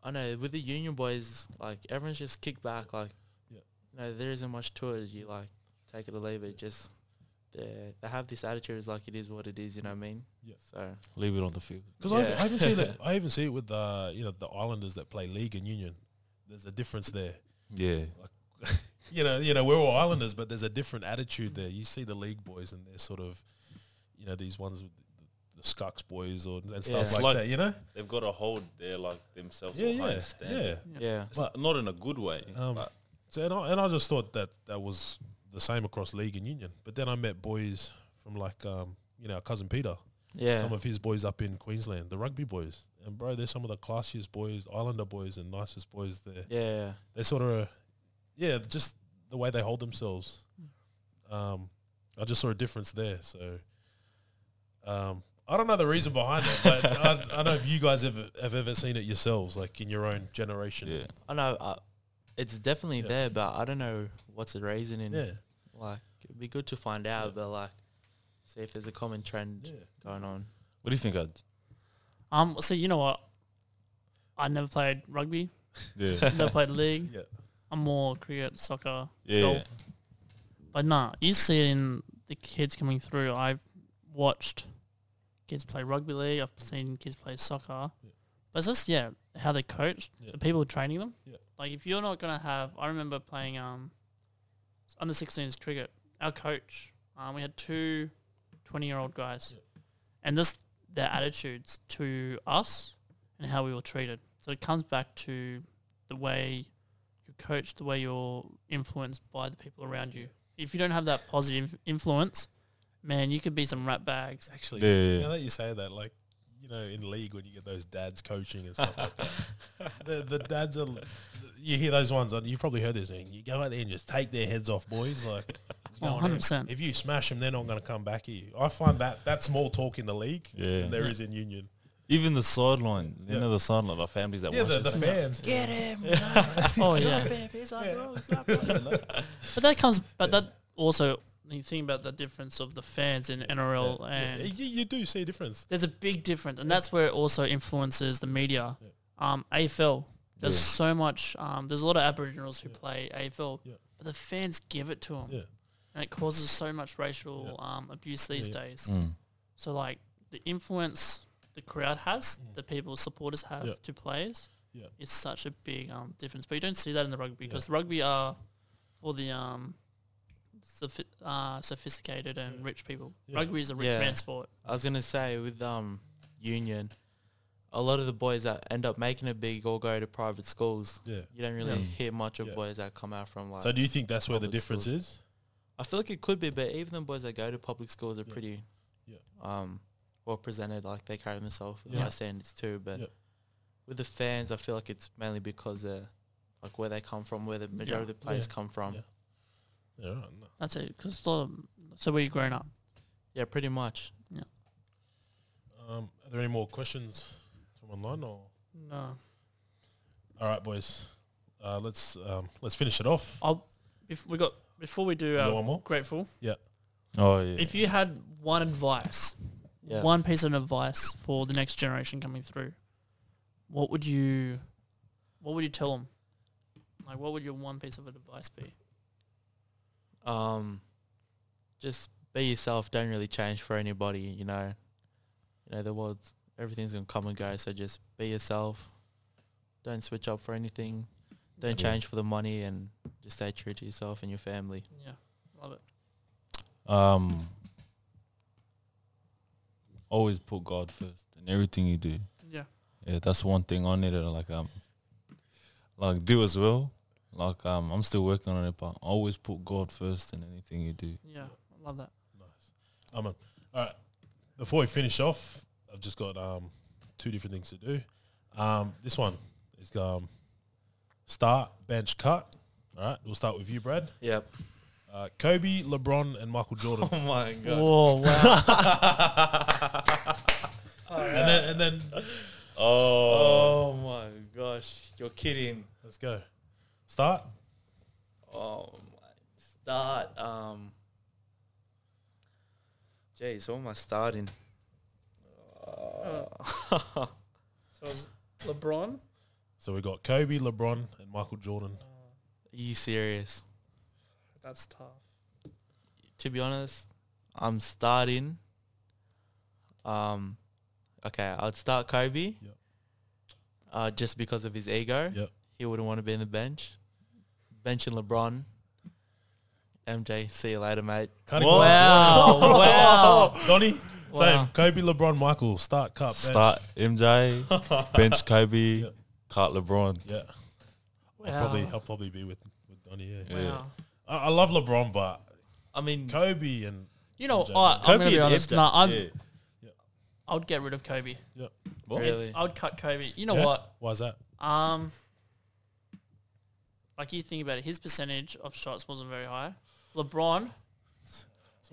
Speaker 4: I know with the union boys, like everyone's just kicked back. Like,
Speaker 2: Yeah.
Speaker 4: no, there isn't much to it. You like take it or leave it. Just they they have this attitude is like it is what it is. You know what I mean?
Speaker 2: Yeah.
Speaker 4: So
Speaker 3: Leave it on the field.
Speaker 2: Because
Speaker 4: Yeah.
Speaker 2: I, I even see that I even see it with the you know the Islanders that play league and union. There's a difference there.
Speaker 3: Yeah.
Speaker 2: You know, you know we're all Islanders, but there's a different attitude there. You see the league boys and they're sort of, you know, these ones with the, the Scucks boys or and
Speaker 4: Yeah.
Speaker 2: stuff
Speaker 4: It's
Speaker 2: like,
Speaker 3: like-
Speaker 2: that. You know,
Speaker 3: They've got to hold their like themselves
Speaker 2: yeah,
Speaker 3: to a higher
Speaker 2: yeah,
Speaker 3: standard.
Speaker 2: yeah.
Speaker 4: Yeah.
Speaker 3: It's not- not in a good way.
Speaker 2: Um,
Speaker 3: but
Speaker 2: So and I, and I just thought that that was the same across league and union. But then I met boys from like um, you know our cousin Peter,
Speaker 4: Yeah.
Speaker 2: some of his boys up in Queensland, the rugby boys, and bro, they're some of the classiest boys, Islander boys, and nicest boys there.
Speaker 4: Yeah.
Speaker 2: They sort of, yeah, just the way they hold themselves.
Speaker 1: Hmm.
Speaker 2: Um, I just saw a difference there. So, um, I don't know the reason behind it, but I, I don't know if you guys ever have ever seen it yourselves, like in your own generation.
Speaker 3: yeah,
Speaker 4: I know. Uh, it's definitely
Speaker 2: Yeah.
Speaker 4: there, but I don't know what's the reason in
Speaker 2: yeah,
Speaker 4: it. Like, it'd be good to find out,
Speaker 2: Yeah.
Speaker 4: but like, see if there's a common trend
Speaker 2: yeah.
Speaker 4: going on.
Speaker 3: what do you think? I'd
Speaker 1: Um, so you know what? I never played rugby.
Speaker 3: yeah,
Speaker 1: Never played league.
Speaker 2: Yeah.
Speaker 1: I'm more cricket, soccer,
Speaker 3: yeah,
Speaker 1: golf. But nah, you see in the kids coming through. I've watched kids play rugby league. I've seen kids play soccer.
Speaker 2: Yeah.
Speaker 1: But it's just yeah, how they coach
Speaker 2: Yeah.
Speaker 1: the people training them.
Speaker 2: Yeah.
Speaker 1: Like if you're not gonna have, I remember playing um under 16s cricket. Our coach, um, we had two 20 year old guys,
Speaker 2: Yeah.
Speaker 1: and just their attitudes to us and how we were treated. So it comes back to the way you coach, the way you're influenced by the people around you. If you don't have that positive influence, man, you could be some rat bags.
Speaker 2: Actually,
Speaker 3: Yeah, yeah, yeah.
Speaker 2: now that you say that, like you know, in league when you get those dads coaching and stuff like that, the, the dads are. You hear those ones, and you've probably heard this thing. You go out there and just take their heads off, boys. Like, you
Speaker 1: Oh,
Speaker 2: know what I mean?
Speaker 1: 100%.
Speaker 2: If you smash them, they're not going to come back at you. I find that that's more talk in the league
Speaker 3: Yeah.
Speaker 2: than there is in union.
Speaker 3: Even the sideline, you
Speaker 2: Yeah.
Speaker 3: know, the sideline, the families that
Speaker 2: Yeah,
Speaker 3: watch
Speaker 2: the, the
Speaker 3: this.
Speaker 2: fans.
Speaker 4: Get him!
Speaker 1: Oh yeah. But that comes, but
Speaker 2: Yeah.
Speaker 1: that also when you think about the difference of the fans in NRL,
Speaker 2: Yeah,
Speaker 1: and
Speaker 2: you, you do see a difference.
Speaker 1: there's a big difference, and that's where it also influences the media.
Speaker 2: Yeah.
Speaker 1: Um, AFL, there's
Speaker 3: Yeah.
Speaker 1: so much. Um, there's a lot of Aboriginals who
Speaker 2: Yeah.
Speaker 1: play AFL,
Speaker 2: Yeah.
Speaker 1: but the fans give it to them,
Speaker 2: Yeah,
Speaker 1: and it causes so much racial um, abuse these
Speaker 2: Yeah,
Speaker 1: days.
Speaker 3: Mm.
Speaker 1: So like the influence the crowd has,
Speaker 2: Mm.
Speaker 1: the people supporters have
Speaker 2: Yeah.
Speaker 1: to players,
Speaker 2: Yeah.
Speaker 1: is such a big um, difference. But you don't see that in the rugby because the rugby are for the um, sophi- uh, sophisticated and
Speaker 2: Yeah.
Speaker 1: rich people.
Speaker 2: Yeah.
Speaker 1: Rugby is a rich
Speaker 4: Yeah.
Speaker 1: man sport.
Speaker 4: I was gonna say with um union, a lot of the boys that end up making it big all go to private schools.
Speaker 2: yeah.
Speaker 4: You don't really
Speaker 3: Yeah.
Speaker 4: hear much of
Speaker 2: Yeah.
Speaker 4: boys that come out from like.
Speaker 2: So do you think that's where the
Speaker 4: Public
Speaker 2: difference
Speaker 4: schools.
Speaker 2: is?
Speaker 4: I feel like it could be, but even the boys that go to public schools are
Speaker 2: Yeah.
Speaker 4: pretty,
Speaker 2: Yeah.
Speaker 4: um, well presented. Like they carry themselves with
Speaker 2: Yeah.
Speaker 4: high standards too. But
Speaker 2: Yeah.
Speaker 4: with the fans, I feel like it's mainly because of like where they come from, where the majority of the players come from.
Speaker 2: Yeah.
Speaker 4: Yeah.
Speaker 2: Yeah, right, no.
Speaker 1: That's it. Because so where you grown up.
Speaker 4: pretty much.
Speaker 2: um, are there any more questions from online or?
Speaker 1: No,
Speaker 2: All right, boys. Uh, let's um, let's finish it off.
Speaker 1: I'll. If we got before we do
Speaker 2: You got
Speaker 1: our
Speaker 2: one more?
Speaker 1: grateful.
Speaker 3: Oh yeah.
Speaker 1: If you had one advice,
Speaker 4: Yeah.
Speaker 1: one piece of advice for the next generation coming through, what would you, what would you tell them? Like, what would your one piece of advice be?
Speaker 4: Um, just be yourself. Don't really change for anybody. You know, you know the world's everything's gonna come and go. So just be yourself. Don't switch up for anything. Don't
Speaker 3: Yeah.
Speaker 4: change for the money, and just stay true to yourself and your family.
Speaker 1: Yeah, love it.
Speaker 3: um, always put God first in everything you do.
Speaker 1: Yeah,
Speaker 3: Yeah, that's one thing I need to like um like do as well. Like um I'm still working on it but always put God first in anything you do.
Speaker 1: yeah, I love that.
Speaker 2: Nice. Um, all right. Before we finish off, I've just got um, two different things to do. Um, this one is um, start, bench, cut. All right. We'll start with you, Brad.
Speaker 4: Yep.
Speaker 2: Uh, Kobe, LeBron, and Michael Jordan.
Speaker 4: Oh my god.
Speaker 1: Whoa, wow.
Speaker 2: and, then, and then
Speaker 4: Oh my gosh, you're kidding.
Speaker 2: let's go. Start.
Speaker 4: Oh my start. Um Jeez, who am I starting? Uh,
Speaker 1: so it's LeBron.
Speaker 2: So we got Kobe, LeBron, and Michael Jordan.
Speaker 4: Are you serious?
Speaker 1: that's tough.
Speaker 4: To be honest, I'm starting. Um okay, I'd start Kobe.
Speaker 2: Yep.
Speaker 4: Uh just because of his ego.
Speaker 2: Yep.
Speaker 4: He wouldn't want to be in the bench. Benching LeBron. MJ, see you later, mate.
Speaker 2: Can't
Speaker 1: Wow,
Speaker 2: ignore-
Speaker 1: wow.
Speaker 2: Donnie.
Speaker 1: Wow.
Speaker 2: Same. Kobe, LeBron, Michael, start cup. bench.
Speaker 3: Start MJ, bench Kobe, cart LeBron.
Speaker 2: Yeah,
Speaker 1: Wow.
Speaker 2: I'll probably I'll probably be with with Donny. Yeah,
Speaker 3: Yeah.
Speaker 1: Wow.
Speaker 2: I, I love LeBron, but
Speaker 4: I mean,
Speaker 2: Kobe and
Speaker 1: You know,
Speaker 2: Kobe
Speaker 1: I, I'm going to be
Speaker 3: and
Speaker 1: honest.
Speaker 3: MJ.
Speaker 1: Nah, I'm,
Speaker 3: Yeah.
Speaker 1: I would get rid of Kobe.
Speaker 3: What?
Speaker 4: really,
Speaker 1: I would cut Kobe. You know
Speaker 2: Yeah.
Speaker 1: what?
Speaker 2: why's that?
Speaker 1: Um, like you think about it, his percentage of shots wasn't very high. LeBron,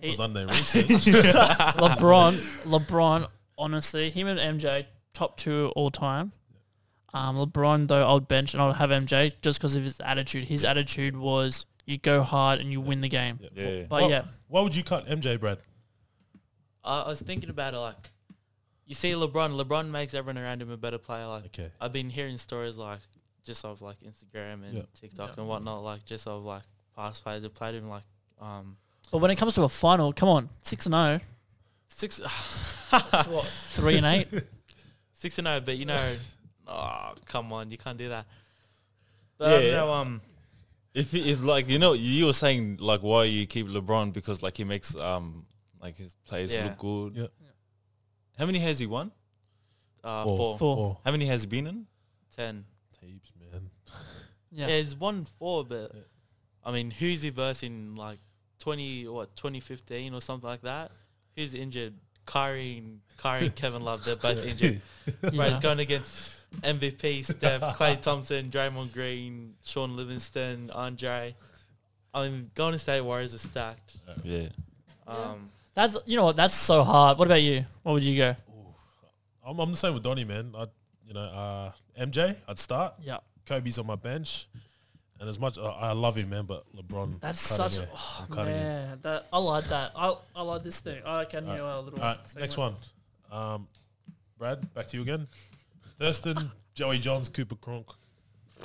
Speaker 2: It was
Speaker 1: He-
Speaker 2: done their research.
Speaker 1: LeBron, LeBron. Honestly, him and MJ top two all time. Um, LeBron though, I'll bench and I'll have MJ just because of his attitude. His attitude was you go hard and you win the game.
Speaker 3: Yeah.
Speaker 1: But
Speaker 2: Well-
Speaker 1: yeah,
Speaker 2: Why would you cut MJ, Brad?
Speaker 4: I, I was thinking about it. Like, you see, LeBron, LeBron makes everyone around him a better player. Like,
Speaker 2: Okay.
Speaker 4: I've been hearing stories like just of like Instagram and
Speaker 2: Yeah.
Speaker 4: TikTok
Speaker 1: Yeah.
Speaker 4: and whatnot, like just of like past players who played him like um
Speaker 1: but when it comes to a final, come on, six and zero,
Speaker 4: six
Speaker 1: three and eight.
Speaker 4: six and oh, but you know, oh come on, you can't do that. But yeah.
Speaker 3: Yeah.
Speaker 4: um,
Speaker 3: If, he- if like you know you were saying like why you keep LeBron because like he makes um like his plays
Speaker 4: Yeah.
Speaker 3: look good.
Speaker 2: Yeah.
Speaker 1: Yeah.
Speaker 3: How many has he won?
Speaker 4: uh,
Speaker 2: Four.
Speaker 4: four.
Speaker 1: Four.
Speaker 3: How many has he been in?
Speaker 4: ten.
Speaker 2: Teams, man.
Speaker 1: Yeah,
Speaker 4: Yeah, he's won four, but
Speaker 2: Yeah.
Speaker 4: I mean, who's he verse in like twenty what twenty fifteen or something like that? Who's injured? Kyrie, and- Kyrie, and Kevin Love, they're both injured.
Speaker 1: yeah.
Speaker 4: Right, it's going against MVP Steph, Clay Thompson, Draymond Green, Sean Livingston, Andre. I mean, Golden State Warriors were stacked.
Speaker 3: Yeah.
Speaker 4: Um,
Speaker 1: That's you know what that's so hard. What about you? What would you go?
Speaker 2: I'm, I'm the same with Donny, man. I, you know, uh, MJ, I'd start.
Speaker 1: Yeah,
Speaker 2: Kobe's on my bench, and as much I, I love him, man, but LeBron.
Speaker 1: that's
Speaker 2: cutting
Speaker 1: such.
Speaker 2: it.
Speaker 1: a
Speaker 2: I'm
Speaker 1: oh,
Speaker 2: cutting it.
Speaker 1: man, that I like that. I I like this thing. I can
Speaker 2: All right.
Speaker 1: do a little.
Speaker 2: All right,
Speaker 1: segment.
Speaker 2: next one. Um, Brad, back to you again. Thurston, Joey Johns, Cooper Cronk.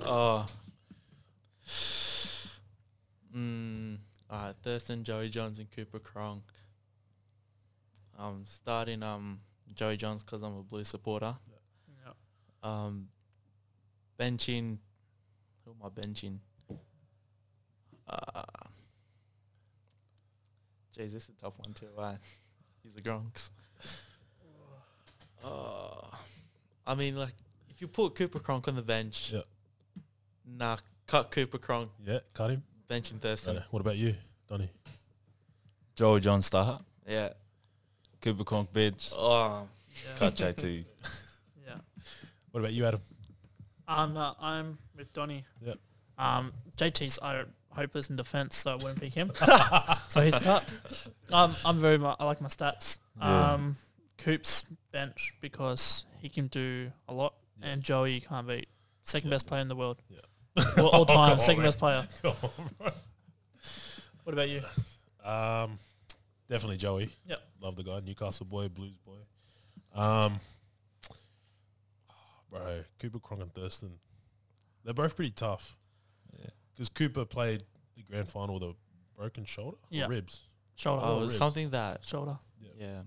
Speaker 4: oh. Mm, all right, Thurston, Joey Johns, and Cooper Cronk. I'm starting um, Joey Johns because I'm a blue supporter.
Speaker 1: Yeah.
Speaker 4: Um, benching. Who am I benching? Uh, Jeez, this is a tough one too. Right? He's a Gronks. Uh, I mean, like, if you put Cooper Cronk on the bench,
Speaker 2: Yeah.
Speaker 4: nah, cut Cooper Cronk,
Speaker 2: Yeah, cut him.
Speaker 4: benching Thurston.
Speaker 2: Uh, what about you, Donny?
Speaker 3: Joey John Star,
Speaker 4: Yeah.
Speaker 3: Cooper uh, Conk bench,
Speaker 4: Oh,
Speaker 1: Yeah.
Speaker 3: cut JT.
Speaker 1: Yeah.
Speaker 2: What about you, Adam?
Speaker 1: Um, uh, I'm with Donny.
Speaker 2: Yep.
Speaker 1: Um, JT's are hopeless in defense, so I won't pick him. so he's cut. Um, I'm very. Mu- I like my stats.
Speaker 3: Yeah.
Speaker 1: Um, Coops bench because he can do a lot,
Speaker 2: Yeah.
Speaker 1: and Joey you can't beat. Second
Speaker 2: Yeah.
Speaker 1: best player in the world.
Speaker 2: Yeah.
Speaker 1: Well, all
Speaker 2: Come
Speaker 1: time,
Speaker 2: on,
Speaker 1: second
Speaker 2: man.
Speaker 1: best player. What about you?
Speaker 2: Um, definitely Joey.
Speaker 1: Yep.
Speaker 2: love the guy, Newcastle boy, Blues boy. Um, oh, bro, Cooper Cronk and Thurston, they're both pretty tough.
Speaker 3: Yeah.
Speaker 2: Because Cooper played the grand final with a broken shoulder, or
Speaker 1: Yeah.
Speaker 2: ribs,
Speaker 1: Shoulder.
Speaker 4: oh, it was
Speaker 2: ribs.
Speaker 4: something that,
Speaker 1: Shoulder.
Speaker 4: yeah.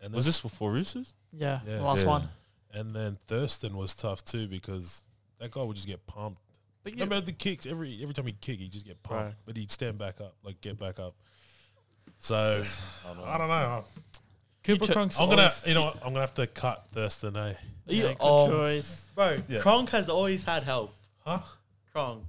Speaker 2: and
Speaker 3: Was
Speaker 2: then,
Speaker 3: this before Roosters?
Speaker 1: Yeah.
Speaker 2: Yeah.
Speaker 1: Last
Speaker 3: Yeah.
Speaker 1: one.
Speaker 2: and then Thurston was tough too because that guy would just get pumped.
Speaker 1: But you,
Speaker 2: Remember the kicks every every time he kick, he would just get pumped,
Speaker 4: Right.
Speaker 2: but he'd stand back up, like get back up. So I don't know.
Speaker 4: Cooper
Speaker 1: cho-
Speaker 4: Cronk's
Speaker 2: I'm gonna,
Speaker 4: always-
Speaker 2: you know, what? I'm gonna have to cut Thurston.
Speaker 1: yeah,
Speaker 2: Eh?
Speaker 1: um,
Speaker 4: Yeah,
Speaker 1: good
Speaker 4: oh.
Speaker 1: choice.
Speaker 4: Bro,
Speaker 2: Yeah.
Speaker 4: Kronk has always had help.
Speaker 2: Huh?
Speaker 4: Kronk.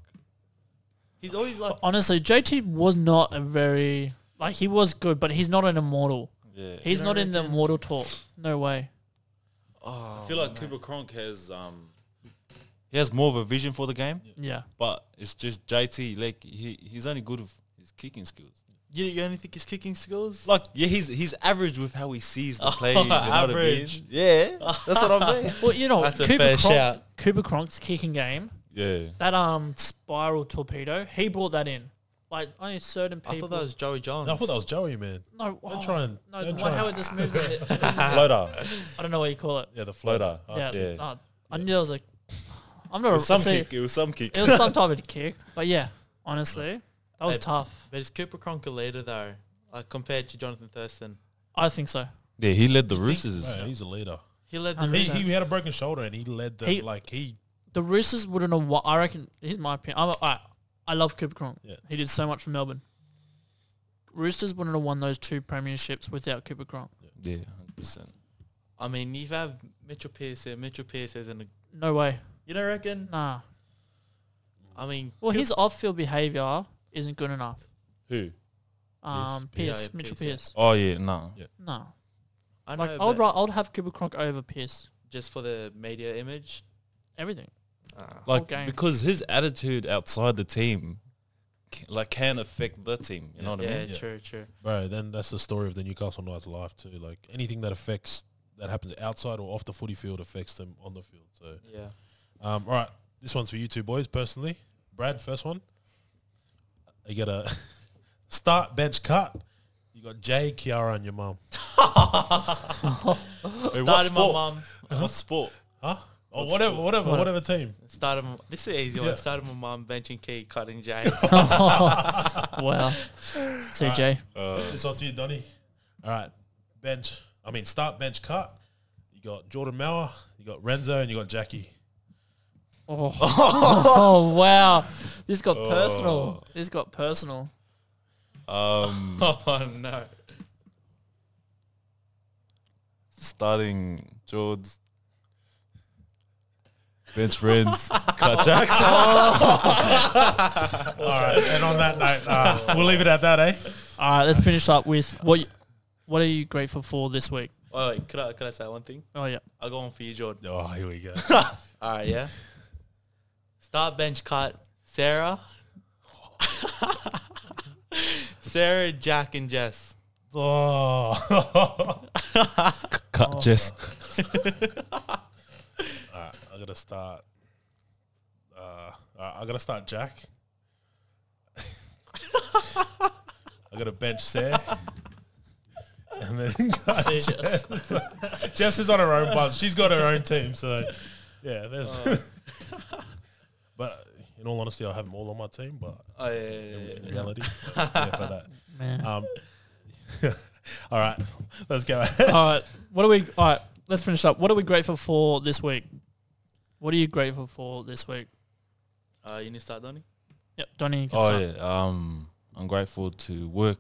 Speaker 4: He's always like,
Speaker 1: Honestly, JT was not a very like he was good, but he's not an immortal.
Speaker 3: Yeah.
Speaker 1: He's
Speaker 4: You
Speaker 1: not
Speaker 4: don't
Speaker 1: in the
Speaker 4: reckon?
Speaker 1: immortal talk. No way.
Speaker 4: oh,
Speaker 3: I feel like Cooper Cronk has um he has more of a vision for the game,
Speaker 1: Yeah.
Speaker 3: but it's just JT like he, he's only good with his kicking skills.
Speaker 4: You, you only think his kicking skills?
Speaker 3: Like yeah, he's he's average with how he sees the plays. you know what I mean?
Speaker 4: average.
Speaker 3: Yeah, that's what I mean.
Speaker 1: Well, you know,
Speaker 4: That's a
Speaker 1: Cooper,
Speaker 4: fair
Speaker 1: Cronk's,
Speaker 4: shout.
Speaker 1: Cooper Cronk's kicking game,
Speaker 3: Yeah,
Speaker 1: that um spiral torpedo, he brought that in. Like only certain people.
Speaker 4: I thought that was Joey Jones.
Speaker 2: No, I thought that was Joey, man.
Speaker 1: no.
Speaker 2: Don't
Speaker 1: oh,
Speaker 2: try and
Speaker 1: no.
Speaker 2: don't
Speaker 1: the
Speaker 2: try
Speaker 1: one
Speaker 2: and-
Speaker 1: how it just moves. it, it-
Speaker 3: floater.
Speaker 1: I don't know what you call it.
Speaker 2: Yeah, the
Speaker 3: Floater.
Speaker 2: Oh,
Speaker 1: yeah.
Speaker 3: yeah.
Speaker 1: uh, I knew I was like, I'm not
Speaker 3: It
Speaker 1: a
Speaker 3: was some
Speaker 1: see,
Speaker 3: kick. It was some kick.
Speaker 1: It was some type of kick, but yeah, honestly, that was
Speaker 4: Hey.
Speaker 1: tough.
Speaker 4: But is Cooper Cronk a leader, though, like, compared to Jonathan Thurston?
Speaker 1: I think so.
Speaker 3: Yeah, he led the Roosters.
Speaker 2: Bro, he's a leader.
Speaker 4: He led the
Speaker 1: And
Speaker 2: He,
Speaker 1: Makes
Speaker 2: he
Speaker 1: sense.
Speaker 2: had a broken shoulder and he led them
Speaker 1: He-
Speaker 2: like he.
Speaker 1: The Roosters wouldn't have. Won. I reckon. Here's my opinion. I'm, I I love Cooper Cronk.
Speaker 2: Yeah.
Speaker 1: He did so much for Melbourne. Roosters wouldn't have won those two premierships without Cooper Cronk.
Speaker 3: Yeah, percent.
Speaker 4: I mean, if you have Mitchell Pearce here, Mitchell Pearce isn't a,
Speaker 1: No way.
Speaker 4: you don't reckon?
Speaker 1: Nah.
Speaker 4: I mean,
Speaker 1: Well,
Speaker 4: Coop-
Speaker 1: his off-field behavior isn't good enough.
Speaker 3: Who?
Speaker 1: Um,
Speaker 4: Pierce.
Speaker 1: Pierce,
Speaker 4: Yeah, yeah,
Speaker 1: Mitchell
Speaker 4: Pierce,
Speaker 1: Pierce.
Speaker 3: Oh yeah, no.
Speaker 1: No,
Speaker 4: I know,
Speaker 1: like I would,
Speaker 4: but
Speaker 1: ra- I would have Cooper Cronk over Pierce.
Speaker 4: just for the media image. Ah.
Speaker 1: Everything.
Speaker 3: Like
Speaker 1: game.
Speaker 3: because his attitude outside the team, ca- like can affect the team. You know what I mean?
Speaker 4: yeah,
Speaker 2: Yeah.
Speaker 4: true, true.
Speaker 2: Bro, then that's the story of the Newcastle Knights life too. Like anything that affects that happens outside or off the footy field affects them on the field. So,
Speaker 4: Yeah.
Speaker 2: um, all right, this one's for you two boys personally. Brad, first one. You got a start bench cut. You got Jay, Kiara, and your mum.
Speaker 3: Wait, what
Speaker 4: started my
Speaker 3: sport?
Speaker 4: mum.
Speaker 1: Uh-huh.
Speaker 3: What sport?
Speaker 2: Huh? Or
Speaker 3: What's
Speaker 2: whatever,
Speaker 3: cool?
Speaker 2: whatever,
Speaker 1: What-
Speaker 2: whatever team.
Speaker 4: Started. My, this is an easy
Speaker 2: Yeah.
Speaker 4: one. Started my mum benching Key, cutting Jay.
Speaker 1: wow. CJ.
Speaker 2: This one's for you, Donny. All right, bench. I mean, start bench cut. You got Jordan Mauer, you got Renzo, and you got Jackie.
Speaker 1: Oh. oh wow. This got personal. This got personal.
Speaker 3: Um,
Speaker 4: oh no.
Speaker 3: starting George. Bench friends, cut Jackson.
Speaker 2: All right, and on that note, uh, we'll leave it at that, eh?
Speaker 1: All right, let's finish up with what. You, what are you grateful for this week?
Speaker 4: Oh, wait, could I could I say one thing?
Speaker 1: Oh yeah.
Speaker 4: I'll go on for you, Jordan.
Speaker 2: Oh, here we go.
Speaker 4: All right, yeah. Start bench cut Sarah, Sarah, Jack, and Jess.
Speaker 2: Oh.
Speaker 3: Cut
Speaker 1: Oh,
Speaker 3: Jess.
Speaker 2: All right, I gotta start. Uh, all right, I gotta start Jack. I gotta bench Sarah. And then Jess. Jess is on her own bus. She's got her own team, so yeah. There's.
Speaker 4: Oh.
Speaker 2: but in all honesty, I have them all on my team. But
Speaker 4: Oh yeah,
Speaker 2: in,
Speaker 4: yeah, yeah,
Speaker 2: in
Speaker 4: yeah.
Speaker 2: reality, but yeah, for that.
Speaker 1: Man.
Speaker 2: Um, all right, let's go.
Speaker 1: all right. What are we? All right. Let's finish up. What are we grateful for this week? What are you grateful for this week?
Speaker 4: Uh, you need to start, Donny.
Speaker 1: Yep, Donnie. You can
Speaker 3: Oh
Speaker 1: start.
Speaker 3: yeah. Um, I'm grateful to work,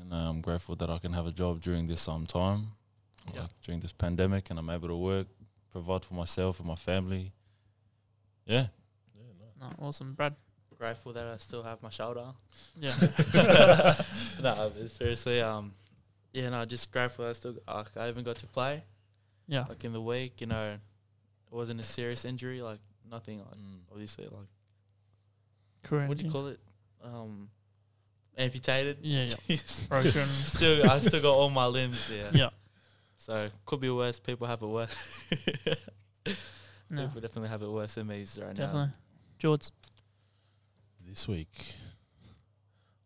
Speaker 3: and uh, I'm grateful that I can have a job during this um time,
Speaker 1: Yeah.
Speaker 3: like during this pandemic, and I'm able to work, provide for myself and my family. Yeah.
Speaker 1: No, awesome, Brad.
Speaker 4: Grateful that I still have my shoulder.
Speaker 1: Yeah.
Speaker 4: no, but seriously, um, yeah, no, just grateful I still uh, I even got to play
Speaker 1: Yeah.
Speaker 4: like in the week. You know, it wasn't a serious injury, like nothing, like
Speaker 3: Mm.
Speaker 4: obviously, like
Speaker 1: Korean.
Speaker 4: what do you call it? Um, amputated.
Speaker 1: Yeah,
Speaker 4: Jeez.
Speaker 1: Broken.
Speaker 4: still, I still got all my limbs. Yeah.
Speaker 1: Yeah.
Speaker 4: So could be worse. People have it worse.
Speaker 1: no,
Speaker 4: People definitely have it worse than me right
Speaker 1: definitely. George.
Speaker 2: this week,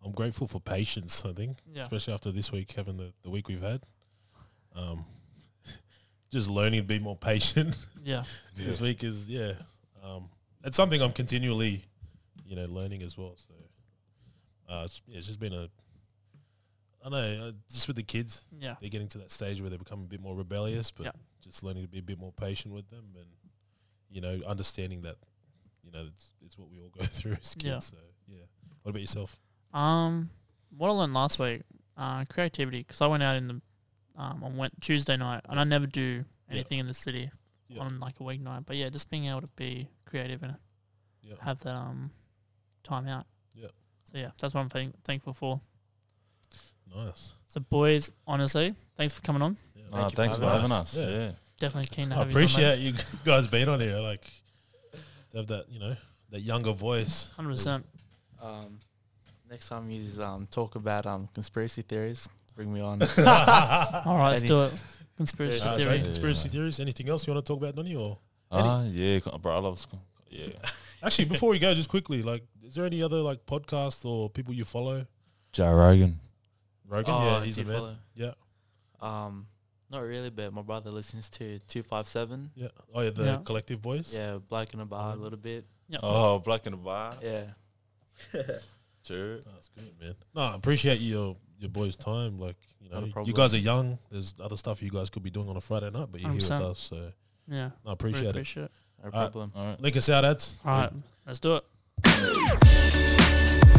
Speaker 2: I'm grateful for patience. I think.
Speaker 1: Yeah.
Speaker 2: especially after this week having the, the week we've had. Um, just learning to be more patient
Speaker 1: Yeah.
Speaker 2: this week is yeah. Um, it's something I'm continually, you know, learning as well. So uh, it's, yeah, it's just been a, I know, uh, just with the kids,
Speaker 1: Yeah.
Speaker 2: they're getting to that stage where they become a bit more rebellious, but
Speaker 1: Yeah.
Speaker 2: just learning to be a bit more patient with them and you know understanding that you know it's it's what we all go through as kids.
Speaker 1: Yeah.
Speaker 2: So yeah. What about yourself?
Speaker 1: Um, what I learned last week, uh, creativity, because I went out in the, um, I went Tuesday night, and I never do
Speaker 2: Yeah.
Speaker 1: anything in the city
Speaker 2: Yeah.
Speaker 1: on like a weeknight. But yeah, just being able to be creative and
Speaker 2: Yeah.
Speaker 1: have that um, time out.
Speaker 2: Yeah.
Speaker 1: So yeah, that's what I'm thank- thankful for.
Speaker 2: Nice.
Speaker 1: So boys, honestly, thanks for coming on.
Speaker 2: Yeah.
Speaker 3: Nah,
Speaker 4: you
Speaker 3: Ah, thanks
Speaker 4: for
Speaker 3: for having
Speaker 2: having
Speaker 3: us.
Speaker 2: us. Yeah.
Speaker 3: yeah.
Speaker 1: Definitely keen to
Speaker 2: I
Speaker 1: have
Speaker 2: appreciate you guys being on here. Like to have that, you know, that younger voice.
Speaker 1: Hundred percent.
Speaker 4: now. Um, next time you um talk about um conspiracy theories, bring me on. Oh,
Speaker 1: All right, let's
Speaker 4: Any-
Speaker 1: do it. Conspiracy
Speaker 2: Uh, sorry,
Speaker 1: theory.
Speaker 2: conspiracy theories. Anything else you want to talk about, Donny? Or
Speaker 3: Ah, yeah, co- bro. I love school. Yeah.
Speaker 2: actually, before we go, just quickly, like, is there any other like podcasts or people you follow?
Speaker 3: Joe Rogan.
Speaker 2: Rogan, yeah, he's
Speaker 4: Oh,
Speaker 2: the
Speaker 4: do you
Speaker 2: man.
Speaker 4: follow?
Speaker 2: Yeah.
Speaker 4: Um, not really, but my brother listens to two five seven.
Speaker 2: Yeah. Oh yeah, the
Speaker 1: Yeah.
Speaker 2: Collective Boys.
Speaker 4: Yeah, black in a bar a little bit.
Speaker 3: Oh, black and bar.
Speaker 4: Yeah.
Speaker 3: True.
Speaker 2: Oh, that's good, man. No, I appreciate your your boys' time. Like, you
Speaker 4: Not a
Speaker 2: know, you
Speaker 4: problem.
Speaker 2: guys are young. There's other stuff you guys could be doing on a Friday night, but you're here with
Speaker 1: 100%.
Speaker 2: us. So
Speaker 1: Yeah.
Speaker 2: no, I
Speaker 1: really
Speaker 2: appreciate it.
Speaker 1: appreciate it.
Speaker 4: No
Speaker 2: Alright.
Speaker 4: problem.
Speaker 3: All right.
Speaker 2: Link us out, ads.
Speaker 1: All right, let's do it.